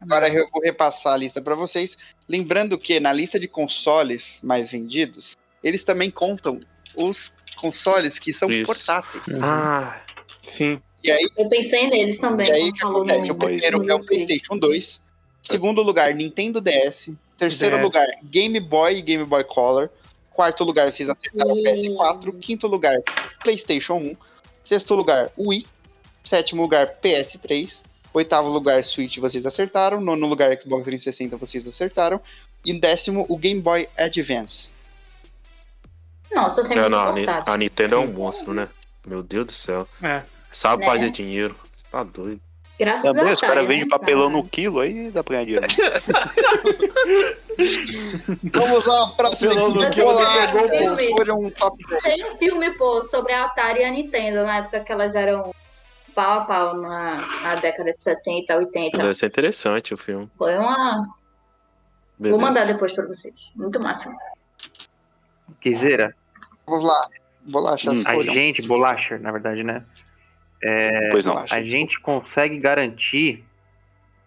B: Agora eu vou repassar a lista pra vocês. Lembrando que na lista de consoles mais vendidos, eles também contam os consoles que são
F: Isso.
B: portáteis.
C: Uhum.
F: Ah,
C: Sim.
B: E aí,
E: Eu pensei neles também.
B: e aí o
E: quando
B: que acontece? O
E: no-
B: primeiro é o
E: no-
B: PlayStation 2. Segundo lugar, Nintendo DS. Terceiro
C: DS.
B: lugar, Game Boy e Game Boy Color. Quarto lugar, vocês acertaram o
E: Hum.
B: PS4. Quinto lugar, PlayStation 1. Sexto lugar, Wii. Sétimo lugar, PS3. Oitavo lugar, Switch, vocês acertaram. Nono lugar, Xbox 360, vocês acertaram. E décimo, o Game Boy Advance.
E: Nossa, tem um
F: é,
E: muito
F: não, a, Ni-
E: portátil.
F: a Nintendo é um
C: Sim.
F: monstro, né? Meu Deus do céu.
C: É.
F: Sabe
E: Né?
F: fazer dinheiro. Você tá doido.
E: Graças
D: Também,
E: a né,
D: os caras
E: Deus.
D: vendem papelão no quilo, aí dá pra ganhar dinheiro.
B: Vamos lá, próximo.
A: Pelo
B: equipe.
A: no
E: que
B: Vamos
E: você
B: lá,
E: pegou,
B: vamos
E: pô.
B: por um top
E: Tem um filme, pô, sobre a Atari e a Nintendo, na época que elas eram pau a pau na, na década de 70, 80.
F: Deve ser interessante o filme.
E: Foi uma.
F: Beleza.
E: Vou mandar depois pra vocês. Muito massa.
G: Quisera.
B: Vamos lá. Bolacha,
D: Hum.
B: as
G: A
B: cores.
G: gente, bolacha, na verdade, né?
D: pois não.
G: a gente consegue garantir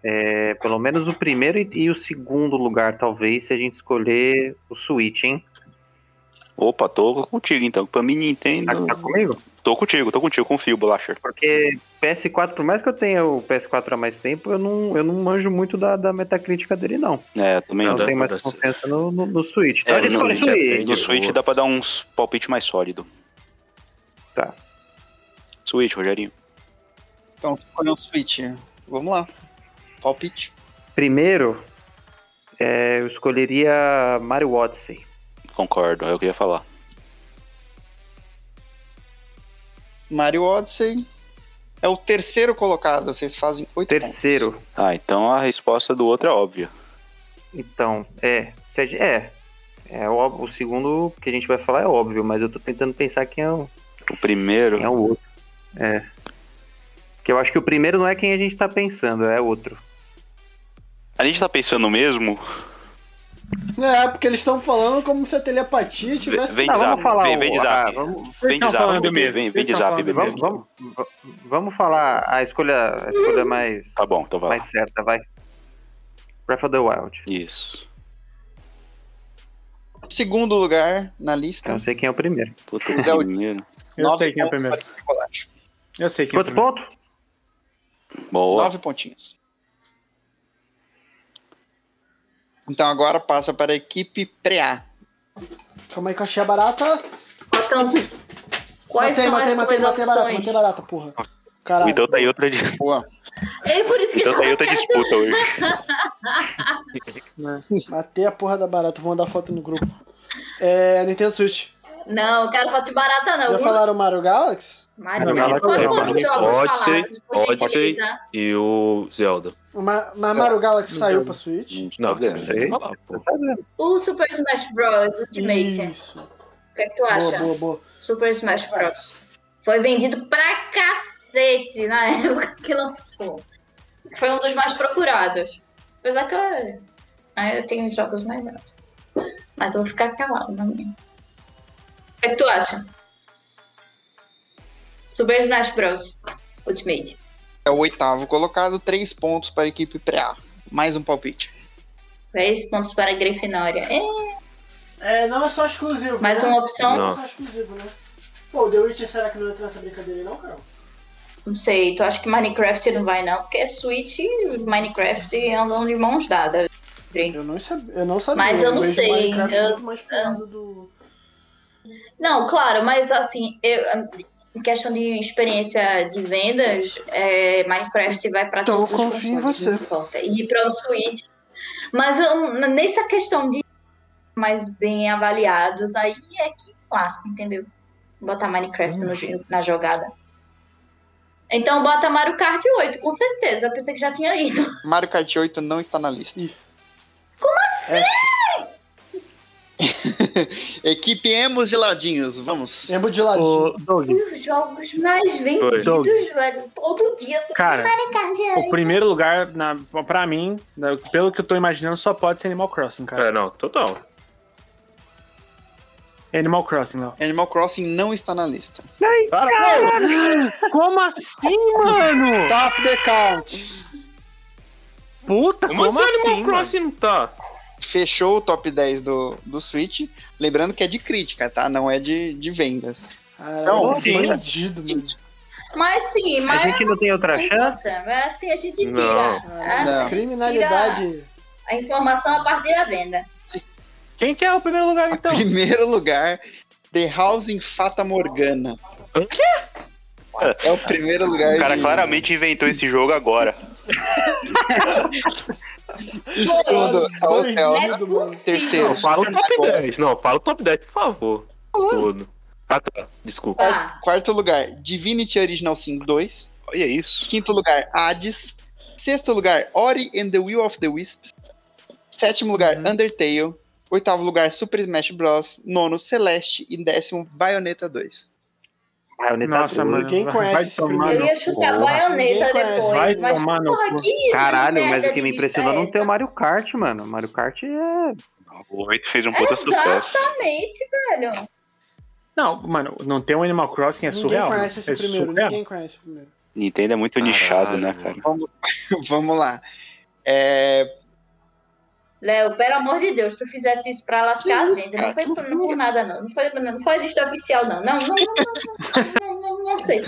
G: é, pelo menos o primeiro e, e o segundo lugar, talvez, se a gente escolher o Switch, hein?
D: Opa, tô contigo então. Pra mim,
G: Tá,
D: Nintendo.
G: tá comigo?
D: Tô contigo, tô contigo, confio, Bolacher.
G: Porque PS4, por mais que eu tenha o PS4 há mais tempo, eu não, eu não manjo muito da, da metacrítica dele, não.
D: É, também
F: Não,
G: Eu não
F: dá-
G: tenho mais
F: dá-
G: confiança no, no, no Switch. Então
D: É,
G: ele
D: no
G: escolhe o
F: Switch é
G: Switch.
F: bem-
D: No Switch
F: boa.
D: dá pra dar uns palpite mais sólido.
G: Tá.
D: Switch, Rogerinho.
B: Então, se escolher um Switch, vamos lá. Palpite.
G: Primeiro, é, eu escolheria Mario Odyssey.
D: Concordo, é o que eu ia falar.
B: Mario Odyssey é o terceiro colocado. Vocês fazem oito pontos.
G: Terceiro,
D: Ah, então a resposta do outro é óbvia.
G: então, é. se a gente- é. É óbvio, o segundo que a gente vai falar é óbvio, mas eu tô tentando pensar quem é o,
D: O primeiro.
G: Quem é o outro? É. Porque eu acho que o primeiro não é quem a gente tá pensando, é outro.
D: A gente tá pensando mesmo?
A: É, porque eles estão falando como se a telepatia
D: Vem
A: tivesse.
D: vem de
G: Não,
D: zap,
G: Tá, vamos falar
D: vem
G: o-
D: vem de
G: ah,
D: zap.
G: vamos,
D: Vem de
C: estão
D: zap,
C: falando
D: bebê,
C: mesmo,
D: vem vem
C: vocês
D: de
C: estão
D: zap,
C: falando
D: bebê.
G: vamos, vamos, vamos falar a escolha, a escolha mais,
D: Tá bom, então vai. lá.
G: mais certa, vai. Breath of the Wild.
D: Isso.
B: Segundo lugar na lista.
G: Eu não sei quem é o primeiro.
D: Puta,
B: Zé, o-
D: o primeiro.
C: Eu sei quem é o
B: pontos
C: primeiro.
B: para o chocolate.
C: Eu sei quem é o
G: Quantos
C: primeiro.
G: pontos?
D: Boa.
B: Nove pontinhos. Então agora passa para a equipe pré-A.
A: Calma aí que eu achei a barata.
E: Então, quais
A: matei,
E: são
A: matei,
E: as
A: matei,
E: duas
A: matei a barata, matei a
E: opções?
A: barata, porra. Caralho.
D: Então tá aí outra, di-
B: Boa.
E: É por isso que
D: então tá aí
E: eu
D: outra disputa hoje.
A: Matei a porra da barata, vou mandar foto no grupo. É, Nintendo Switch.
E: Não, eu quero foto de barata, não.
A: Já falaram Mario Galaxy?
E: Mario.
C: Não,
E: Quais
C: não,
E: foram
C: não,
E: os jogos
F: Odyssey,
E: falados? Por
F: Odyssey.
E: gentileza.
F: E o Zelda.
A: Ma mas Mario Galaxy
C: Não
A: saiu
C: sei.
A: pra Switch?
F: Não,
D: Tá
F: você
D: vendo?
F: tem que falar, pô.
E: O Super Smash Bros. Ultimate.
A: Isso.
E: O que, é que tu acha?
A: Hum. Boa, boa, boa.
E: Super Smash Bros. Foi vendido pra cacete na época que lançou. Foi um dos mais procurados. Apesar que eu, ah, eu tenho jogos mais altos. Mas eu vou ficar calado na minha. O que, é que tu acha? Super Smash Bros. Ultimate.
B: É o oitavo colocado, três pontos para a equipe pré-A. Mais um palpite.
E: Três pontos para a Grifinória. É,
A: É, não é só exclusivo.
E: mais
A: né?
E: uma opção.
A: Não é só exclusivo, né? Pô, o The Witcher será que não entra nessa brincadeira aí, não, Carol?
E: Não sei, tu acha que Minecraft não vai não? Porque Switch e Minecraft andam de mãos dadas.
A: Eu não, sab... eu não sabia.
E: Mas eu não
A: vejo
E: sei,
A: Minecraft
E: eu-
A: muito mais pro lado do.
E: Não, claro, mas assim, eu- em questão de experiência de vendas, é, Minecraft vai para
A: Então eu
E: todos os
A: confio em
E: consoles,
A: você.
E: não importa. E para o Switch. Mas eu- nessa questão de mais bem avaliados, aí é que clássico, entendeu? Botar Minecraft no jo- na jogada. Então bota Mario Kart 8, com certeza. Eu pensei que já tinha ido.
B: Mario Kart 8 não está na lista. É. Equipe Emos de Ladinhos, vamos.
A: Lembro de ladinho.
C: Ô, Doug,
E: Os jogos mais vendidos,
C: Doug.
E: velho. Todo dia.
C: cara,
E: Kart
C: o primeiro lugar, na, pra mim, né, pelo que eu tô imaginando, só pode ser Animal Crossing, cara.
F: É, não, total.
C: Animal Crossing, Léo.
B: Animal Crossing não está na lista.
C: Como assim, mano?
A: Stop the count.
C: Puta,
F: Como,
C: como,
F: assim Animal
C: assim, mano?
F: Crossing não tá?
B: Fechou o top 10 do, do Switch. Lembrando que é de crítica, tá? Não é de, de vendas.
A: Caralho,
C: sim.
A: Ah, é um bandido, meu.
E: Mas sim,
G: A
E: mas.
G: gente não tem outra chance?
E: Nossa, mas assim a gente tira.
F: Não.
B: Não.
E: Ah,
A: tá.
E: a gente tira
A: Criminalidade.
E: A informação a partir da venda.
C: Quem que é o primeiro lugar, então?
B: Primeiro lugar, The Housing Fata Morgana.
F: Hã?
B: É o primeiro lugar.
D: O
G: É
D: cara
B: de-
D: claramente inventou esse jogo agora.
B: Em segundo, é
A: Não
B: o
E: Não
B: Zelda.
A: é
E: é possível.
B: Terceiro.
F: Não, fala o top 10. Não, fala o top 10, por favor. Todo. Ah, tá. Desculpa.
E: Tá.
B: Quarto lugar, Divinity Original Sins 2.
D: Olha isso.
B: Quinto lugar, Hades. Sexto lugar, Ori and the Will of the Wisps. Sétimo lugar, Undertale. Oitavo lugar, Super Smash Bros. Nono, Celeste. E décimo, Bayonetta 2.
G: Baioneta
C: Nossa,
G: dois.
C: mano.
A: Quem
C: vai-
A: conhece
C: vai
A: esse
C: tomar
E: Eu
C: no
E: ia chutar
G: porra.
E: baioneta
A: Ninguém conhece.
E: depois.
C: Vai
E: mas
C: tomar no
E: porra,
C: cu.
E: que
G: Caralho,
E: merda
G: mas o
E: de
G: que me
E: lista
G: impressionou não
E: é
G: tem o
E: essa?
G: Mario Kart, mano. O Mario Kart é.
D: O 8 fez um puta sucesso.
E: Exatamente, velho.
C: Não, mano, não ter um Animal Crossing é
A: Ninguém
C: surreal.
A: conhece esse
C: é
A: primeiro.
C: surreal.
A: Ninguém conhece o primeiro.
D: Nintendo é muito
F: Caralho,
D: nichado, né, cara?
F: mano.
B: Vamos lá. É,
E: Léo, pelo amor de Deus, tu fizesse isso pra lascar a gente. Não foi por, não por nada, não. Não foi, não foi lista oficial, não. Não, não, não, não, não, não, não, não sei.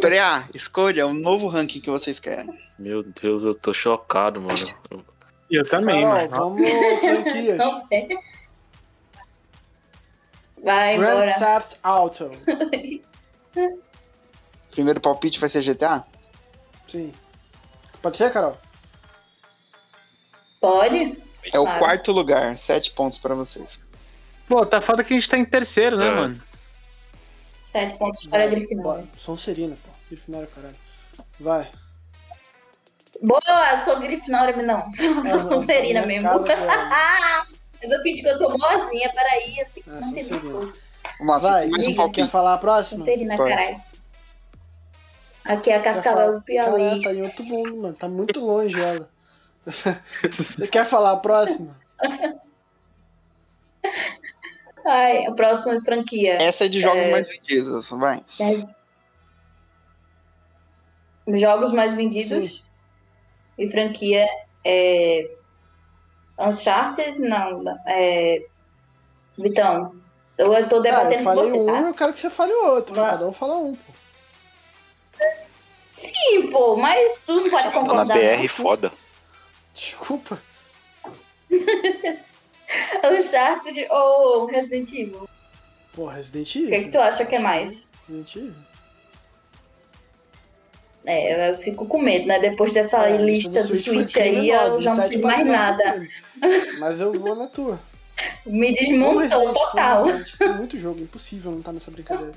B: pré-A, escolha um novo ranking que vocês querem.
F: Meu Deus, eu tô chocado, mano.
C: Eu também,
A: Carol,
C: mano.
A: vamos franquias.
E: Não tem. É. Vai embora.
A: Grand Theft Auto.
B: Primeiro palpite vai ser GTA?
A: Sim. Pode ser, Carol?
E: Pode?
B: É o
E: Claro.
B: quarto lugar. Sete pontos pra vocês.
C: Pô, tá foda que a gente tá em terceiro, né,
F: É.
C: mano?
E: Sete pontos para a Grifinória.
A: Bora. Sonserina, pô. Grifinória, caralho. Vai.
E: Boa, sou Grifinória, mas não.
A: não,
E: sou Sonserina
A: tá
E: mesmo. Ah,
A: na casa dela.
E: Mas eu fingi que eu sou boazinha, peraí. Assim,
A: Ah,
E: não tem
A: Sonserina.
E: coisa.
B: Vamos lá, vocês
A: Vai,
B: têm mais um
A: quem
B: palpite.
A: quer falar a próxima?
E: Sonserina,
B: Vai.
E: caralho. Aqui é a
A: Quer falar?
E: Cascavel do Piauí.
A: Caralho, tá em outro mundo, mano. Tá muito longe ela. Você quer falar a próxima?
E: Ai, a próxima franquia.
B: Essa é de jogos mais vendidos, vai.
E: Dez- Jogos mais vendidos. E franquia é. Uncharted? Não. não, É... Vitão, eu eu tô
A: Cara, Ah, eu
E: debatendo com
A: falei
E: você,
A: um,
E: tá?
A: eu quero que você fale o outro.
E: Vai.
A: Cada um fala um. pô.
E: Sim, pô, mas tu não pode
D: Tá na
E: concordar.
D: BR foda.
A: Desculpa.
E: Uncharted ou Resident Evil?
A: Pô, Resident
E: O
A: Evil.
E: que, é que tu acha que é mais?
A: Resident Evil.
E: É, eu fico com medo, né? Depois dessa
A: Cara, essa
E: lista do
A: Ah, foi
E: Switch aí, eu
A: criminosa,
E: já não
A: sete
E: sei mais
A: pra
E: nada.
A: zero. Mas eu vou na tua.
E: Me
A: Vamos
E: desmontou
A: Resident,
E: total.
A: vamos Resident. Tem muito jogo, impossível não tá nessa brincadeira.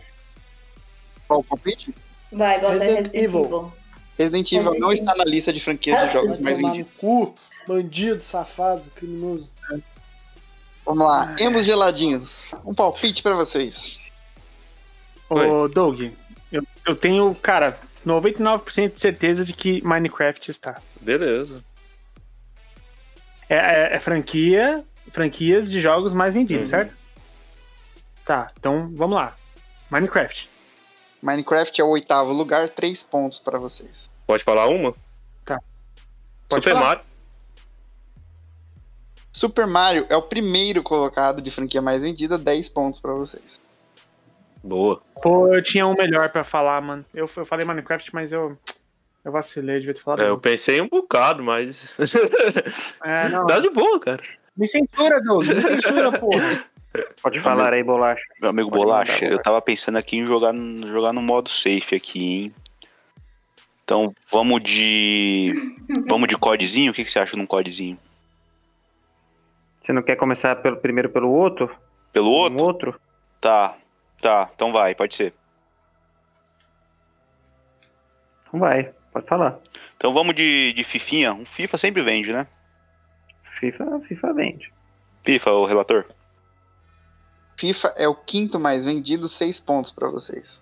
B: Qual o palpite?
E: Vai, bota
A: Resident
E: Resident,
A: Evil.
E: Evil.
B: Resident Evil
E: Resident
B: não
E: Evil.
B: está na lista de franquias de jogos
A: Vai
B: mais
A: tomar
B: vendidos.
A: no cu, bandido, safado, criminoso.
B: Vamos lá, ambos geladinhos. Um palpite pra vocês.
C: Ô, Doug, eu, eu tenho, cara, 99% de certeza de que Minecraft está.
F: Beleza.
C: É, é- é franquia, franquias de jogos mais vendidos,
F: Uhum.
C: certo? Tá, então vamos lá. Minecraft.
B: Minecraft é o oitavo lugar, três pontos pra vocês.
F: Pode falar uma?
C: Tá. Pode
F: Super
C: falar.
F: Mario.
B: Super Mario é o primeiro colocado de franquia mais vendida, 10 pontos pra vocês.
F: Boa.
C: Pô, eu tinha um melhor pra falar, mano. Eu, eu falei Minecraft, mas eu, eu vacilei, devia ter falado.
F: É, eu pensei um bocado, mas.
C: É, não.
F: Dá de boa, cara.
C: Me censura, Doug, me censura, pô.
G: Pode
C: Uhum.
G: falar aí, bolacha.
D: Meu amigo
G: Pode
D: Bolacha,
G: mandar,
D: eu tava pensando aqui em jogar, no- jogar no modo safe aqui, hein? Então vamos de. Vamos de codezinho? O que, que você acha de um codezinho?
G: Você não quer começar pelo, primeiro pelo outro?
D: Pelo outro?
G: Um outro?
D: Tá, tá, então vai, pode ser.
G: Não vai, pode falar.
D: Então vamos de, de Fifinha. Um FIFA sempre vende, né?
G: FIFA, FIFA vende.
D: FIFA, o relator.
B: FIFA é o quinto mais vendido, 6 pontos pra vocês.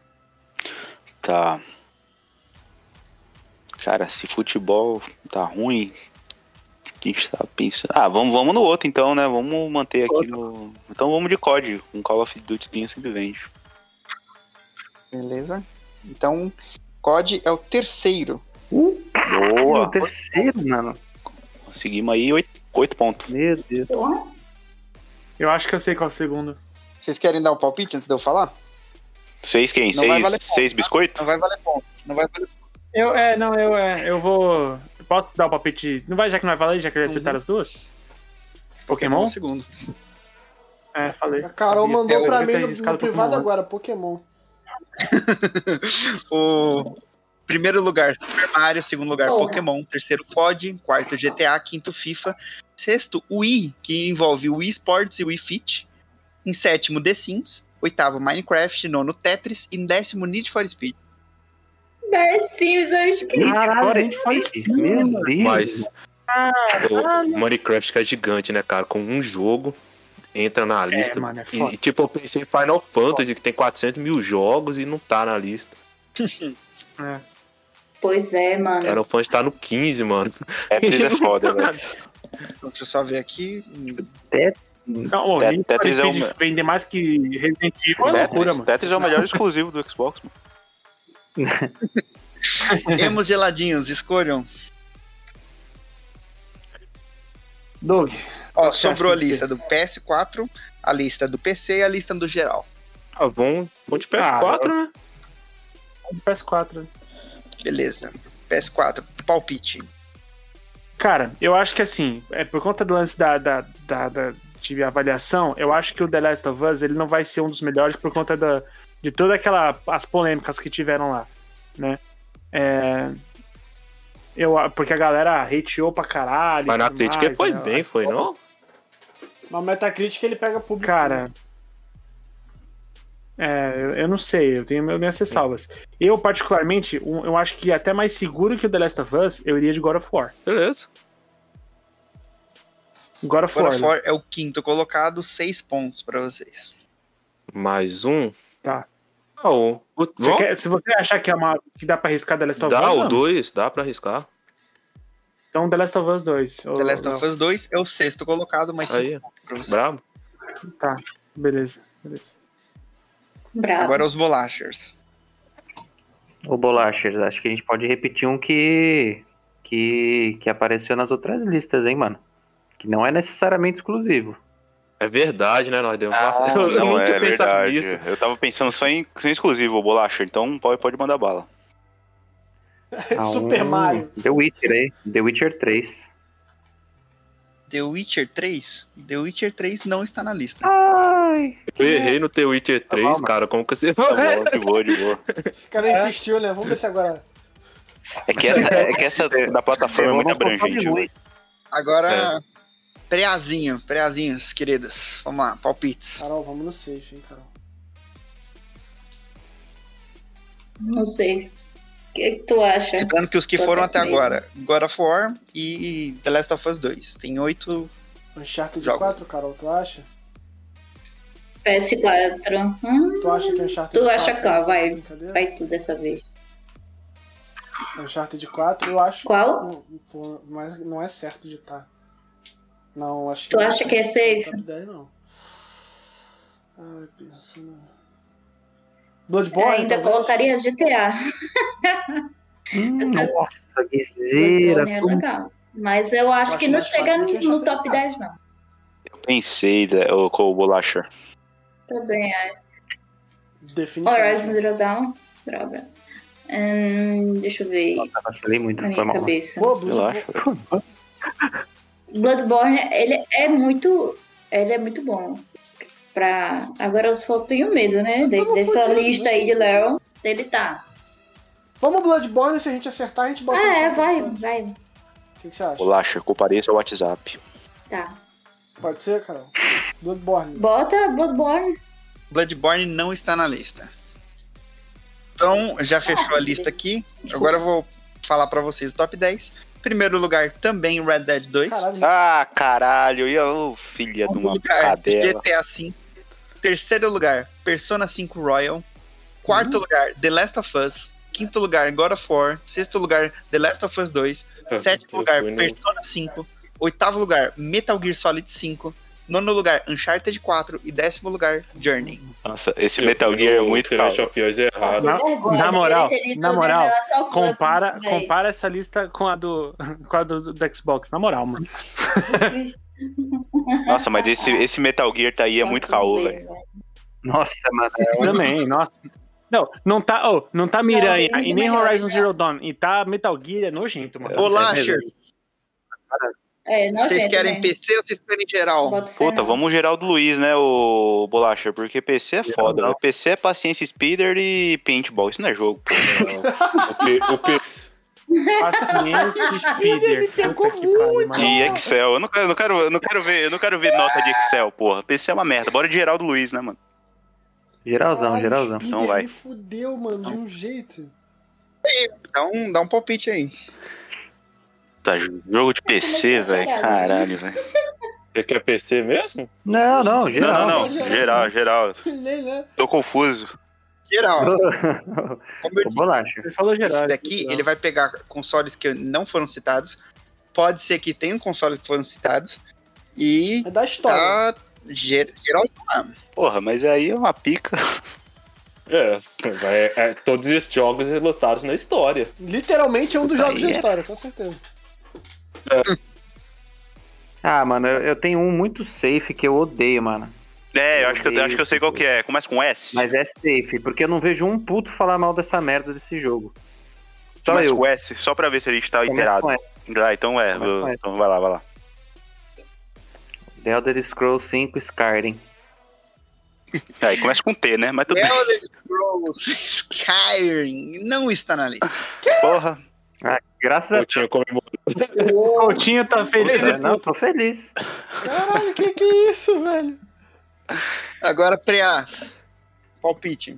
D: Tá. Cara, se futebol tá ruim, a gente tá pensando. Ah, vamos, vamos no outro então, né? Vamos manter aqui no. Então vamos de COD. Um Call of Duty sempre vende.
B: Beleza? Então, COD é o terceiro.
G: Pô,
D: Boa!
G: o terceiro, mano.
D: Conseguimos aí oito, oito pontos.
G: Meu Deus.
E: Porra.
C: Eu acho que eu sei qual é o segundo.
B: Vocês querem dar o palpite antes de eu falar?
D: Seis quem?
B: Não vai
D: seis
B: valer ponto,
D: seis
B: tá?
D: biscoito?
B: Não vai valer ponto. Não vai valer
C: Eu, é, não, eu, é, eu vou. eu Posso dar o palpite? de- Não vai, já que não vai valer, já que eu ia acertar as duas? Pokémon?
B: um segundo.
C: É, falei.
A: A Carol
B: Sabia,
A: mandou
C: eu
A: pra
C: devia
A: mim no,
C: ter
A: no
C: arriscado
A: privado
C: Pokémon.
A: agora, Pokémon.
B: O primeiro lugar, Super Mario. Segundo lugar,
E: Porra.
B: Pokémon. Terceiro, COD. Quarto, GTA. Quinto, FIFA. Sexto, Wii, que envolve Wii Sports e Wii Fit. Em sétimo, The Sims. Oitavo, Minecraft. Nono, Tetris. E décimo, Need for Speed.
E: The Sims, eu esqueci.
C: Caralho,
G: Fora
C: a gente faz
G: esse-
C: sim,
G: Meu
C: mano.
G: Deus.
F: Mas. O Minecraft que é gigante, né, cara? Com um jogo, entra na lista.
C: mano, é
F: E,
C: foda.
F: e, tipo, eu pensei em Final Fantasy, que tem 400 mil jogos e não tá na lista.
E: Pois é, mano.
F: Final Fantasy tá no 15, mano.
D: Tetris é foda, velho.
B: Então, deixa eu só ver aqui.
C: Não, ô,
D: Tet-
C: Need for
D: Tetris é
C: Speed
D: uma-
C: vender mais que Resident Evil é loucura,
D: Tetris,
C: mano.
D: Tetris é o melhor exclusivo do Xbox, mano.
B: Temos geladinhos, escolham.
C: Doug.
B: Ó,
C: que
B: sobrou a
C: acha que
B: lista do PS4, a lista do PC e a lista do geral.
F: Ah, bom, bom de PS4, né?
C: PS4.
B: Beleza. PS4, palpite.
C: Cara, eu acho que assim, é por conta do lance da, da, da, da- de avaliação, eu acho que o The Last of Us ele não vai ser um dos melhores por conta da, de toda aquela as polêmicas que tiveram lá, né? É, eu, a- porque a galera hateou pra caralho. e
F: Mas na
C: tudo
F: crítica
C: mais,
F: foi
C: né?
F: bem, foi não?
A: Na Metacritic ele pega público.
C: Cara. É, eu, eu não sei, eu tenho minhas ressalvas. Eu, particularmente, um- eu acho que até mais seguro que o The Last of Us, eu iria de God of War.
F: Beleza.
C: God of
B: God
C: War. né?
B: of War é o quinto colocado, seis pontos pra vocês.
F: Mais um.
C: Tá.
F: Ah, o, o,
C: Você
F: bom,
C: quer- se você achar que, é uma, que dá pra arriscar The Last of
F: dá
C: Us,
F: o
C: não.
F: 2, dá pra arriscar.
C: então The Last of Us 2. ou-
B: The Last
C: não.
B: of Us 2 é o sexto colocado, mas cinco
F: Aí,
B: pra vocês.
F: brabo.
C: Beleza, beleza.
E: Bravo.
B: Agora é os bolachers.
G: Ô, bolachers, acho que a gente pode repetir um que, que, que apareceu nas outras listas, hein, mano? Que não é necessariamente exclusivo.
F: É verdade, né? Nós demos.
B: Ah,
F: eu eu não
D: é
F: tinha pensado nisso.
D: Eu tava pensando só em, só em exclusivo, Bolacha. Então pode, pode mandar bala.
A: Super
G: um-
A: Mario.
G: The Witcher aí. The Witcher 3.
B: The Witcher 3? The Witcher 3 não está na lista.
G: Ai,
F: Eu errei no The Witcher 3,
G: bom, mano.
F: cara. Como que você
D: Tá
F: falou?
D: bom, de boa, de boa.
A: O cara insistiu, né? Vamos ver se agora.
D: É que essa, é que essa da plataforma é muito
G: Vamos consumir
D: abrangente.
G: muito.
D: velho.
B: Agora, preazinho, preazinhos, queridos. Vamos lá, palpites.
A: Carol, vamos no safe, hein, Carol.
E: Não sei. O que, que tu acha?
B: Lembrando que os que
E: Tô
B: foram até
E: até meio.
B: agora, God of War e The Last of Us 2. Tem oito.
A: Uncharted
B: Jogo.
A: 4, Carol, tu acha?
E: PS4. Hum,
A: Tu acha que Uncharted
E: Tu
A: 4?
E: acha que, ó, vai-
A: Brincadeira?
E: vai tu dessa vez.
A: Uncharted 4, eu acho.
E: Qual?
A: Não, pô, mas não é certo de estar. Não, acho que.
E: Tu
A: não
E: acha
A: certo
E: que é
A: de tá Ah, no
E: safe?
A: top 10, não. Ai, pensando. né? Bloodborne.
E: É, ainda
A: talvez.
E: colocaria GTA. Essa
G: Nossa, que zera.
E: é legal. Mas eu acho
A: Eu
E: que
A: acho
E: não
A: mais
E: chega
A: fácil do que
E: no
A: GTA.
E: top 10, não.
D: Pensei né, ô, com o Bolacha.
E: Também é.
A: Definitivamente.
E: Horizon Zero Dawn, droga. Hum, deixa eu ver
G: Nossa, tá vacilei muito,
E: na
G: foi
E: minha
G: mal.
E: cabeça.
A: Pô, Blood-
F: Relaxa.
E: Bloodborne, ele é muito. Ele é muito bom. Pra... Agora eu só tenho medo, né? de-
A: Tamo
E: dessa
A: fudendo,
E: lista
A: né?
E: aí de Léo. Ele tá.
A: Vamos Bloodborne, se a gente acertar, a gente bota.
E: Ah,
A: no
E: é,
A: top
E: vai,
A: 10.
E: vai.
A: O que que você acha?
D: Bolacha, compareça ao é WhatsApp.
E: Tá.
A: Pode ser, Carol? Bloodborne.
E: Bota Bloodborne.
B: Bloodborne não está na lista. Então, já fechou a lista aqui. Agora eu vou falar pra vocês o top 10. Primeiro lugar, também Red Dead 2.
A: Caralho,
D: Ah, caralho, e ô, filha de
B: Segundo
D: uma
B: lugar,
D: cadela.
B: GTA V. Terceiro lugar, Persona 5 Royal. Quarto lugar, The Last of Us. Quinto lugar, God of War. Sexto lugar, The Last of Us 2. Sétimo
F: Ah, Eu
B: lugar,
F: fui no-
B: Persona 5. Oitavo lugar, Metal Gear Solid 5. Nono lugar, Uncharted 4. E décimo lugar, Journey.
D: Nossa, esse
F: eu
D: Metal
F: fui
D: Gear é
F: no
D: muito
F: Clash
D: caro.
F: of Us errado.
C: Na- na moral, na moral, Compara,
E: compara.
C: compara essa lista com a, do, com a do, do Xbox, na moral, mano.
D: Nossa, mas esse, esse Metal Gear tá aí é muito caô, velho.
G: Nossa, mano. é
C: Também, nossa. Não, não tá, oh, não tá Miranha
E: Não, tem
C: e
E: muito
C: nem
E: melhor,
C: Horizon
E: né?
C: Zero Dawn. E tá Metal Gear, é nojento, mano.
F: É.
B: Bolacher,
E: É, não,
B: vocês
E: gente,
B: querem
E: né?
B: PC ou vocês querem geral?
E: Bota fé,
D: Puta,
E: não.
D: vamos geral do Luiz, né, o Bolacha? Porque PC é foda,
G: não.
D: velho. PC é paciência speeder e paintball. Isso não é jogo. pô.
F: né, O P- o P-
C: Paciência É Speeder. Puta que pariu, mano.
D: E Excel. Eu não quero, eu não quero, eu não quero ver, eu não quero ver nota de Excel, porra. PC é uma merda. Bora de geral do Luiz, né, mano?
G: Geralzão,
A: Caralho,
G: geralzão.
A: Spider
D: Então vai.
A: Me fudeu, mano, de um jeito.
B: Dá um, dá um palpite aí.
D: Tá, jogo de PC,
E: começou a
D: velho.
E: geral, né?
D: Caralho, velho.
F: Você quer PC mesmo?
G: Não, não,
D: Não,
G: geral.
D: não, não. Geral, geral.
A: Filhei, né?
D: Tô confuso.
B: Geral. Como eu
G: Ô, Bolacha.
C: Ele falou geral.
B: Esse daqui, ele vai pegar consoles que não foram citados. Pode ser que tenha um console que foram citados. E
A: É da história.
B: tá ger- geral.
D: Porra, mas aí é uma pica.
F: É, vai- é, todos esses jogos lançados na história.
A: Literalmente é um dos
G: Puta,
A: jogos da
G: aí é-
A: história, com certeza.
G: Ah, mano, eu, eu tenho um muito safe que eu odeio, mano.
D: É, eu acho que eu, acho que eu sei qual que é. Começa com S.
G: Mas é safe, porque eu não vejo um puto falar mal dessa merda desse jogo. Só
D: Começa
G: eu.
D: com S, só pra ver se a gente tá
G: Começa
D: inteirado.
G: com essa.
D: Ah, então é.
G: Começa com S.
D: Então vai lá, vai lá.
G: The Elder Scrolls 5 Skyrim.
D: Aí começa com T, né? Mas tudo bem.
B: Elder Scrolls Skyrim não está na lista.
D: Porra.
G: Graças a
F: Eu tinha comemorado.
C: O Coutinho tá feliz.
G: Deus. né? Não, eu tô feliz.
A: Caralho, que que é isso, velho?
B: Agora, Preas. Palpite.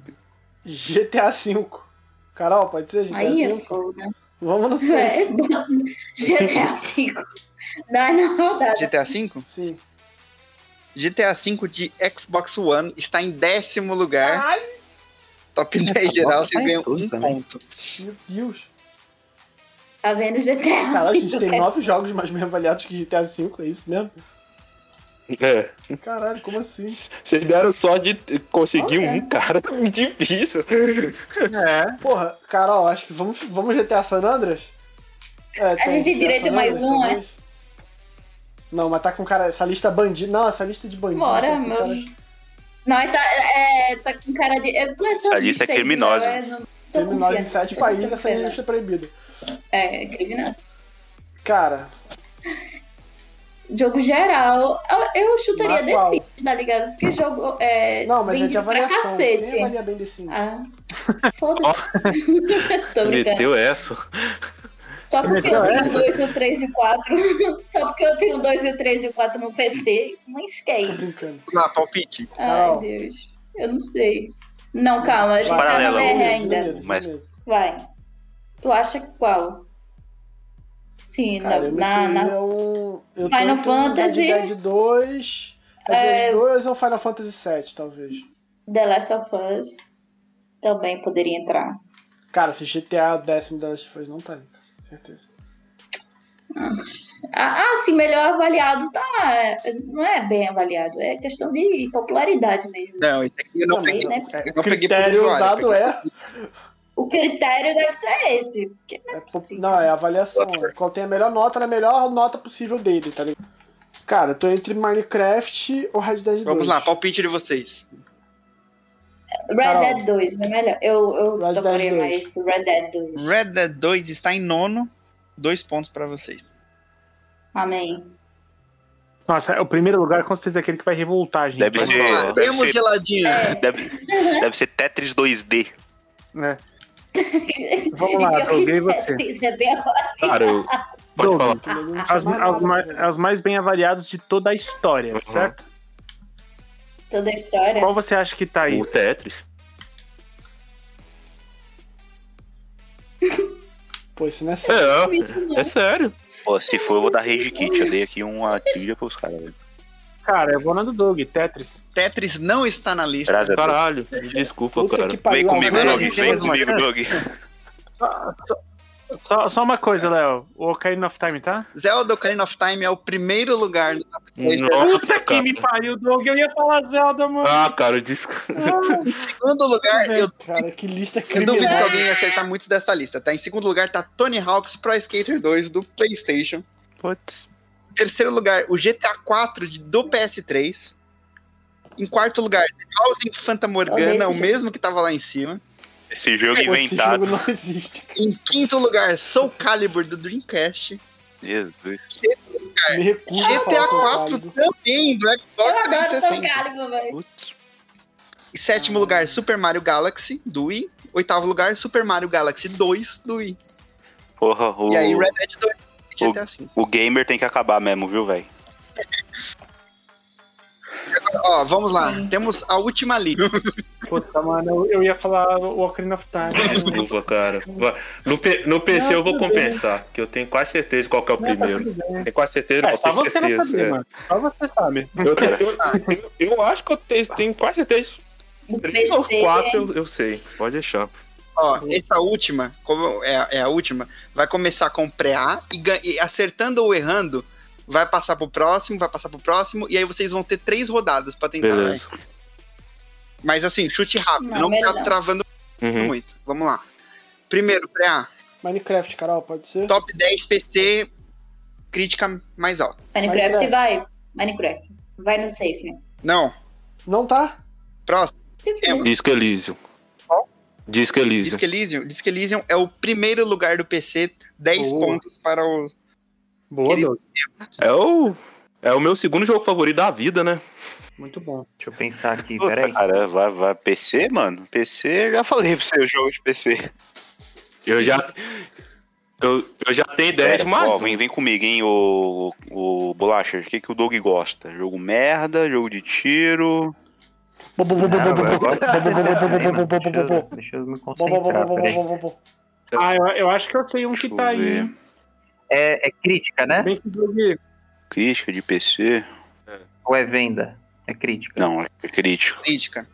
A: GTA V. Carol, pode ser GTA
E: Aí é
A: V?
E: foda.
A: Vamos no safe.
E: É, bota- GTA V. Dá na rodada.
B: GTA V?
A: Sim.
B: GTA V de Xbox One está em décimo lugar.
A: Ai,
B: Top 10 geral,
G: bota
B: vocês
G: em
B: ganham
G: tudo
B: um
G: também.
B: ponto.
A: meu Deus.
E: Tá vendo GTA
A: Caralho, a gente tem
E: V?
A: nove jogos mais bem avaliados que GTA V, é isso mesmo?
F: É.
A: Caralho, como assim?
F: Vocês deram só de conseguir
E: Olha.
F: um cara difícil.
C: É.
A: Porra, Carol, acho que vamos, vamos GTA San Andreas? É, tem
E: gente tem
A: GTA
E: direito
A: San
E: a mais
A: Andreas,
E: um,
A: tem dois. Não, mas tá com cara. Essa lista bandido. Não, essa lista de bandido. tá
E: Bora,
A: com
E: meu.
A: cara-
E: Nós tá, é, tá com cara de. É, não é só
D: Essa lista é
E: seis,
D: criminosa.
E: não, é, não- tô
A: Criminosa em
E: confiante,
A: sete
E: tô
A: países, essa
E: confiante.
A: lista é proibida.
E: É, é criminosa.
A: Cara,
E: Jogo geral, eu, eu chutaria
A: Mas qual?
E: The Sims, tá ligado? Porque jogo é.
A: não, mas é de
E: vendido pra
A: avaliação. né? Quem
E: cacete.
A: avalia bem desse índice?
E: Ah, foda-se. Tô brincando.
F: Meteu essa.
E: Só porque eu
A: é?
E: tenho um 2, o 3 e o 4. Só porque eu tenho um 2, o 3 e o 4 no PC. Mas que é
A: Tô
E: isso?
A: brincando.
B: Vamos lá, palpite.
E: Ai,
A: Carol.
E: Deus. Eu não sei. Não, calma, a gente tá na
D: Paralelo.
E: DR
A: Beleza,
E: ainda.
A: beleza,
D: Mas-
A: beleza.
E: Vai. Tu acha qual? Sim,
A: Cara, eu
E: na, na, na
A: meteria um. Eu
E: Final
A: tento um Red
E: Fantasy. É.
A: Dead 2. Red Dead 2 ou Final Fantasy VII, talvez.
E: The Last of Us também poderia entrar.
A: é Cara, se GTA décimo da Last of Us não tá ali, cara. Certeza.
E: Ah, ah, sim, melhor avaliado. Tá, não é bem avaliado, é questão de popularidade mesmo.
B: Não, isso aqui eu não é,
E: Também,
B: peguei. eu
E: né?
A: O
B: não peguei por
A: critério
B: usuário,
A: usado
B: peguei-
A: é,
E: O critério deve ser esse. porque não é
A: é po-
E: possível.
A: Não, é avaliação. né? Qual tem a melhor nota, na melhor nota possível dele, tá ligado? Cara, eu tô entre Minecraft ou Red Dead 2.
B: Vamos lá, palpite de vocês.
E: Red
A: Carol.
E: Dead 2 é melhor. Eu, eu
A: Red Dead
E: tocaria
A: 2.
E: mais Red Dead 2.
B: Red Dead 2 está em nono, dois pontos pra vocês.
E: Amém.
C: Nossa, o primeiro lugar com certeza é aquele que vai revoltar a gente.
D: Deve
C: Mas-
D: ser-
B: Vamos lá,
D: deve
B: temos
D: ser-
B: geladinho.
E: É,
D: Deve, deve ser Tetris 2D.
C: né? Vamos lá,
E: pior que
C: Doug, e
E: Red
C: você?
E: Dead é bem
F: Cara, eu... pode
C: Doug,
F: falar.
C: As, as mais, as mais bem avaliadas de toda a história,
F: Uhum.
C: certo?
E: toda a história.
C: Qual você acha que tá aí?
F: O Tetris.
A: Pô, isso não é sério.
F: É, é sério.
D: Pô, se for, eu vou dar Rage Kit. Eu dei aqui uma trilha pros caras. velho.
C: Cara, eu vou na do Doug, Tetris.
B: Tetris não está na lista.
D: Graças a Deus.
F: Caralho. Desculpa,
A: Puta
F: cara.
A: que
D: Vem
A: pariu.
D: comigo,
A: agora-
D: Doug. Vem comigo, Doug.
C: Só, só- só- só uma
F: É.
C: coisa, Léo. O Ocarina of Time, tá?
B: Zelda Ocarina of Time é o primeiro lugar.
F: Nossa,
C: Puta que
F: cara.
C: me pariu, Doug. Eu ia falar Zelda, mano.
F: Ah, cara, desculpa.
B: Em segundo lugar, eu,
A: Cara, que lista
B: eu duvido que
A: criminal.
B: alguém ia acertar muitos dessa lista, tá? Em segundo lugar tá Tony Hawk's Pro Skater 2 do PlayStation.
D: Putz.
B: Em terceiro lugar, o GTA 4 de- do PS3. Em quarto lugar, Housing Fanta
E: Olha esse
B: Morgana, o
E: jogo.
B: mesmo que tava lá em cima.
D: Esse jogo
A: Pô, Esse jogo
D: inventado.
A: não existe.
B: Em quinto lugar, Soul Calibur do Dreamcast.
D: Jesus.
A: Me recuso a falar
B: GTA
A: Soul
B: 4
A: Calibur.
B: também do
E: Eu
B: Xbox
E: adoro São
B: 360.
E: Calibur, velho.
D: Putz.
B: Em sétimo lugar, Super Mario Galaxy do Wii. Oitavo lugar, Super Mario Galaxy 2 do Wii.
D: Porra, o,
B: E aí, Red Dead 2 e
D: o-
B: GTA V.
D: o gamer tem que acabar mesmo, viu, velho?
B: Ó, vamos lá. Temos a última lista.
F: Ah.
C: Puta, mano, eu, eu ia falar o Ocarina of Time.
F: Desculpa, cara. Vai. No, P- no PC eu vou
C: tudo bem.
F: compensar, que eu tenho quase certeza qual que é o
C: Não, tá
F: primeiro.
C: tudo bem.
F: Tenho quase certeza, não,
C: É, só
F: tenho
C: você vai
F: certeza.
C: saber,
F: é.
C: mano. Só você sabe.
F: Eu, tenho- eu- eu- eu acho que eu tenho, tenho quase certeza.
E: Do
F: Três ou
E: PC,
F: quatro eu, eu sei. Pode deixar.
B: Ó, essa última, como é, é a última, vai começar com pré-A e, gan- e acertando ou errando, vai passar pro próximo, vai passar pro próximo, e aí vocês vão ter três rodadas pra tentar. né?
F: Beleza.
B: Mas assim, chute rápido,
E: Não,
B: não, ficar
E: melhor não.
B: travando
F: Uhum.
B: muito. Vamos lá. Primeiro, pré-A,
A: Minecraft, Carol, pode ser?
B: top 10 PC, crítica mais alta.
E: Minecraft
A: Minecraft.
E: vai. Minecraft. Vai no safe. né?
B: Não,
A: Não tá?
B: próximo.
E: Se
B: É,
E: fuder.
F: Disco Elysium. Disco Elysium.
B: Disque Elysium. Disque Elysium é o primeiro lugar do PC, 10
C: Boa.
B: pontos para o.
C: Boa,
B: Querido.
C: Doug.
F: É o, é o meu segundo jogo favorito da vida, né?
C: Muito bom.
G: Deixa eu pensar aqui,
D: Puta,
G: peraí.
D: Cara, vai, vai. PC, mano? PC, já falei pra você o jogo de PC.
F: Eu já, eu, eu já tenho ideia de
D: É, Ó,
F: mais um.
D: vem, vem comigo, hein, o, o Bolacha. O que, que o Doug gosta? Jogo merda, jogo de tiro.
G: Não, eu gosto desse desenho, mano. né? Deixa eu- Deixa eu me concentrar, peraí.
C: Ah, eu, eu acho que eu sei um
D: Deixa
C: que
D: eu
C: tá aí.
D: ver.
C: hein?
G: É, é crítica, né?
C: Bem que o Doug.
D: Crítica de PC?
G: Ou é venda? É crítica.
D: Não, é crítico.
B: Crítica.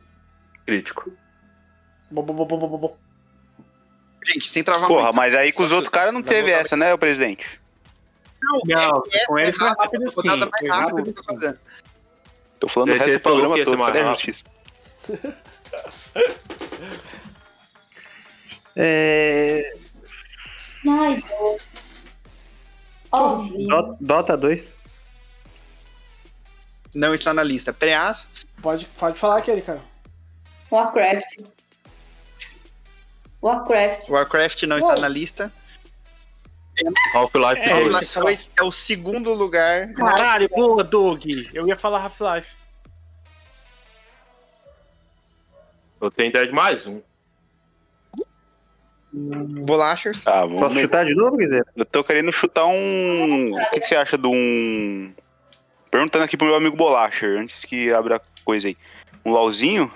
F: Crítico.
B: Gente, sem travar
D: Porra,
B: muito.
D: mas aí com os outros caras não teve essa, né, o presidente?
C: Não,
B: Essa
C: com ele
B: é
C: foi
B: rápida,
C: rápido sim.
B: rodada mais
C: Foi
B: rápida
C: rápido
B: que eu tô
C: sim.
B: fazendo.
D: Tô falando
F: Daí
D: o resto
F: você
D: do
F: falou
D: programa
F: que ia ser
D: todo,
F: mais
D: cadê a
F: rápido.
D: justiça?
G: É,
E: Ai, Deus. Óbvio.
G: Do- Dota 2.
B: Não está na lista. Pré-As,
A: Pode, pode falar aquele, cara.
E: Warcraft. Warcraft.
B: Warcraft não está na lista.
F: Half-Life
C: É,
F: 2.
B: Half-Life 2 é o segundo lugar.
C: Caralho, boa, Doug. Eu ia falar Half-Life.
F: Eu tenho ideia de mais um.
B: Bolachers.
D: Ah, vamos
G: Posso
D: ver.
G: chutar de novo, Guizeira?
D: Eu tô querendo chutar um. O que, que você acha de um. Perguntando aqui pro meu amigo Bolacher, antes que abra coisa aí. Um LOLzinho?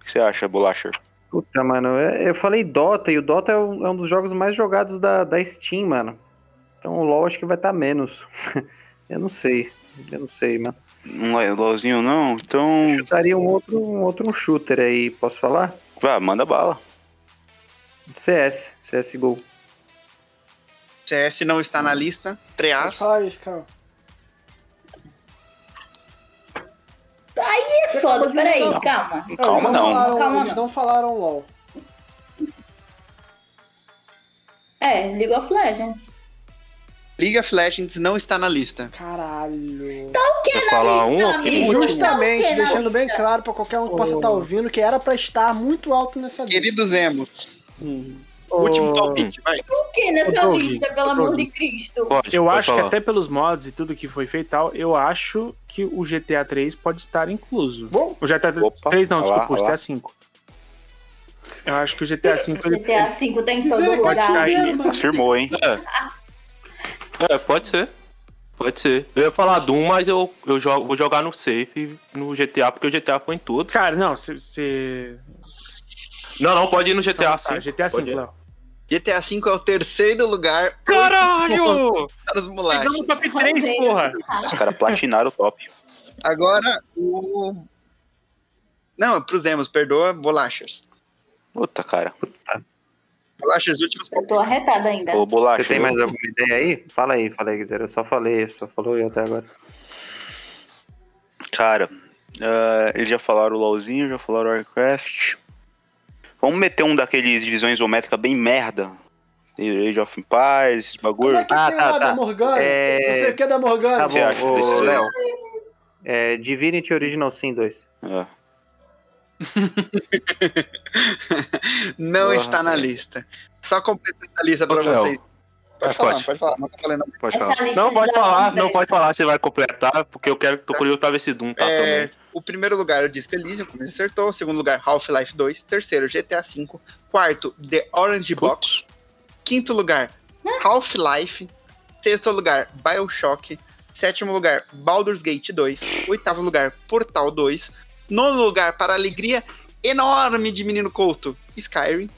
D: O que você acha, Bolacher?
G: Puta, mano, é- eu falei Dota e o Dota é um, é um dos jogos mais jogados da, da Steam, mano. Então o LoL acho que vai estar menos. eu não sei, eu não sei, mas
D: Não é LOLzinho não? Então.
G: eu chutaria um outro, um outro shooter aí, posso falar?
D: ah, Vá, manda bala.
G: CS, CSGO.
B: CS não está na lista. Treas.
A: Fala isso, cara.
E: Aí é foda, peraí, calma.
D: Calma,
A: eles
D: não.
A: Falaram,
E: Calma,
A: eles
E: não.
A: não falaram LOL.
E: É, League of Legends.
B: League of Legends não está na lista.
A: Caralho.
E: O que
F: Quer
E: na
F: falar
E: lista,
F: um aqui?
E: amigo?
A: Justamente,
E: Tá o que na
A: deixando bem
E: lista?
A: claro pra qualquer um que possa estar ouvindo que era pra estar muito alto nessa lista.
B: Queridos Emos. Último top pick, vai.
E: O que nessa
C: Ô, Doug,
E: lista, pelo
C: ô,
E: amor
C: Doug.
E: de Cristo?
F: Pode,
C: Eu
F: pode
C: acho
F: falar.
C: que até pelos mods e tudo que foi feito e tal, eu acho que o GTA 3 pode estar incluso.
A: Bom,
C: O GTA
D: Opa,
C: 3 não,
D: olha lá,
C: desculpa, o
D: olha lá.
C: GTA 5. Eu acho que o GTA 5 ele
E: GTA V tem tá em todo
A: misericórdia,
E: lugar.
A: primeiro, mano.
D: Afirmou, hein?
F: É, pode ser. Pode ser. Eu ia falar Doom, mas eu, eu jogo, vou jogar no safe no GTA, porque o GTA foi em todos.
C: Cara, não, você.
F: Não, não, pode ir no GTA
C: tá,
F: sim.
C: GTA
F: Ah, Pode
C: V,
F: ir.
C: Léo.
B: GTA V é o terceiro lugar. Oito
C: Caralho!
B: pontos para os moleques.
C: Pegamos o top 3, porra!
E: tá
D: Os caras platinaram o top.
B: Agora o. Não, é pros Emos, perdoa, bolachas.
D: Puta, cara.
B: Bolachas últimos
E: Eu tô arretada ainda.
A: É.
D: Ô, bolacha.
G: Você tem
D: eu-
G: mais alguma ideia aí? Fala aí, fala aí, Guizera. Eu só falei, só falou eu até agora.
D: Cara, ah, eles já falaram o LoLzinho, já falaram o Warcraft. Vamos meter um daqueles divisões isométrica bem merda. Age of Empires, esses
A: Como
D: bagulho.
A: é que
G: Ah,
A: tem
G: tá,
A: lá
G: tá.
A: da Morgana?
G: É.
A: Não sei o que da Morgana.
G: Tá
D: você acha
G: bom,
D: desses
G: ô,
D: aí?
G: Léo. É, Divinity Original Sin 2.
D: É.
B: Não
F: Porra,
B: está na lista. Só completando a lista para
F: Ô, Léo.
B: vocês. Pode
F: É,
B: falar,
F: pode.
B: pode falar. Não tô falando.
F: Pode
E: Essa é
F: falar.
E: lista
F: Não,
E: de
F: pode
E: Léo
F: falar,
E: André.
F: não pode falar se vai completar, porque eu quero, tô curioso pra ver se Doom tá
B: É,
F: também.
B: o primeiro lugar eu disse Elysium, como ele acertou. O segundo lugar, Half-Life 2. Terceiro, GTA V. Quarto, The Orange Box. Quinto lugar, Half-Life. Sexto lugar, Bioshock. Sétimo lugar, Baldur's Gate 2. Oitavo lugar, Portal 2. Nono lugar, para a alegria enorme de menino Couto, Skyrim.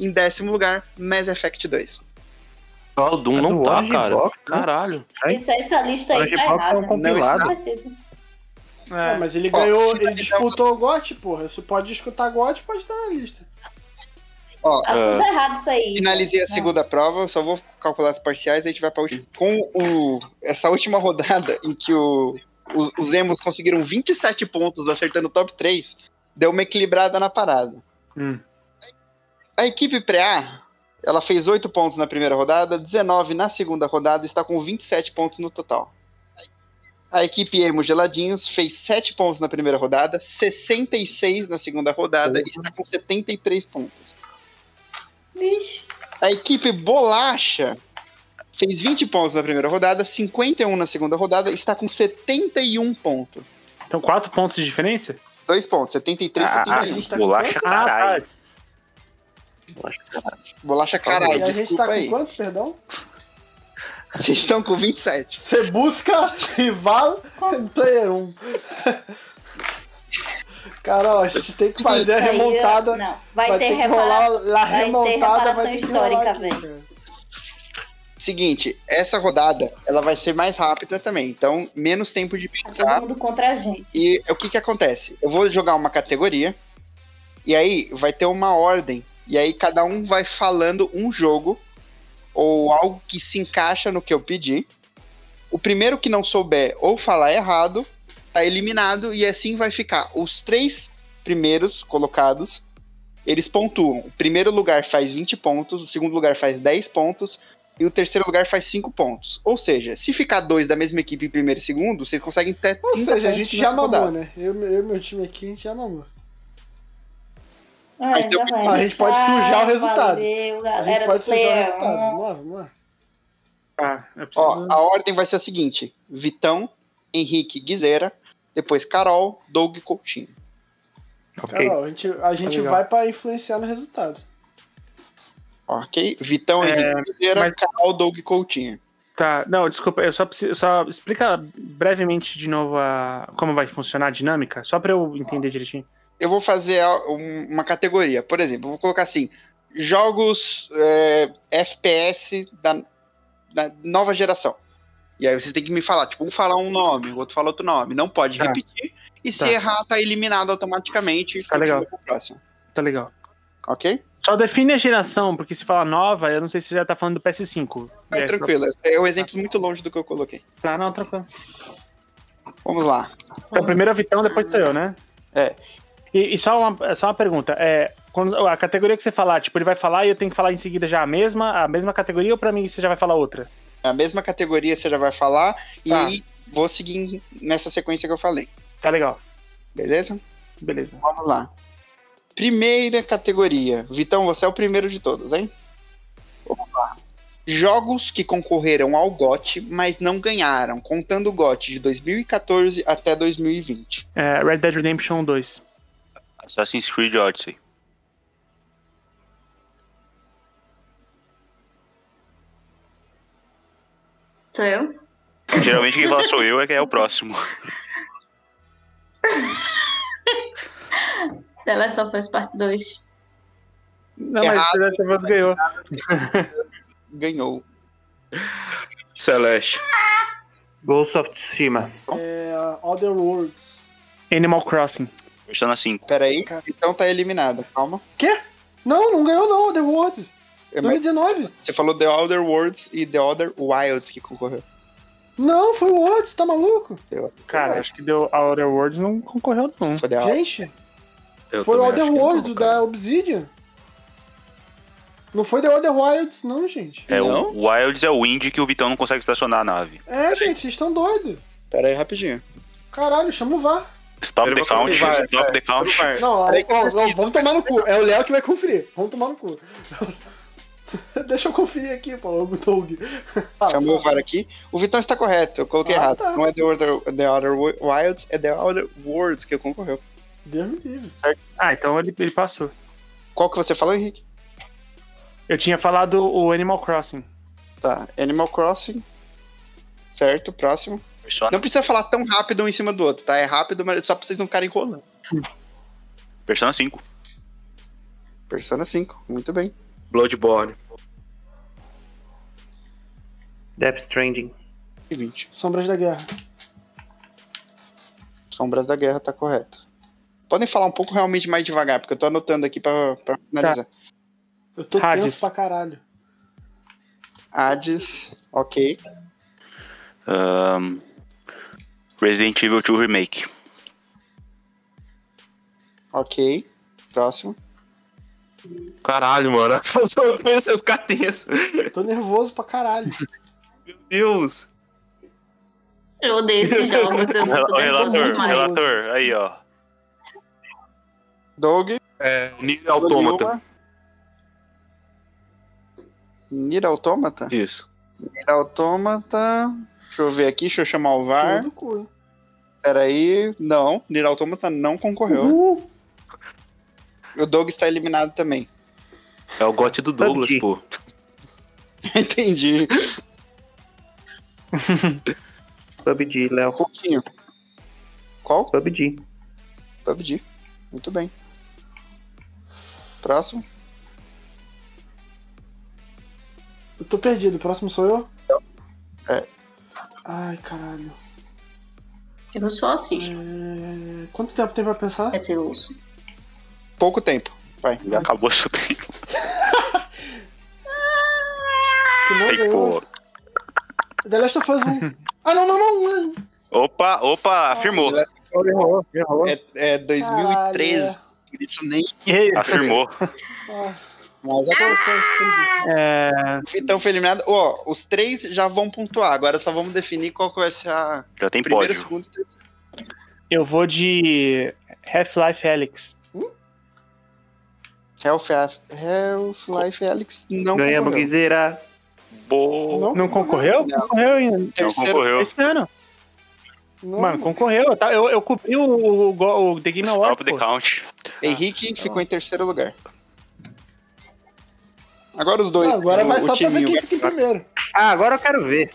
B: em décimo lugar, Mass Effect 2.
F: Só o Doom
G: Mas
F: não
G: o
F: tá,
G: Orange
F: cara.
G: Box, né?
F: Caralho.
E: Isso, essa lista aí
G: Orange
E: tá
G: Box é um
E: errada.
G: compilado.
E: Com certeza.
A: Ah,
C: É.
A: mas ele
B: Ó,
A: ganhou,
B: finalizar
A: ele
G: então.
A: disputou o GOT, porra. Você pode disputar GOT, pode estar na lista.
E: Tá
F: É.
E: tudo errado isso aí.
B: Finalizei a segunda prova, eu só vou calcular as parciais, aí a gente vai pra última. Com o, essa última rodada em que o, os, os Emos conseguiram 27 pontos acertando o top 3, deu uma equilibrada na parada.
C: Hum.
B: A equipe pré-A, ela fez 8 pontos na primeira rodada, 19 na segunda rodada, e está com 27 pontos no total. A equipe Emo Geladinhos fez 7 pontos na primeira rodada, 66 na segunda rodada e está com 73 pontos.
E: Vixe.
B: A equipe Bolacha fez 20 pontos na primeira rodada, 51 na segunda rodada, está com 71 pontos.
C: Então, 4 pontos de diferença?
B: Dois pontos, 73,
D: Ah,
B: 71.
D: bolacha,
C: Ah,
D: caralho.
C: tá.
B: Bolacha,
A: E
B: caralho,
A: a gente tá
B: desculpa
A: com
B: aí.
A: quanto, perdão?
B: Vocês estão com 27.
A: Você busca rival player 1. Cara, ó, a gente tem que fazer a
E: Isso aí,
A: remontada.
E: Não, vai,
A: vai
E: ter
A: ter que rolar
E: reparação.
A: lá
E: vai ter
A: remontada.
E: reparação
A: Vai ter que
E: histórica,
A: rolar aqui,
E: velho.
A: cara.
B: Seguinte, essa rodada, ela vai ser mais rápida também, então menos tempo de
E: Tá
B: pensar.
E: todo mundo contra a gente.
B: E o que que acontece? Eu vou jogar uma categoria, e aí vai ter uma ordem, e aí cada um vai falando um jogo, ou algo que se encaixa no que eu pedi. O primeiro que não souber ou falar errado, tá eliminado, e assim vai ficar. Os três primeiros colocados, eles pontuam. O primeiro lugar faz 20 pontos, o segundo lugar faz 10 pontos, e o terceiro lugar faz 5 pontos. Ou seja, se ficar dois da mesma equipe em primeiro e segundo, vocês conseguem até 30
A: Ou seja, a
B: pontos
A: gente já
B: nessa rodada.
A: mamou, né? Eu eu e meu time aqui, a gente já mamou.
E: Ai,
B: Aí tem
E: Ah, já vai.
A: A gente pode sujar o resultado.
E: Valeu,
A: A gente
E: galera do um.
A: pode sujar o
E: player.
A: resultado. Vamos lá, vamos lá.
C: Tá, eu preciso...
B: Ó, a ordem vai ser a seguinte: Vitão, Henrique, Guizera, depois Carol, Doug e Coutinho.
G: Ok. Tá
A: Carol, a gente, a gente
C: legal.
A: vai pra influenciar no resultado.
B: Ok? Vitão,
C: É,
B: Henrique, Guizera,
C: mas-
B: Carol, Doug e Coutinho.
C: Tá, não, desculpa, eu só preciso. Só explica brevemente de novo a, como vai funcionar a dinâmica, só pra eu entender direitinho.
B: Eu vou fazer a- um- uma categoria. Por exemplo, eu vou colocar assim: jogos é, FPS da, da nova geração. E aí vocês têm que me falar, tipo, um falar um nome, o outro fala outro nome. Não pode
C: Tá.
B: repetir. E se
C: Tá.
B: errar, tá eliminado automaticamente. e
C: Tá legal.
B: continua pro próximo.
C: Tá legal.
B: Ok?
C: Só define a geração, porque se fala nova, eu não sei se já tá falando do PS5.
B: É,
C: É,
B: tranquilo, esse é um exemplo muito longe do que eu coloquei.
C: Tá, não, tranquilo.
B: Vamos lá.
C: Então, primeiro é o Vitão, depois sou eu, né?
B: É.
C: E, e só, uma, só uma pergunta. É, quando, a categoria que você falar, tipo, ele vai falar e eu tenho que falar em seguida já a mesma, a mesma categoria ou pra mim você já vai falar outra?
B: É A mesma categoria você já vai falar, e
C: Tá.
B: aí vou seguir nessa sequência que eu falei,
C: Tá legal.
B: beleza?
C: Beleza.
B: Vamos lá. Primeira categoria. Vitão, você é o primeiro de todos, hein? Vamos lá. Jogos que concorreram ao GOT, mas não ganharam, contando o GOT de 2014 até 2020.
C: É, Red Dead Redemption 2.
D: Assassin's Creed Odyssey.
E: Sou eu?
D: Geralmente quem fala sou eu é que é o próximo.
E: The Last of Us Part 2.
C: Não, mas
B: Errado.
C: The Last of Us ganhou.
B: Ganhou.
F: Celeste.
G: Ghost of Tsushima.
A: É, Other Worlds.
C: Animal Crossing.
D: Gostando assim.
B: Pera aí,
A: Cara.
B: Vitão tá eliminado. Calma.
A: Não, não ganhou não, Other Worlds.
B: É, mas
A: 2019.
B: Você falou The Other Worlds e The Other Wilds que concorreu.
A: Não, foi o Worlds, tá maluco?
C: Cara, acho que deu Outer Worlds não concorreu, não.
B: Foi The Other-
A: Gente,
F: É, Eu
A: foi o
F: também
A: Other
F: acho que
A: Worlds
F: não,
A: o
F: cara.
A: da Obsidian. Não foi The Other Wilds, não, gente.
D: É,
B: Não?
D: o Wilds é o Indy que o Vitão não consegue estacionar a nave.
A: É, gente, vocês estão doidos.
B: Pera aí, rapidinho.
A: Caralho, chama o VAR.
D: Stop
F: Ele
D: the
F: vai falar,
D: count,
F: vai,
D: stop the count.
A: Não,
B: É. Peraí que eu
A: ó, ó,
B: pesquiso,
A: vamos tomar no cu. É o Léo que vai conferir. Vamos tomar no cu. Deixa eu conferir aqui, pô, o Doug. Ah, Fala,
B: Chamou o
A: fala.
B: VAR aqui. O Vitão está correto, eu coloquei
A: Ah,
B: errado.
A: tá.
B: Não é The Other, The Other Wilds, é The Other Worlds que concorreu.
A: Deus me livre.
C: Ah, então ele, ele passou.
B: Qual que você falou, Henrique?
C: Eu tinha falado o Animal Crossing.
B: Tá, Animal Crossing. Certo, próximo.
D: Persona,
B: Não precisa falar tão rápido um em cima do outro, tá? É rápido, mas só pra vocês não ficarem enrolando.
D: Persona 5.
B: Persona 5, muito bem.
F: Bloodborne.
G: Death Stranding.
B: E 20.
A: Sombras da Guerra.
B: Sombras da Guerra tá correto. Podem falar um pouco realmente mais devagar, porque eu tô anotando aqui pra, pra finalizar.
A: Eu tô
C: Hades.
A: tenso pra caralho.
B: Hades, ok.
D: Ahn, Resident Evil 2 Remake.
B: Ok. Próximo.
F: Caralho, mano. Eu pensei eu ficar tenso.
A: Eu Tô nervoso pra caralho.
F: Meu Deus.
E: Eu odeio esses jogos, eu
D: Ô,
E: fico
D: relator,
E: nervoso demais.
D: relator, aí ó.
B: Doug.
F: É, Nier Automata.
B: Nira Automata?
F: Isso.
B: Nira Automata. Deixa eu ver aqui, deixa eu chamar o
A: Tiro
B: VAR.
A: do cu, hein?
B: Peraí. Não, Nira Automata não concorreu.
A: Uhul.
B: O Doug está eliminado também.
F: É o gote do Douglas,
G: PUBG.
F: pô.
B: Entendi.
G: PUBG, Léo.
B: Um Pouquinho. Qual?
G: PUBG.
B: PUBG. Muito bem. Próximo.
A: Eu tô perdido. O próximo sou eu?
D: Então,
B: É.
A: Ai, caralho.
E: Eu assim, só
C: Hum.
E: assisto.
A: É, Quanto tempo tem pra pensar?
E: É ser osso.
B: Pouco tempo. Vai.
D: Já acabou seu tempo.
A: Que não
D: Aí,
A: ganhou.
D: pô.
A: The Last of Us 1. Ah, não, não, não.
D: Opa, opa, afirmou.
C: Errou, errou.
B: É, é 2013.
A: Caralho.
B: Isso nem.
D: Afirmou.
A: Ah,
B: Mas é
A: foi, foi, entendi.
C: É,
A: Ah!
B: Então foi eliminado. Ó, os três já vão pontuar. Agora só vamos definir qual que vai ser a
D: Já tem
B: primeira,
D: pódio.
B: segunda e terceira.
C: eu vou de Half-Life Alyx.
B: Half-Life Half Alex não
G: Ganhamos que
B: concorreu.
G: zerar.
D: Boa.
A: Ah, Não,
C: Não concorreu?
B: Não.
C: Concorreu ainda.
D: Não
B: Terceiro.
D: concorreu.
C: Esse ano.
A: não.
C: Mano, concorreu. tá? Eu, eu cobri o, o, go- o The Game Awards.
D: Stop the
C: pô.
D: count.
B: Henrique ficou em terceiro lugar. Agora os dois.
A: Ah, agora
B: o-
A: vai
B: o
A: só pra ver
B: timinho.
A: quem fica em primeiro.
G: Ah, agora eu quero ver.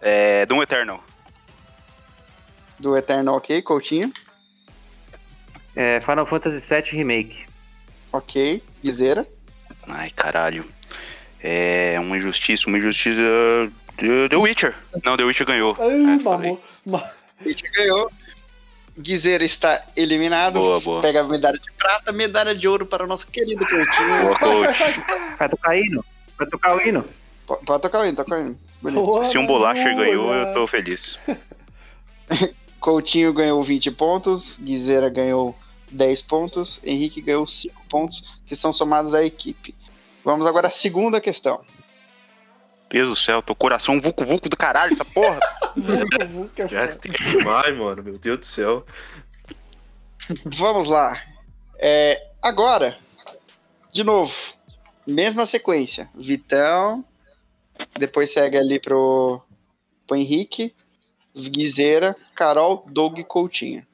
D: É, Doom Eternal.
B: Do Eternal, ok. Coutinho,
G: É, Final Fantasy VII Remake.
B: ok. Guiseira,
D: Ai, caralho. É uma injustiça, uma injustiça. The The Witcher. Não, The Witcher ganhou.
A: Ai,
D: É, falei.
A: mamou. Ma-
B: Henrique ganhou. Guizeira está eliminado.
D: Boa, boa.
B: Pega a medalha de prata, medalha de ouro para o nosso querido Coutinho.
D: Boa, coach.
G: Vai tocar hino? Vai tocar o hino?
B: P- Pode tocar o hino, toca o hino. Bonito.
A: Boa,
D: Se um bolacha
A: boa.
D: ganhou, eu tô feliz.
B: Coutinho ganhou 20 pontos, Guizeira ganhou 10 pontos, Henrique ganhou 5 pontos, que são somados à equipe. Vamos agora à segunda questão.
D: Deus do céu, tô coração vucu-vucu do caralho, essa porra.
A: Vucu, vucu, é
F: Já
A: foda.
F: tem demais, mano. Meu Deus do céu.
B: Vamos lá. É, agora, de novo, mesma sequência. Vitão, depois segue ali pro, pro Henrique, Guizeira, Carol, Doug e Coutinho.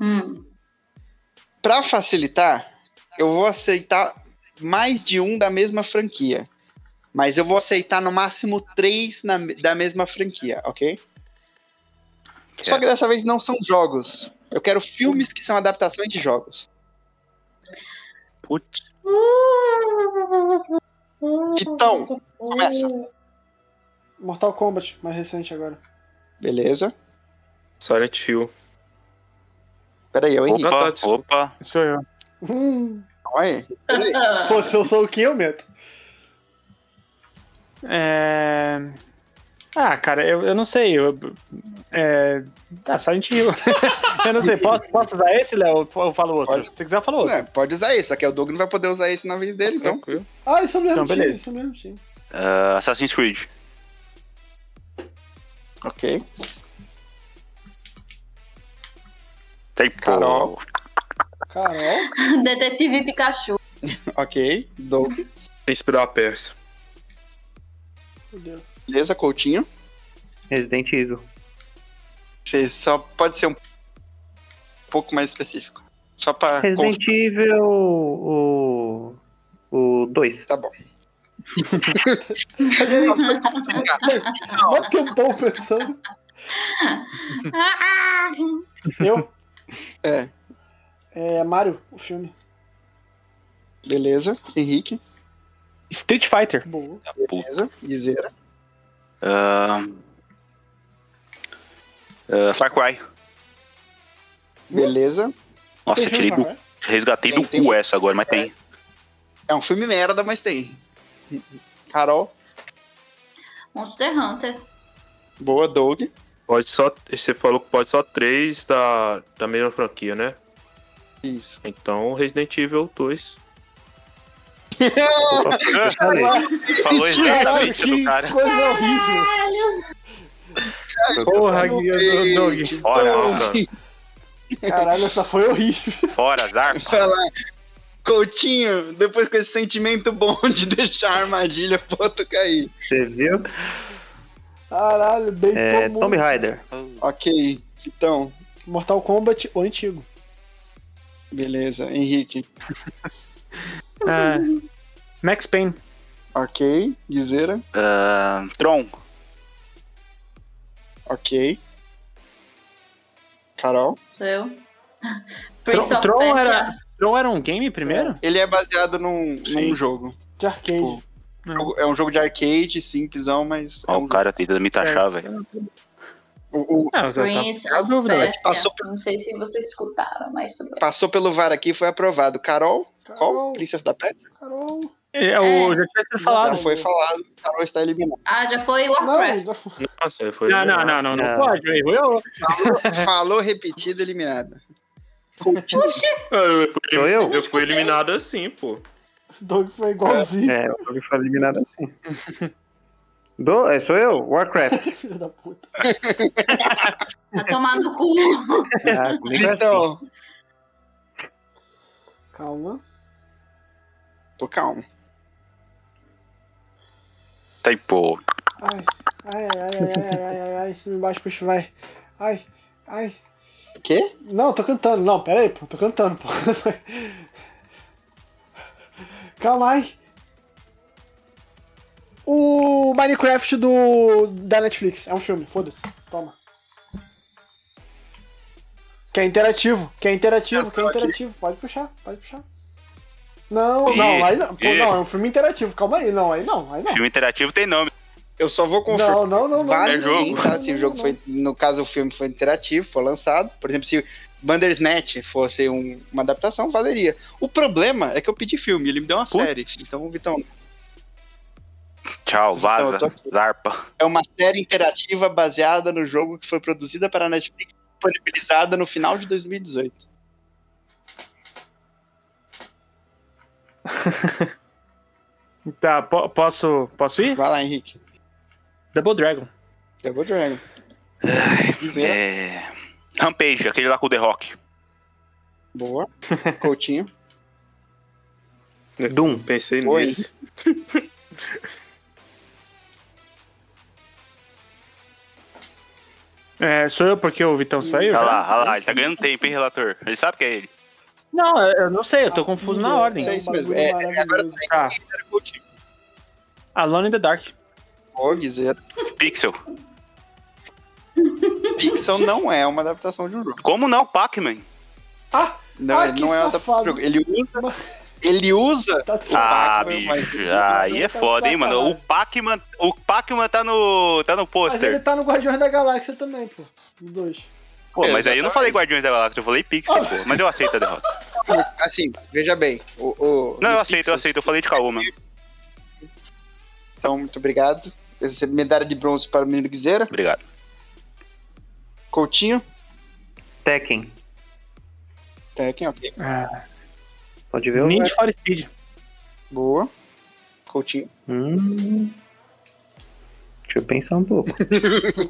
E: Hum.
B: Pra facilitar, eu vou aceitar mais de um da mesma franquia. Mas eu vou aceitar no máximo três na- da mesma franquia, ok? Só que dessa vez não são jogos. Eu quero filmes que são adaptações de jogos.
D: Putz,
B: Vitão, começa.
A: Mortal Kombat, mais recente agora.
B: Beleza.
F: Silent Hill.
B: Peraí, eu Henrique.
F: tá,
D: opa,
F: desculpa.
D: opa.
C: Sou eu.
D: Ah.
A: Hum.
B: Calma aí.
A: Pô, se eu sou o que, eu meto.
C: É... Ah, cara, eu, eu não sei. Eu... É... Ah, Silent Hill. eu não sei. Posso, posso usar esse, Léo? Ou eu falo outro?
B: Pode.
C: Se quiser, eu falo outro.
B: É, pode usar esse, só que o Doug não vai poder usar esse na vez dele, então.
F: Tranquilo.
A: Ah, eles são do mesmo
C: Então,
A: time,
C: beleza.
A: eles são do mesmo time.
D: Ah, Assassin's Creed.
B: Ok.
D: Tem
B: Carol.
A: Carol,
E: Detetive Pikachu.
B: Ok. Doug.
F: Príncipe da Pérsia.
A: meu Deus.
B: Beleza, Coutinho.
G: Resident Evil.
B: Você só pode ser um pouco mais específico. Só
F: Ah,
B: pra.
G: Resident Evil. O. O 2.
B: Tá bom.
A: Bota um bom pensando.
E: Ah, ah,
A: Eu?
B: É.
A: É Mario, o filme.
B: Beleza, Henrique.
C: Street Fighter.
A: Boa.
B: Beleza, Guizeira.
D: Ah, ah, Far Cry.
B: Beleza.
D: Nossa,
A: Tem
D: eu
A: filme
D: tirei do.
A: pra cá?
D: Resgatei do
B: Tem,
D: cu essa agora, mas tem.
B: É um filme merda, mas tem. Carol,
E: Monster Hunter.
B: boa, Doug.
F: Pode só. Você falou que pode só três da, da mesma franquia, né?
B: Isso.
F: Então Resident Evil 2.
A: Caralho,
D: Falou exatamente
A: que
D: do cara.
A: coisa horrível.
C: Porra, Gui- Doug.
D: Fora,
F: Não,
A: Caralho, essa foi horrível.
D: fora, zarpa.
B: Vai lá. Coutinho, depois com esse sentimento bom de deixar a armadilha pro outro cair.
G: Você viu?
A: Caralho, deitou
G: É,
A: muito.
G: Tomb Raider.
B: Ok, então.
A: Mortal Kombat, o antigo.
B: Beleza, Henrique.
C: Ah, Max Payne.
B: Ok, Guizeira.
D: Ah, Tron.
B: Ok. Carol.
E: Sou eu.
C: Tron,
E: Prince of
C: Tron
E: Persia.
C: era, Tron era um game primeiro?
B: Ele é baseado num, num jogo.
A: De arcade.
B: Pô. É um jogo de arcade, simplesão, mas. é
D: Ó,
B: um
D: o cara tentando me taxar,
C: Certo.
D: velho.
B: O- o-
C: Não, você tá-
E: Prince
C: tá
E: of
C: dúvida, né?
E: Persia.
B: Passou
E: Não sei se vocês escutaram, mas tudo bem.
B: passou pelo VAR aqui, foi aprovado. Carol, qual?
A: Carol,
B: Princesa da Pérsia?
A: Carol.
C: É, o- já tinha sido
B: Já
C: falado.
B: foi falado, Carol está eliminado.
E: Ah, já foi
A: Não,
E: Warcraft.
A: já foi.
F: Nossa, foi.
C: Não, não, não, não,
D: É.
C: não pode. Eu, eu,
B: Falou, repetido, eliminada.
E: Oxi!
F: Eu fui,
G: Sou eu?
F: eu fui eliminado assim, pô.
A: Doug foi igualzinho,
G: É, o jogo foi eliminado assim. Do, é, sou eu? Warcraft.
A: filho da puta.
E: Vai tomar no cu.
G: Ah, comigo é assim.
B: Então,
A: Calma.
B: tô calmo.
D: Tem, pô.
A: Ai, ai, ai, ai, ai, ai, ai, ai, ai, se me baixa, puxa, vai. Ai, ai.
B: Quê?
A: Não, tô cantando, não, pera aí, pô, tô cantando, pô. Calma aí. O Minecraft do da Netflix, é um filme, foda-se, toma. Que é interativo, que é interativo, que é interativo, pode puxar, pode puxar. Não, não, aí não, pô, não, é um filme interativo, calma aí, não, aí não, aí não.
D: Filme interativo tem nome.
B: Eu só vou confirmar.
A: Não, não, não, não.
B: Vale
A: não,
B: sim,
A: não,
B: tá?
A: não,
B: Se o
A: não,
B: jogo
A: não.
B: foi, no caso, o filme foi interativo, foi lançado. Por exemplo, se Bandersnatch fosse um- uma adaptação, valeria. O problema é que eu pedi filme, ele me deu uma série. Então, Vitão,
D: Tchau, vaza,
B: Então, eu tô aqui.
D: zarpa.
B: é uma série interativa baseada no jogo que foi produzida para a Netflix e disponibilizada no final de 2018.
C: Tá, po- posso, posso ir?
B: Vai lá, Henrique.
C: Double Dragon.
B: Double Dragon. Dizer,
D: É... Rampage, aquele lá com o The Rock.
B: Boa. Coutinho.
G: Doom.
F: Pensei
B: Oi.
F: nisso.
C: É, sou eu porque o Vitão saiu?
D: Olha lá, olha lá, ele tá ganhando tempo, hein, relator? Ele sabe que é ele.
C: Não, eu eu não sei, eu tô confuso na ordem.
B: É isso mesmo.
A: bagulho
B: É, agora
A: maravilhoso.
C: Tá,
B: era Coutinho.
C: Alone in the Dark.
B: Ô, Guiseira.
D: Pixel.
B: Pixel não é uma adaptação de um jogo.
D: Como não, Pac-Man?
A: Ah,
B: Não,
A: Ah,
B: ele
A: que
B: não é uma adaptação de
A: safado.
B: jogo. Ele usa. Ele usa.
A: tá tudo.
D: Ah,
B: Pac-Man,
D: bicho.
B: mas-
D: Aí é
A: Tá de
D: foda, hein, mano. O
A: sacanagem.
D: Pac-Man o Pac tá no, tá no
A: Mas ele
D: pôster.
A: tá no Guardiões da Galáxia também, pô. Os dois.
D: Pô, mas aí eu não
B: Exatamente.
D: falei Guardiões da Galáxia, eu falei Pixel,
A: Ah.
D: pô. Mas eu aceito a derrota.
B: Mas, assim, veja bem. O, o-
D: Não, eu
B: o
D: aceito,
B: Pixel-
D: eu aceito. Eu falei de caô, mano.
B: Então, muito obrigado. Essa medalha de bronze para o menino Guiseira.
D: Obrigado.
B: Coutinho.
G: Tekken.
B: Tekken, ok.
C: Ah,
G: Pode ver o.
C: Need for Speed.
B: Boa. Coutinho.
G: Hum. Deixa eu pensar um pouco.
E: Eu não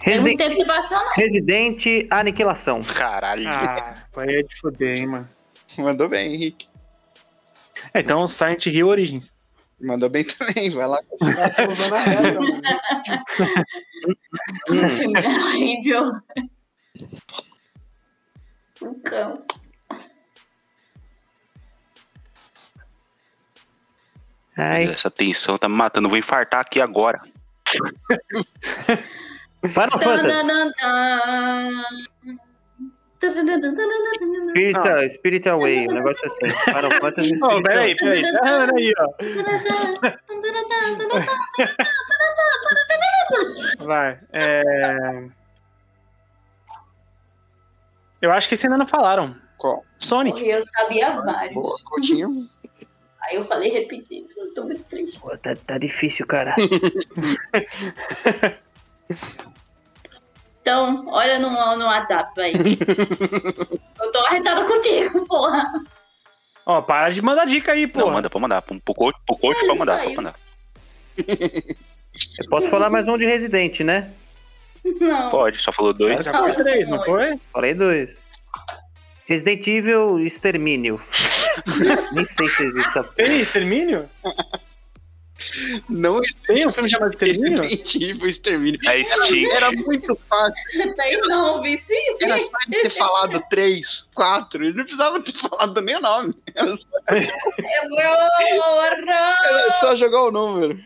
G: Resident,
E: tenho que baixar, não.
G: Resident Aniquilação.
D: Caralho.
C: Ah, foi de foder, hein, mano.
B: Mandou bem, Henrique.
C: É, Então, Silent Hill Origins.
B: Mandou bem também. Vai lá.
A: Ah, tô usando a regra, mano.
E: O filme é horrível. Um cão.
G: Ai,
D: Essa tensão tá me matando. Eu Vou infartar aqui agora.
G: Final Fantasy.
E: Tananana. Tananana.
G: Spirit, Spirit Away, um negócio assim. Final Fantasy. Spirit
C: Oh, peraí, peraí. Ah, peraí, ó. Vai. É... Eu acho que esse ainda não falaram.
B: Qual?
C: Sonic.
E: Eu sabia vários.
B: Boa. Coutinho.
E: Aí eu falei repetido. Eu tô muito triste.
G: Pô, tá, tá difícil, cara.
E: Então, olha no, no WhatsApp aí. eu tô arretada contigo, porra.
C: Ó, para de mandar dica aí, pô.
D: Não, manda pra mandar. Pro, pro coach, pro coach
E: Ele
B: É
D: pra mandar,
E: saiu.
D: pra mandar.
G: Eu posso falar mais um de Resident, né?
E: Não.
D: Pode, só falou dois.
C: Já foi três, não foi?
G: Falei dois. Resident Evil Extermínio. Nem sei se existe essa
C: Tem extermínio?
B: Não
C: Tem um filme chamado extermínio?
B: Resident o Extermínio.
D: É Steam.
B: Era muito fácil.
E: Tem não, vice.
B: Era só ele ter falado 3, 4. Ele não precisava ter falado nem o nome. Era só,
E: é Errou!
B: era só jogar o número.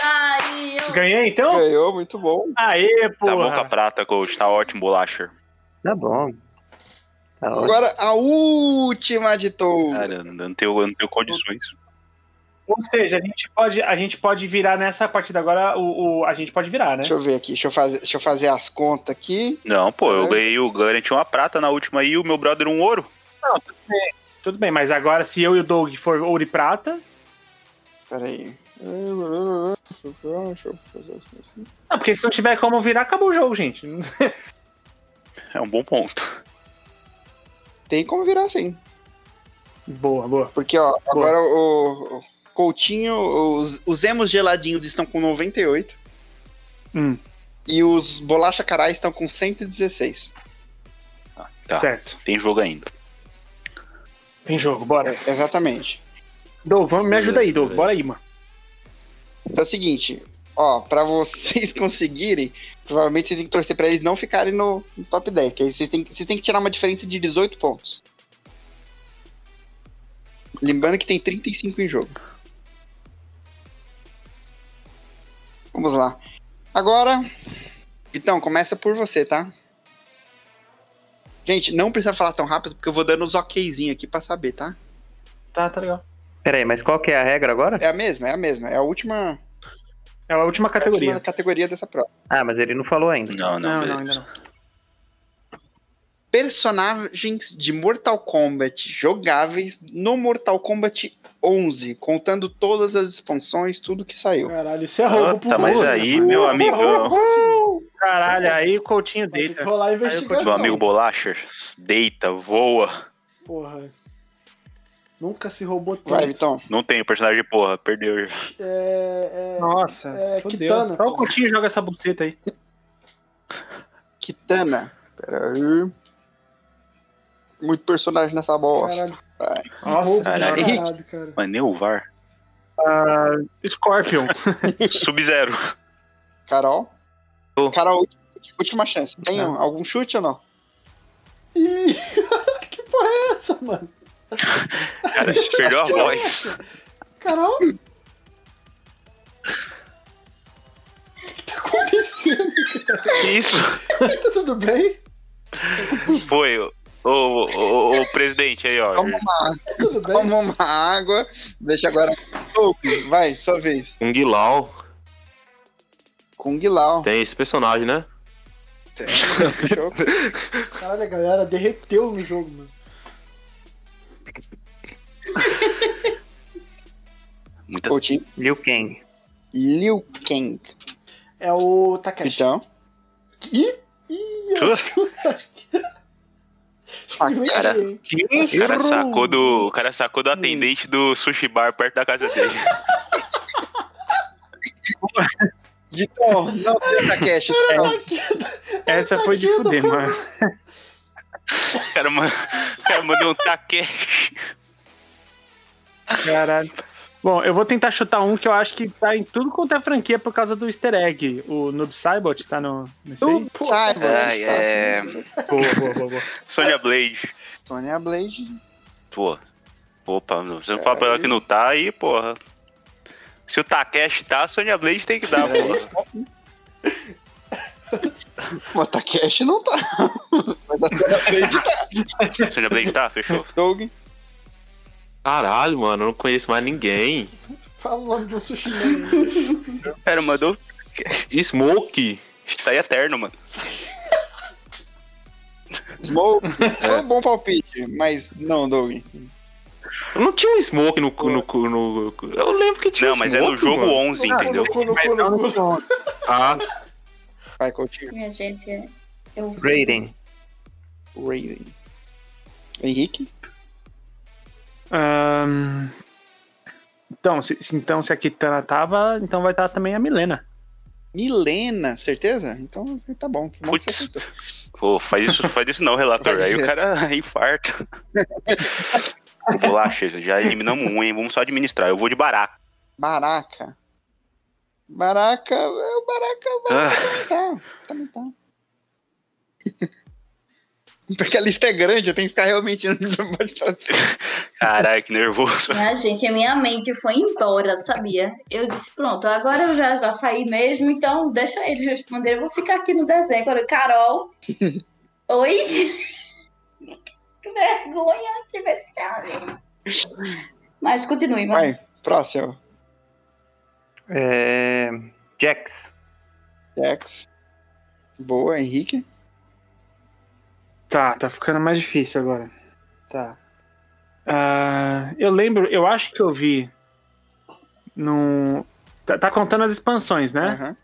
E: Aí, eu...
C: Ganhei, então?
B: Ganhou, muito bom.
C: Aê,
D: Tá bom com a
C: porra.
D: prata, coach. Tá ótimo, bolacha.
G: Tá bom. Tá ótimo.
B: Agora a última de todas.
D: Cara, eu não tenho, eu não tenho condições.
C: Ou seja, a gente, pode, a gente pode virar nessa partida agora, o, o- a gente pode virar, né?
B: Deixa eu ver aqui. Deixa eu fazer, deixa eu fazer as contas aqui.
D: Não, pô, eu
B: Caralho.
D: ganhei o Garant uma prata na última e o meu brother um ouro.
C: Tudo bem, mas agora se eu e o Doug for ouro e prata...
B: Pera aí. Deixa eu fazer assim.
C: Ah, porque se não tiver como virar, acabou o jogo, gente.
D: É um bom ponto.
B: Tem como virar sim.
C: Boa, boa.
B: Porque, ó, agora o, o Coutinho, os, os emos geladinhos estão com 98.
C: Hum.
B: E os bolacha carai estão com 116.
D: Tá.
C: Certo.
D: Tem jogo ainda.
C: Tem jogo, bora.
B: É, exatamente.
C: Doug, vamos- me ajuda aí, Doug.
F: Beleza,
C: Bora aí, mano.
B: Então é o seguinte, ó, pra vocês conseguirem, provavelmente vocês têm que torcer pra eles não ficarem no, no top 10. Que aí vocês têm, que- vocês têm que tirar uma diferença de 18 pontos. Lembrando que tem 35 em jogo. Vamos lá. Agora, então, começa por você, tá? Gente, não precisa falar tão rápido, porque eu vou dando os okzinhos aqui pra saber, tá?
C: Tá, tá legal.
G: Peraí, mas qual que é a regra agora?
B: É a mesma, é a mesma. É a última,
C: É a última
B: é a última
C: categoria.
B: categoria dessa prova.
G: Ah, mas ele não falou ainda.
D: Não, não,
C: Não, não,
D: beleza.
C: ainda não.
B: Personagens de Mortal Kombat jogáveis no Mortal Kombat 11, contando todas as expansões, tudo que saiu.
A: Caralho, isso é roubo
D: Puta, mas
A: outro.
D: aí, meu
A: Isso é
D: amigão.
A: roubo, Coutinho.
C: Caralho, aí o Coutinho
A: Vai ter que
C: deita.
A: rolar a
D: Meu
A: investigação.
D: amigo Bolacha, deita, voa.
A: Porra. Nunca se roubou tanto.
B: Vai, então. Vitão.
D: Não tem personagem, porra, perdeu. já.
A: É, é...
C: Nossa,
A: É,
C: fodeu.
A: Kitana.
C: Só o Coutinho joga essa buceta aí.
B: Kitana. Peraí. Muito personagem nessa bosta.
A: Caralho,
C: Nossa,
D: Caralho.
C: senhora.
A: caralho, cara.
D: Mas nem o VAR.
C: Scorpion.
D: Sub-zero.
B: Carol?
F: Eu.
B: Carol, última- última chance. Tem algum chute ou não?
A: Ih, que porra é essa, mano?
D: Cara, perdeu a voz.
A: Carol? O que, que tá acontecendo?
D: Que isso?
A: Tá tudo bem?
D: Foi. Ô, ô, ô, ô, presidente aí, ó.
B: Toma uma,
A: Tá tudo bem?
B: toma uma água. Deixa agora. Douglas, Vai, sua vez.
F: Kung Lao.
B: Kung Lao.
F: Tem esse personagem, né?
B: Fechou?
A: Caralho, a galera derreteu no jogo, mano.
D: Muita...
B: Coutinho.
G: Liu Kang.
B: Liu Kang.
A: É o Takeshi.
B: Então.
A: Ih, ih, vem
D: cara.
A: aqui, hein?
D: O cara, sacou do, o cara sacou do atendente do sushi bar perto da casa dele.
B: Vitão, não tem Takeshi. Vitão.
C: Essa foi de fuder, mano.
D: O cara, ma- o cara mandou um taquete.
C: Caralho. Bom, eu vou tentar chutar um que eu acho que tá em tudo quanto é franquia por causa do easter egg. O Noob Saibot tá no. Nesse aí?
A: Pô,
B: Saiba.
D: Ai,
B: está,
D: é.
B: assim,
C: Boa, boa, boa, boa.
D: Sonya Blade.
B: Sonya assim, Blade.
D: Pô. Opa, não- você não fala pra ela que não tá aí, porra. Se o Takeshi tá, a Sonya Blade tem que dar, porra.
B: O Takeshi não tá. Mas a Sonya Blade tá.
D: Sonya Blade tá? Fechou.
B: Doug.
F: Caralho, mano, eu não conheço mais ninguém.
A: Fala o nome de um sushi man.
D: Cara, mandou.
F: Smoke.
D: Tá aí eterno, mano.
B: Smoke.
D: É.
B: Foi um bom palpite, mas não, Doug.
F: Não tinha um Smoke no. cu- no, cu- no, cu- eu lembro que tinha
D: Não,
F: um
D: mas é
F: Smoke.
D: no jogo
F: mano.
D: 11, entendeu?
A: No cu, no cu,
C: Mas não
A: no cu,
C: no
A: no cu.
C: final.
F: Ah,
B: Vai, Coutinho.
E: Minha gente, eu vi.
G: Raiden.
B: Raiden. Henrique.
C: Ahn, Então, se, se- então, se a Kitana tava, então vai estar também a Milena.
B: Milena, certeza? Então tá bom. Que bom que você
D: Putz.
B: acertou.
D: Pô, faz isso, faz isso não, relator.
B: Vai
D: Aí
B: ser.
D: o cara infarta. Ô, Bolacha, já eliminamos um, hein? Vamos só administrar. Eu vou de baraca.
B: Baraca. Baraca, é o Baraca, o
D: Ah.
B: Baraca também tá. Também tá. Porque a lista é grande, eu tenho que ficar realmente indo pra baixo pra cima.
D: Caralho, que nervoso.
E: Minha gente, a minha mente foi embora, sabia? Eu disse, pronto, agora eu já, já saí mesmo, então deixa eles responderem. Eu vou ficar aqui no desenho. Agora, Carol. Oi? que vergonha que vestiário. Mas continue, mano.
B: Vai, próximo.
G: É... Jax.
B: Jax. Boa, Henrique.
C: Tá, tá ficando mais difícil agora. Tá. Ah, eu lembro, eu acho que eu vi. Num. Tá, tá contando as expansões, né?
B: Aham.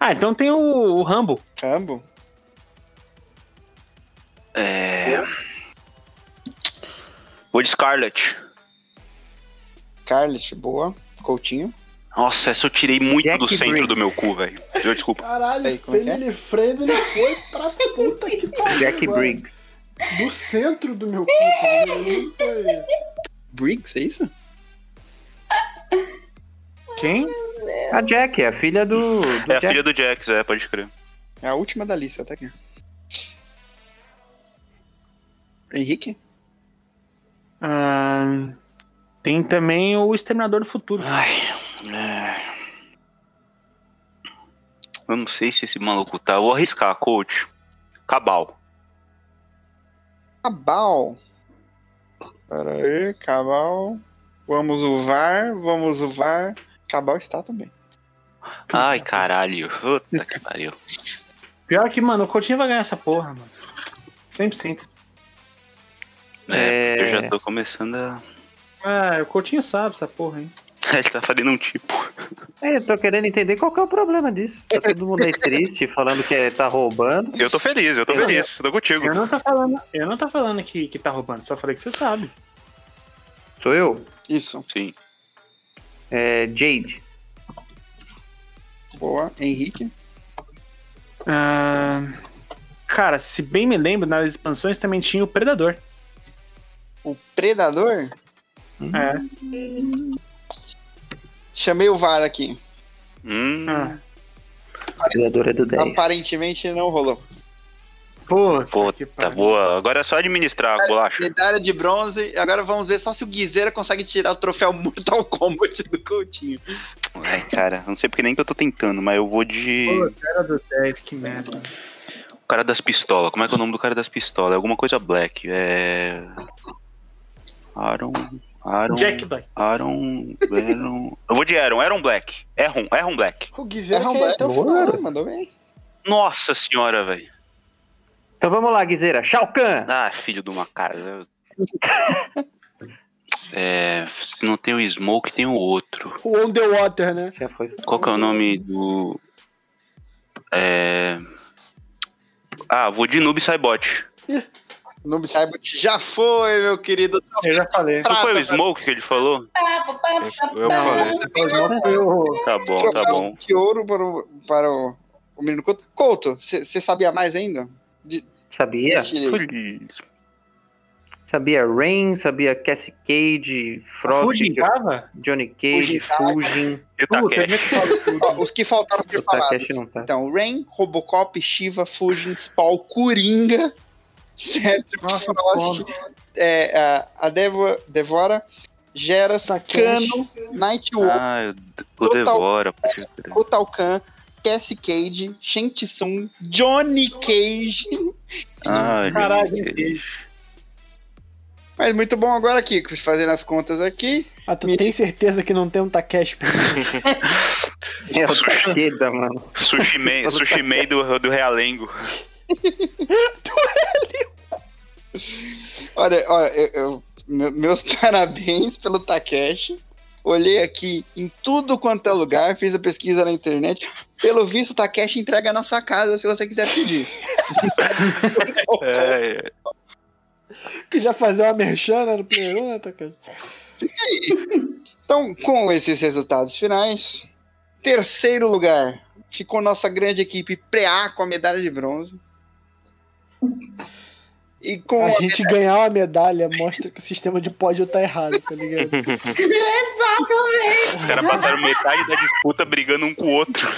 C: Ah, então tem o, o Rambo.
B: Rambo.
D: É. Vou de Scarlet.
B: Carlos, boa. Coutinho.
D: Nossa, essa eu tirei muito
G: Jack
D: do centro
G: Briggs.
D: do meu cu, velho. Eu- Desculpa.
A: Caralho,
B: Aí, como é que é?
A: Family Friend ele foi pra puta que pariu.
G: Jack
A: mano.
G: Briggs.
A: Do centro do meu cu. tá ligado? Ele foi-
B: Briggs, é isso?
C: Quem?
G: A Jack, é a filha do. do
D: É a
G: Jack.
D: filha do Jax, é, pode crer.
B: É a última da lista, tá aqui. Henrique?
C: Ah, tem também o Exterminador do Futuro.
D: Ai. É... Eu não sei se esse maluco tá. Vou arriscar, coach. Cabal.
B: Cabal.
F: Caralho.
B: Aí, Cabal. Vamos o VAR, vamos o VAR. Cabal está também.
D: Ai, caralho. Puta que pariu.
C: Pior que, mano, o Coutinho vai ganhar essa porra, mano. 100%.
D: É,
G: É.
D: Eu já tô começando a.
C: Ah, o Coutinho sabe essa porra, hein?
D: Ele tá fazendo um tipo.
G: É, eu tô querendo entender qual que é o problema disso. Tá todo mundo aí triste, falando que é, tá roubando.
D: Eu tô feliz, eu tô
C: Eu-
D: feliz. Tô contigo.
C: Eu não tô falando, eu não tô falando que, que tá roubando, só falei que você sabe.
G: Sou eu,
B: Isso.
D: Sim.
G: é, Jade.
B: Boa. Henrique.
C: Ah, cara, se bem me lembro, nas expansões também tinha o Predador.
B: O Predador.
C: É.
B: Chamei o VAR aqui.
D: Hum,
C: Ah,
G: Criadora do 10.
B: Aparentemente não rolou.
C: pô, que
D: Puta,
C: pariu.
D: boa. Agora é só administrar a bolacha.
B: Medalha de bronze. Agora vamos ver só se o Guizeira consegue tirar o troféu Mortal Kombat do Coutinho.
D: Ai, cara, não sei porque nem que eu tô tentando, mas eu vou de.
C: Pô, era do 10, que merda.
D: O cara das pistolas. Como é que é o nome do cara das pistolas? É alguma coisa black. É. Aaron. Aaron.
C: Jack Black.
D: Aaron. Aaron. eu vou de Aaron, Aaron Black. Aaron, Aaron Black.
A: O Guizeira
B: Arrombado.
A: quer até o final. né?
B: Boa, Ah, mandou bem.
D: Nossa senhora, velho.
G: Então vamos lá, Guizeira. Shao Kahn!
D: Ah, filho de uma cara. É, se não tem o Smoke, tem o outro.
A: O On The Water, né?
G: Já foi.
D: Qual que é o nome do. É. Ah, vou de Noob Saibot.
B: Noob Saibot já foi, meu querido.
C: Eu já falei.
D: Não foi o
B: Prata,
D: Smoke que ele falou?
E: Papo, papo,
F: Eu, eu falei.
D: Tá bom, tá
B: troféu
D: bom.
B: de ouro para o, para o, o menino Couto. Couto, você sabia mais ainda?
G: Sabia?
B: Tire aí.
G: Sabia Rain, sabia Cassie Cage, Frost,
C: Fujin tava?
G: Johnny Cage, Fujin.
D: E o
C: Puta, eu
D: Takeshi?
C: já te falei.
B: Ó, os que faltaram ser
G: O
B: falados.
G: Takeshi não tá.
B: Então, Rain, Robocop, Shiva, Fujin, Spawn, Coringa, Cedric,
C: Nossa,
B: Frost, é, a, a Devo- Devora, Gera, Cano, Nightwolf,
D: Ah, eu- o
B: Total-
D: Devora. pode crer.
B: Kotalkan, Cassie Cage, Shentsun, Johnny Cage.
D: Ah,
C: Caralho,
D: gente.
C: gente.
B: Mas muito bom agora, Kiko, fazendo as contas aqui.
A: Ah, tu tem certeza que não tem um Takeshi?
G: É o Takeda, mano.
D: Sushi Man, sushi man do, do Realengo.
B: Olha, olha eu- eu- me- meus parabéns pelo Takeshi. Olhei aqui em tudo quanto é lugar, fiz a pesquisa na internet. Pelo visto, o Takeshi entrega na sua casa se você quiser pedir.
D: É,
A: Quiser fazer uma merchana no primeiro, né, Takeshi?
B: Então, com esses resultados finais, terceiro lugar ficou nossa grande equipe Preá com a medalha de bronze. E com
A: A gente ganhar uma medalha mostra que o sistema de pódio tá errado, tá ligado?
D: os caras passaram metade da disputa brigando um com o outro.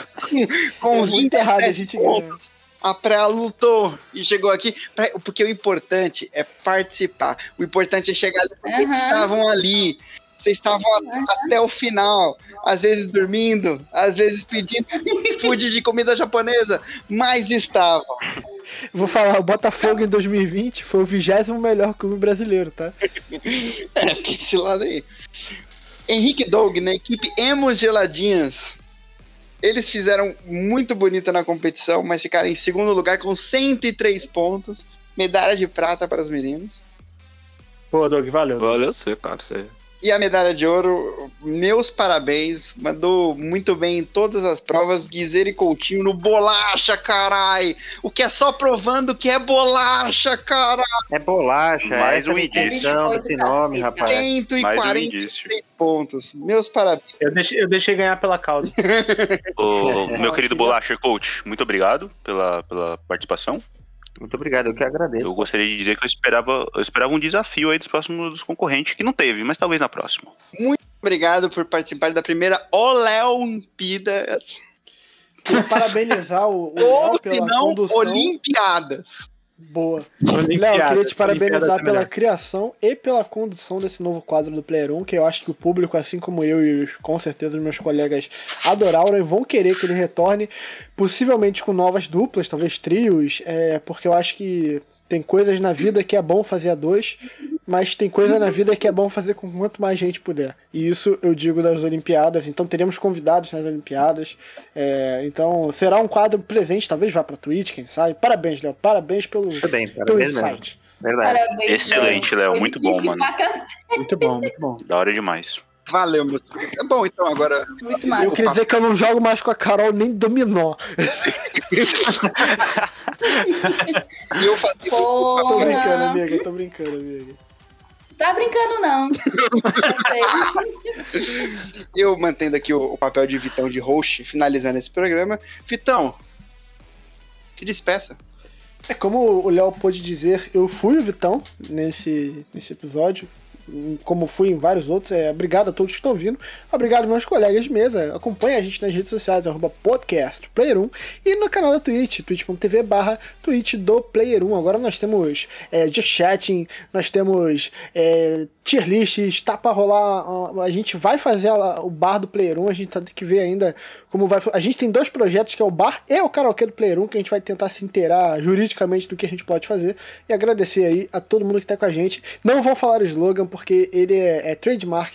B: com
A: é muito errado a
B: 27
A: gente ganhar.
B: pontos. A Praia lutou e chegou aqui. pra- Porque o importante é participar. O importante é chegar ali. porque
E: Aham.
B: Vocês estavam ali. Vocês estavam a- até o final. Às vezes dormindo, às vezes pedindo food de comida japonesa. Mas estavam.
A: Vou falar, o Botafogo em 2020 foi o vigésimo melhor clube brasileiro, tá?
B: É, tem esse lado aí. Henrique Doug, na equipe Emos Geladinhas. Eles fizeram muito bonito na competição, mas ficaram em segundo lugar com 103 pontos. Medalha de prata para os meninos.
C: Pô, Doug, valeu.
F: Valeu você, cara. Você...
B: E a medalha de ouro, meus parabéns. Mandou muito bem em todas as provas. Guizeira e Coutinho no bolacha, carai! O que é só provando que é bolacha, cara!
G: É bolacha,
D: Mais
G: essa
D: um
G: é a
D: indício.
G: intenção desse nome,
C: É, um
G: rapaz.
B: 146
D: indício.
B: pontos. Meus parabéns.
C: Eu deixei, eu deixei ganhar pela causa.
D: Ô, meu querido Bolacha Coach, muito obrigado pela, pela participação.
G: Muito obrigado, eu que agradeço.
D: Eu gostaria de dizer que eu esperava, eu esperava um desafio aí dos próximos dos concorrentes, que não teve, mas talvez na próxima.
B: Obrigado por participar da primeira Oleompíada.
A: Queria parabenizar o, o
B: Ou,
A: Léo
B: se
A: pela
B: não,
A: condução
B: Olimpiada.
A: boa. Léo, eu
C: Olimpiada,
A: queria te
C: Olimpíadas
A: parabenizar
C: é
A: pela
C: melhor.
A: criação e pela condução desse novo quadro do Player 1, que eu acho que o público, assim como eu e os- com certeza os meus colegas adoraram e vão querer que ele retorne, possivelmente com novas duplas, talvez trios, é, porque eu acho que tem coisas na vida que é bom fazer a dois, mas tem coisa na vida que é bom fazer com quanto mais gente puder. E isso eu digo das Olimpíadas, então teremos convidados nas Olimpíadas. É, então será um quadro presente, talvez vá pra Twitch, quem sabe. Parabéns, Léo, parabéns pelo,
G: Tudo bem,
C: é
A: pelo
G: parabéns mesmo.
A: insight.
G: Verdade.
E: Parabéns,
D: Excelente, Léo,
E: Foi
D: muito bom,
E: difícil
D: mano.
E: pra cacete,
C: Muito bom, muito bom.
D: Da hora demais.
B: Valeu, meu. Tá Bom, então agora.
E: Muito massa.
A: Eu queria dizer que eu não jogo mais com a Carol nem dominó.
B: E eu falei.
A: Tô
E: Porra.
A: brincando, né? amiga, tô brincando, amiga.
E: Tá brincando, não. Eu sei.
B: eu mantendo aqui o, o papel de Vitão de host, finalizando esse programa. Vitão, se despeça.
A: É como o Léo pôde dizer, eu fui o Vitão nesse, nesse episódio, em- como fui em vários outros. É, obrigado a todos que estão vindo. Obrigado aos meus colegas de mesa. Acompanhe a gente nas redes sociais, arroba podcast Player 1 e no canal da Twitch, twitch.tv barra Twitch do Player 1. Agora nós temos é, just chatting, nós temos é, tier lists, tá pra rolar. A, a gente vai fazer a- o bar do Player 1, a gente tá, tem que ver ainda como vai. A gente tem dois projetos, que é o bar e o karaokê do Player 1, que a gente vai tentar se inteirar juridicamente do que a gente pode fazer. E agradecer aí a todo mundo que tá com a gente. Não vou falar o slogan, porque ele é, é trademark.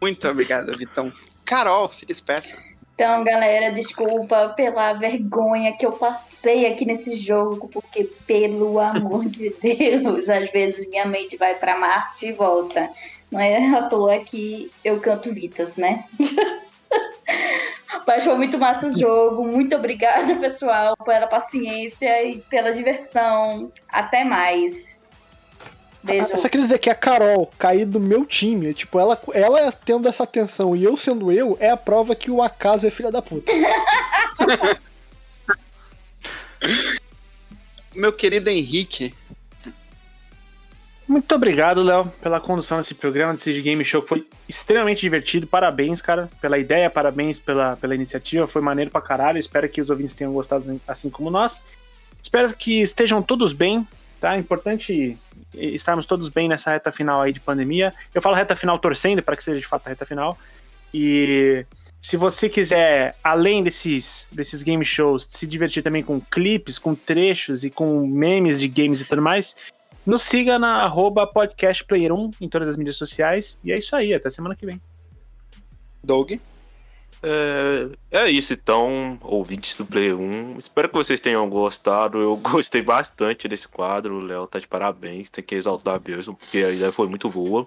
B: Muito obrigado, Vitão. Carol, se despeça.
E: Então, galera, desculpa pela vergonha que eu passei aqui nesse jogo, porque, pelo amor de Deus, às vezes minha mente vai pra Marte e volta. Não é à toa que eu canto Vitas, né? Mas foi muito massa o jogo. Muito obrigada, pessoal, pela paciência e pela diversão. Até mais.
A: Eu
E: Beijo.
A: Só queria dizer que a Carol cair do meu time, tipo, ela, ela tendo essa atenção e eu sendo eu, é a prova que o acaso é filha da puta.
B: Meu querido Henrique,
C: Muito obrigado, Léo, pela condução desse programa, desse game show. Foi extremamente divertido. Parabéns, cara, pela ideia, parabéns pela, pela iniciativa. Foi maneiro pra caralho. Espero que os ouvintes tenham gostado assim como nós. Espero que estejam todos bem, tá? É Importante estarmos todos bem nessa reta final aí de pandemia. Eu falo reta final torcendo para que seja de fato a reta final. E se você quiser, além desses, desses game shows, se divertir também com clipes, com trechos e com memes de games e tudo mais, nos siga na arroba podcastplayer1 em todas as mídias sociais. E é isso aí, até semana que vem.
B: Doug.
F: É, é isso então, ouvintes do Play 1. Espero que vocês tenham gostado. Eu gostei bastante desse quadro. O Léo tá de parabéns, tem que exaltar mesmo, porque a ideia foi muito boa.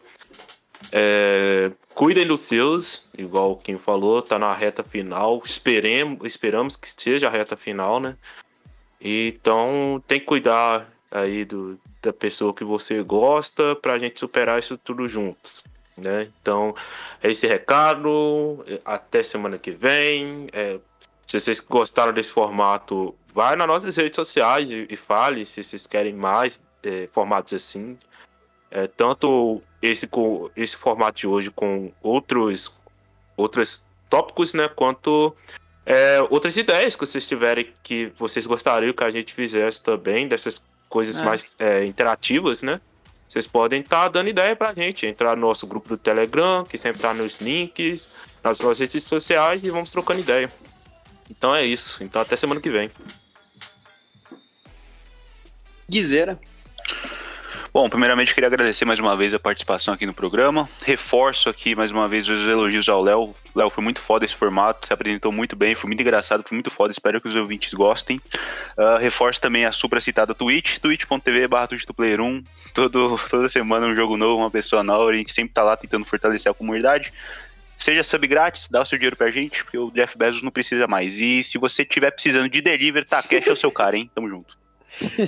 F: É, cuidem dos seus, igual quem falou, tá na reta final. Esperemos, esperamos que esteja a reta final, né? Então tem que cuidar aí do, da pessoa que você gosta pra gente superar isso tudo juntos, né? Então é esse recado. é, Até semana que vem. É, se vocês gostaram desse formato, vai nas nossas redes sociais e, e fale se vocês querem mais é, formatos assim. É, tanto esse, co- esse formato de hoje com outros, outros tópicos, né? Quanto é, outras ideias que vocês tiverem que vocês gostariam que a gente fizesse também, dessas coisas
C: É.
F: mais é, interativas, né? Vocês podem estar dando ideia pra gente. Entrar no nosso grupo do Telegram, que sempre tá nos links, nas nossas redes sociais e vamos trocando ideia. Então é isso. Então até semana que vem.
B: Guizeira.
D: Bom, primeiramente queria agradecer mais uma vez a participação aqui no programa. Reforço aqui mais uma vez os elogios ao Léo. Léo foi muito foda esse formato, se apresentou muito bem, foi muito engraçado, foi muito foda. Espero que os ouvintes gostem. Ah, reforço também a supracitada Twitch, twitch.tv barra Twitch do Player 1. Todo, toda semana um jogo novo, uma pessoa nova. A gente sempre tá lá tentando fortalecer a comunidade. Seja sub grátis, dá o seu dinheiro pra gente, porque o Jeff Bezos não precisa mais. E se você tiver precisando de delivery, tá, cash é o seu cara, hein? Tamo junto.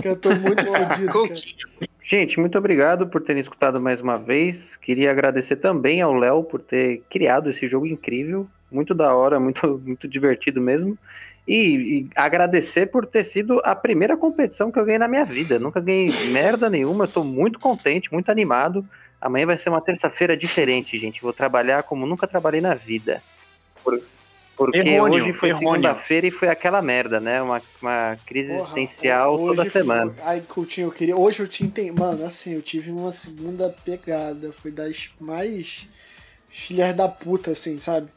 A: Que eu tô muito fodido,
B: Com-
A: Ah, cara.
G: Gente, muito obrigado por terem escutado mais uma vez. Queria agradecer também ao Léo por ter criado esse jogo incrível. Muito da hora, muito, muito divertido mesmo. E, e agradecer por ter sido a primeira competição que eu ganhei na minha vida. Nunca ganhei merda nenhuma. Eu tô muito contente, muito animado. Amanhã vai ser uma terça-feira diferente, gente. Vou trabalhar como nunca trabalhei na vida. Por- Porque
C: Errôneo,
G: hoje foi
C: errôneo.
G: segunda-feira e foi aquela merda, né? Uma, uma crise
A: Porra,
G: existencial
A: hoje
G: toda
A: foi-
G: semana.
A: Ai, Coutinho, eu queria. Hoje eu te entendi. Mano, assim, eu tive uma segunda pegada. Foi das mais filhas da puta, assim, sabe?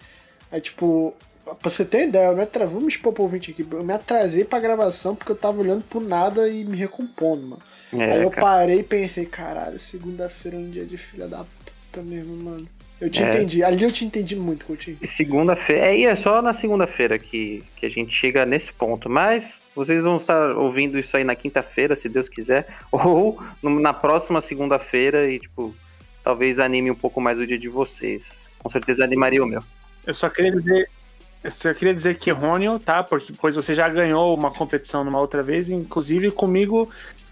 A: É tipo. Pra você ter ideia, eu me atrasei. Vamos expor pro ouvinte aqui. Eu me atrasei pra gravação porque eu tava olhando pro nada e me recompondo, mano.
G: É,
A: Aí eu
G: cara.
A: parei e pensei, caralho, segunda-feira é um dia de filha da puta mesmo, mano. Eu te
G: É.
A: entendi, ali eu te entendi muito, Coutinho.
G: E Segunda-feira. É, e é só na segunda-feira que, que a gente chega nesse ponto. Mas vocês vão estar ouvindo isso aí na quinta-feira, se Deus quiser. Ou no- na próxima segunda-feira e, tipo, talvez anime um pouco mais o dia de vocês. Com certeza animaria o meu.
C: Eu só queria dizer. Eu só queria dizer que errôneo, tá? Porque pois você já ganhou uma competição numa outra vez, inclusive comigo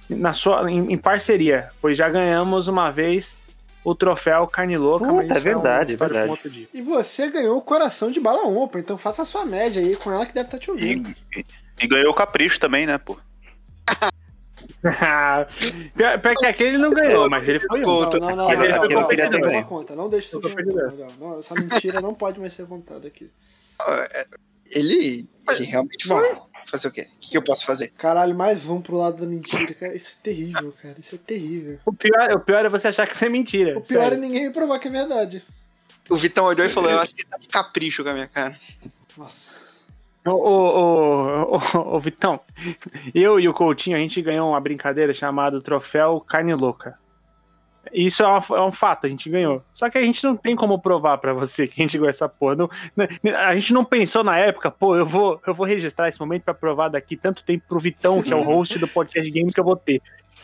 C: na sua, em, em parceria. Pois já ganhamos uma vez o troféu Carne Louca.
G: Puta,
C: mas isso
G: é verdade,
C: uma história pra um
G: verdade.
C: outro dia.
A: E você ganhou o coração de bala ompa, então faça a sua média aí com ela que deve estar te ouvindo.
D: E, e- e ganhou o capricho também, né, pô?
C: pior, pior que aquele ele não ganhou, mas ele foi um.
A: Não, não, não, não,
C: Mas ele
A: não,
C: foi
A: não,
C: competidor.
A: não, toma conta, não deixa isso
C: Foi
A: ganhar, não, não, Essa mentira não pode mais ser contada aqui.
B: Ele, ele realmente foi. Fazer o quê? O que, que eu posso fazer?
A: Caralho, mais um pro lado da mentira, cara. Isso é terrível, cara. Isso é terrível.
C: O pior, o pior é você achar que isso é mentira.
A: O pior
C: sério.
A: é ninguém me provar que é verdade.
B: O Vitão olhou e
A: É.
B: falou: Eu acho que ele tá de capricho com a minha cara.
A: Nossa.
C: Ô, ô, ô, ô, ô, Vitão, eu e o Coutinho, a gente ganhou uma brincadeira chamada Troféu Carne Louca. Isso é, uma- é um fato, a gente ganhou. Só que a gente não tem como provar pra você que a gente ganhou essa porra. Não- né, a gente não pensou na época, pô, eu vou, eu vou registrar esse momento pra provar daqui tanto tempo pro Vitão, que é o host do podcast Games que eu vou ter.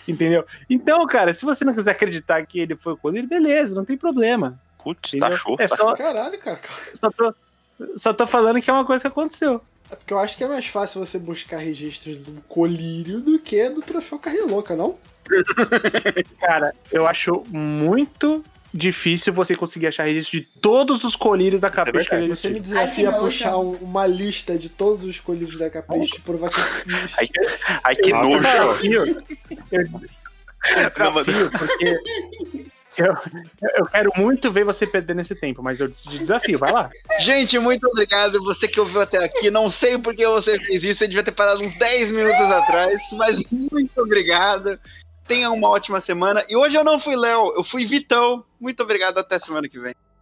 C: Entendeu? Então, cara, se você não quiser acreditar que ele foi com ele, beleza, não tem problema.
D: Putz,
C: entendeu?
D: taxou.
C: é
D: tá-
C: só,
A: Caralho, cara.
C: só, tô, só tô falando que é uma coisa que aconteceu.
A: É porque eu acho que é mais fácil você buscar registros do colírio do que do troféu carne louca, não?
C: Cara, eu acho muito difícil você conseguir achar registro de todos os colírios da
D: é
C: capricho que
G: verdade.
C: já
A: Você me
C: existiram.
A: desafia
E: Ai, que
A: a
E: nojo.
A: puxar um- uma lista de todos os colírios da Capricho e provar que é existe.
D: Ai, Ai, que
C: Eu
D: nojo. é
C: desafio- eu
D: Não, mas-
C: desafio, porque eu, eu quero muito ver você perder nesse tempo, mas eu te desafio, vai lá.
B: Gente, muito obrigado você que ouviu até aqui. Não sei por que você fez isso, você devia ter parado uns 10 minutos atrás, mas muito obrigado. Tenha uma ótima semana. E hoje eu não fui Léo, eu fui Vitão. Muito obrigado, até semana que vem.